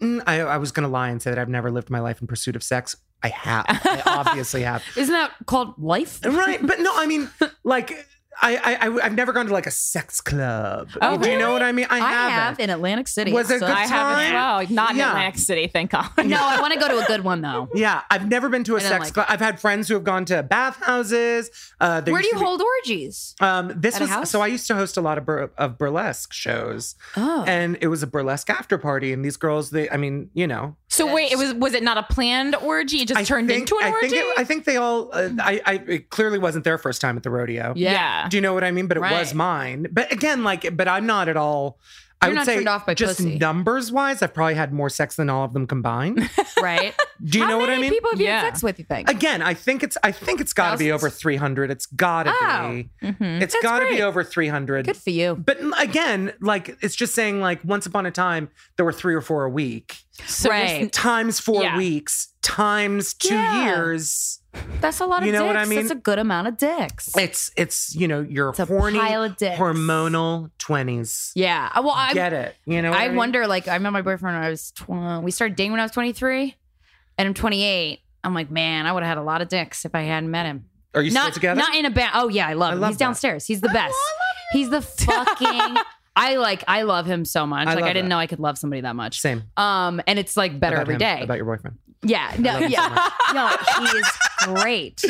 mm, I, I was gonna lie and say that I've never lived my life in pursuit of sex. I have. I obviously have.
Isn't that called life?
right but no
(laughs)
i mean like I, I I- i've never gone to like a sex club
Oh,
do you know
really?
what i mean i,
I have
haven't
in Atlantic City.
Was it
so-
good
I have as
time.
well. Not
Yeah.
in Atlantic City, thank God.
No, I want to go to a good one though.
yeah i've never been to a
I don't
sex
like
club i've had friends who have gone to bathhouses uh (laughs) there
Where do
used
you
to be-
hold orgies?
um this
At a
was
house?
so i used to host a lot of, bur- of burlesque shows
Oh.
and it was a burlesque after party and these girls they i mean you know
So wait, it was was it not a planned orgy? It just
I
turned
think,
into an
I
orgy.
think it, i think they all uh, i i it clearly wasn't their first time at the rodeo
yeah.
Do you know what I mean? But it was
Right.
mine. But again, like, but I'm not at all. I
You're
would
not
say
turned off by
just
pussy.
numbers wise, I've probably had more sex than all of them
(laughs)
combined.
(laughs)
right?
Do you
How
know what
many
I mean?
People have you
Yeah.
had sex with? You think?
Again, I think it's I think it's got to be
Thousands?
over 300. It's got to
Oh.
be.
Mhm.
It's
That's
got to
great.
be over 300.
Good for you.
But mm, again, like it's just saying like once upon a time there were 3 or 4 a week.
So
Right.
just-
Times 4
Yeah.
weeks times 2
Yeah.
years.
That's a lot of
You know
dicks.
what I
That's a
mean?
good amount of dicks.
It's it's you know your
It's a
horny
pile of dicks.
hormonal 20s.
Yeah. I- Well, I,
Get it. You know what
I
mean?
wonder. Like, I met my boyfriend when I was twenty. We started dating when I was twenty three, and I'm twenty eight. I'm like, man, I would have had a lot of dicks if I hadn't met him.
Are you
not
still together?
not in a band. Oh yeah, I love
I
him.
love
He's
that.
downstairs. He's the best. He's the fucking. I like. I love him so much.
I
like
love
I didn't
that.
know I could love somebody that much.
Same.
Um, and it's like better
about
every
him,
day.
About your boyfriend.
yeah. No.
love him so
Yeah. (laughs) no. He is great.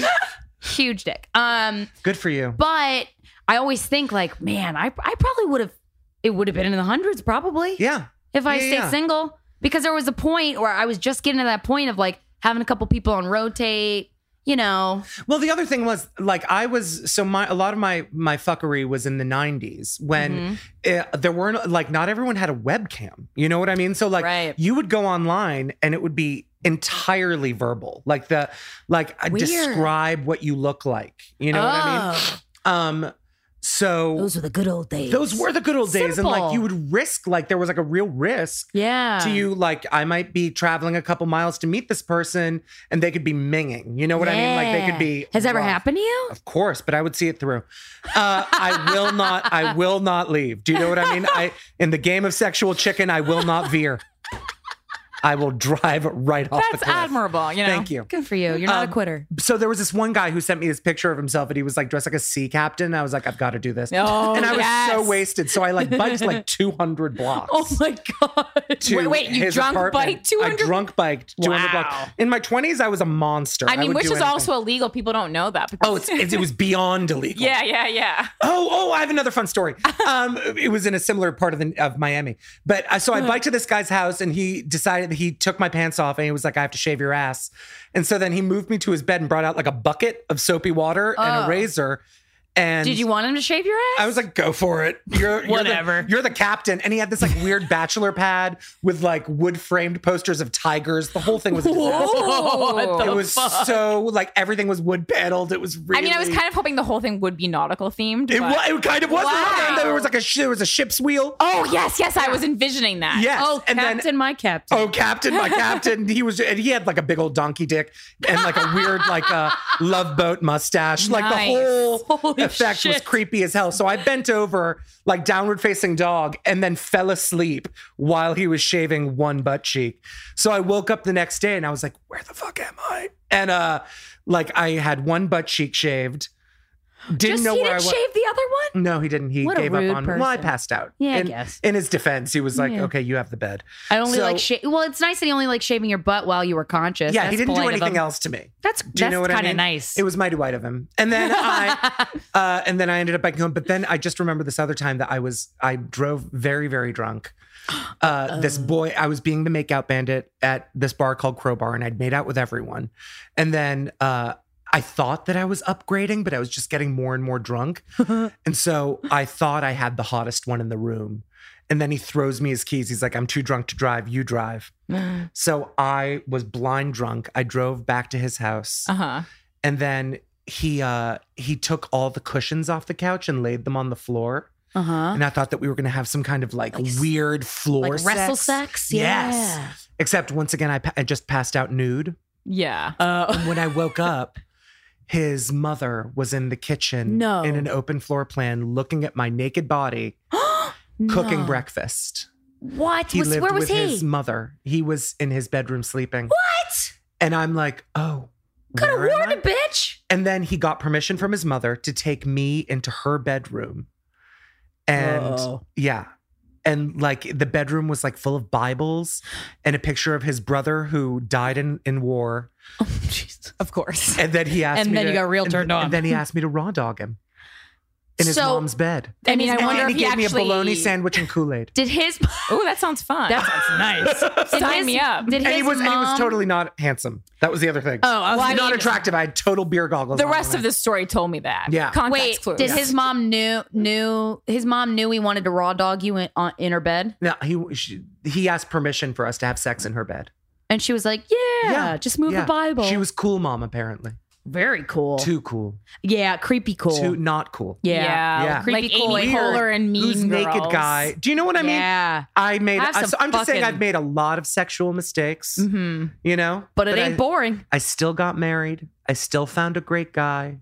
Huge dick. Um.
Good for you.
But I always think like, man, I I probably would have it would have been in the hundreds probably
Yeah.
if I
Yeah,
stayed
yeah.
single because there was a point where I was just getting to that point of like having a couple people on rotate, you know.
Well, the other thing was like I was so my a lot of my my fuckery was in the 90s
Mm-hmm.
when uh, there weren't like not everyone had a webcam. You know what I mean? So like
Right.
you would go online and it would be entirely verbal. Like the like I
Weird.
describe what you look like. You know what I mean? Um so
Oh, Those were the good old days.
those were the good old days and like
Simple.
you would risk like there was like a real risk
yeah.
to
Um,
you like I might be traveling a couple miles to meet this person and they could be minging. You know what I mean? Like they
Yeah.
could be
Has that ever
rough.
happened to you?
Of course, but I would see it through. Uh, I will not. I will not leave. Do you know what I mean? I in the game of sexual chicken, I will not veer. I will drive right off the
that's
cliff.
admirable. You know,
Thank you.
Good for you. You're not
Um,
a (laughs) quitter.
So there was this one guy who sent me this picture of himself, and he was like dressed like a sea captain. And I was like, I've got to do this.
Oh,
and I was so
yes.
wasted. So I like
(laughs)
biked like 200 blocks
Oh my god!
to
wait, wait, you
his
drunk
apartment.
bike two
I
hundred?
drunk biked 200
Wow.
blocks. In my 20s, I was a monster.
I mean,
would
which is
do anything.
also illegal. People don't know that.
Oh, it's, it's, it was beyond illegal.
yeah, yeah, yeah.
Oh, oh, I have another
(laughs)
fun story. Um, it was in a similar part of the, of Miami, but uh, so I biked to this guy's house, and he decided he took my pants off, and he was like, "I have to shave your ass," and so then he moved me to his bed and brought out like a bucket of soapy water and
Oh.
a razor, and
Did you want him to shave your
(laughs)
ass?
I was like, "Go for it, you're, you're the-
Whatever.
you're the captain," and he had this like weird bachelor pad with like wood framed posters of tigers. The whole thing was a disaster.
What the
It was
fuck?
so like everything was wood paneled. It was really.
I mean, I was kind of hoping the whole thing would be nautical themed.
It,
but-
wa- it kind of was.
Wow.
And there was like a sh- there was a ship's wheel.
Oh yes, yes, I was envisioning that.
Yes.
oh,
and
captain,
then
my captain.
oh, captain, my captain. He was and he had like a big old donkey dick and like a weird like a
(laughs)
love boat mustache. Like
Nice.
the whole
Holy
effect was
shit.
creepy as hell. So I bent over like downward facing dog and then fell asleep while he was shaving one butt cheek. So I woke up the next day and I was like, where the fuck am I? And uh like I had one butt cheek shaved. Didn't
Just
know
he
where I
didn't
was.
shave the other one?
No, he didn't. He
What a
gave up
rude
on me. Well, I
person.
passed out.
Yeah, I
in,
guess.
In his defense, he was like,
Yeah.
okay, you have the bed.
I only
So-
like sha- well, it's nice that he only likes shaving your butt while you were conscious.
yeah,
That's
he didn't do
polite of
anything
him.
else to me.
That's
Do you
that's
know what I
kind
mean?
of nice. (laughs) Uh-huh.
It was mighty white of him. And then I, uh, and then I ended up back home. But then I just remember this other time that I was, I drove very, very drunk. Uh, This boy, I was being the makeout bandit at this bar called Crowbar, and I'd made out with everyone. And then uh, I thought that I was upgrading, but I was just getting more and more drunk. and so I thought I had the hottest one in the room. And then he throws me his keys. He's like, I'm too drunk to drive. You drive. so I was blind drunk. I drove back to his house
Uh huh.
and then he uh he took all the cushions off the couch and laid them on the floor
uh huh.
and i thought that we were going to have some kind of like,
Like s-
weird floor
Like wrestle sex. Yeah.
yes except once again I, pa- I just passed
(laughs)
out nude
Yeah.
Oh.
and when i woke up his mother was in the kitchen
No.
in an open floor plan looking at my naked body (gasps) cooking breakfast
What?
he
was,
lived
where was
with
he?
his mother he was in his bedroom sleeping
what?
and i'm like oh
Could have
where am
warned
I?
a bitch.
And then he got permission from his mother to take me into her bedroom.
(laughs)
And
Whoa.
yeah. And like the bedroom was like full of Bibles and a picture of his brother who died in, in war.
of course.
And then he asked
And
me
then
to-
you got real
and-
turned on.
And then he asked me to raw dog him. in his
So-
mom's bed.
I mean,
And
I
he's-
wonder
and
if
he
he
gave
actually
me a bologna sandwich and Kool Aid.
Did his
Oh, that sounds fun.
that
(laughs)
sounds nice? Did
Sign
his-
me up.
Did his
And he was
mom,
and he was totally not handsome. That was the other thing.
Oh, I was
Well, I
not
mean,
attractive. I had total beer goggles.
the
on
rest
when
of
I-
the story told me that.
Yeah.
Context
Wait,
clues.
did his mom knew knew his mom knew he wanted to raw dog you in, on, in her bed,
No, he she, he asked permission for us to have sex in her bed.
and she was like, "Yeah,
Yeah,
just move
Yeah.
the Bible."
She was cool, mom. Apparently,
very cool.
too cool,
yeah, creepy cool.
too not cool.
Yeah.
yeah,
Yeah.
Like
Creepy
Amy
cool.
Poehler and Mean
Who's naked
Girls.
guy? Do you know what I mean?
yeah.
I made.
Have
I,
some
so I'm just saying
fucking- Mm-hmm.
I've made a lot of sexual mistakes.
Mhm.
You know,
But it ain't
I,
boring.
I still got married. I still found a great
(laughs)
guy.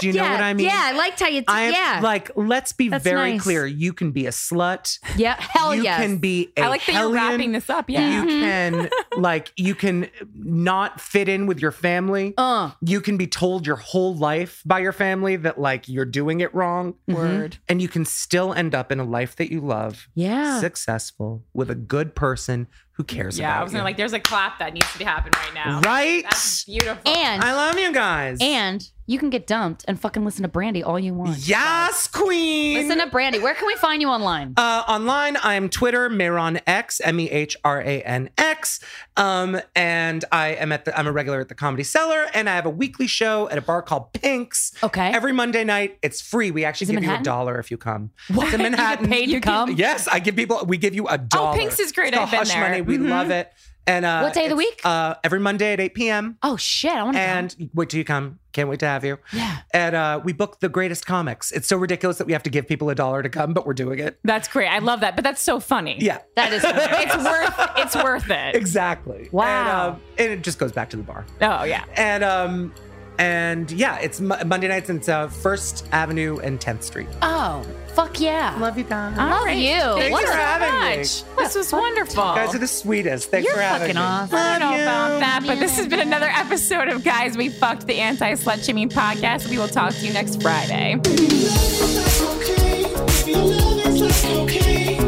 Do you know what I mean?
Yeah, I liked how you. T-
I am
yeah,
like, let's be
That's
very
nice.
clear. You can be a slut.
yeah. Hell
you
yes.
can be a
I like that you're
hellion.
wrapping this up. Yeah.
You
(laughs)
can like you can not fit in with your family.
uh,
you can be told your whole life by your family that like you're doing it wrong
Mm-hmm.
Word.
and you can still end up in a life that you love
yeah.
successful with a good person who cares
Yeah.
about
I was gonna
you.
like, there's a clap that needs to be happening right now.
right
That's beautiful.
And
i love you guys
and you can get dumped and fucking listen to Brandy all you want.
yes queen
Listen to Brandy. Where can we find you online?
Uh, online, I'm Twitter Mehran X M E H R A N X, um, and I am at the I'm a regular at the Comedy Cellar, and I have a weekly show at a bar called Pink's.
Okay.
Every Monday night, it's free. We
Is
actually
it
give you
Manhattan?
a dollar if you come.
(laughs)
What? It's in
You
Manhattan.
get paid to
You
come.
can-
Yes, I give people. We give you
Oh,
a dollar.
Pink's is great.
It's called
I've been
Hush
there.
Money. We
Mhm.
love it. And uh,
Mm-hmm. What day of the
it's,
week?
Uh, every Monday at 8 p.m.
oh shit, I want to.
And wait till you come. Can't wait to have you.
yeah.
And uh, we book the greatest comics. It's so ridiculous that we have to give people a dollar to come, but we're doing it.
That's great. I love that. But that's so funny.
Yeah.
That is
It's
(laughs)
worth it's worth it.
Exactly.
Wow.
And, um, and it just goes back to the bar.
Oh yeah.
And um, and yeah, it's Mo- Monday nights and it's uh, First Avenue and 10th Street.
oh fuck yeah.
Love you guys.
I love you.
Thanks
What
for
a-
having me.
Much. This was wonderful.
You guys are the sweetest. Thanks
You're
for
fucking
having me.
awesome.
I don't know
Love you.
about that, but this has been another episode of Guys We Fucked the Anti Slut Shaming Podcast. We will talk to you next Friday.
okay. If you love us, that's okay.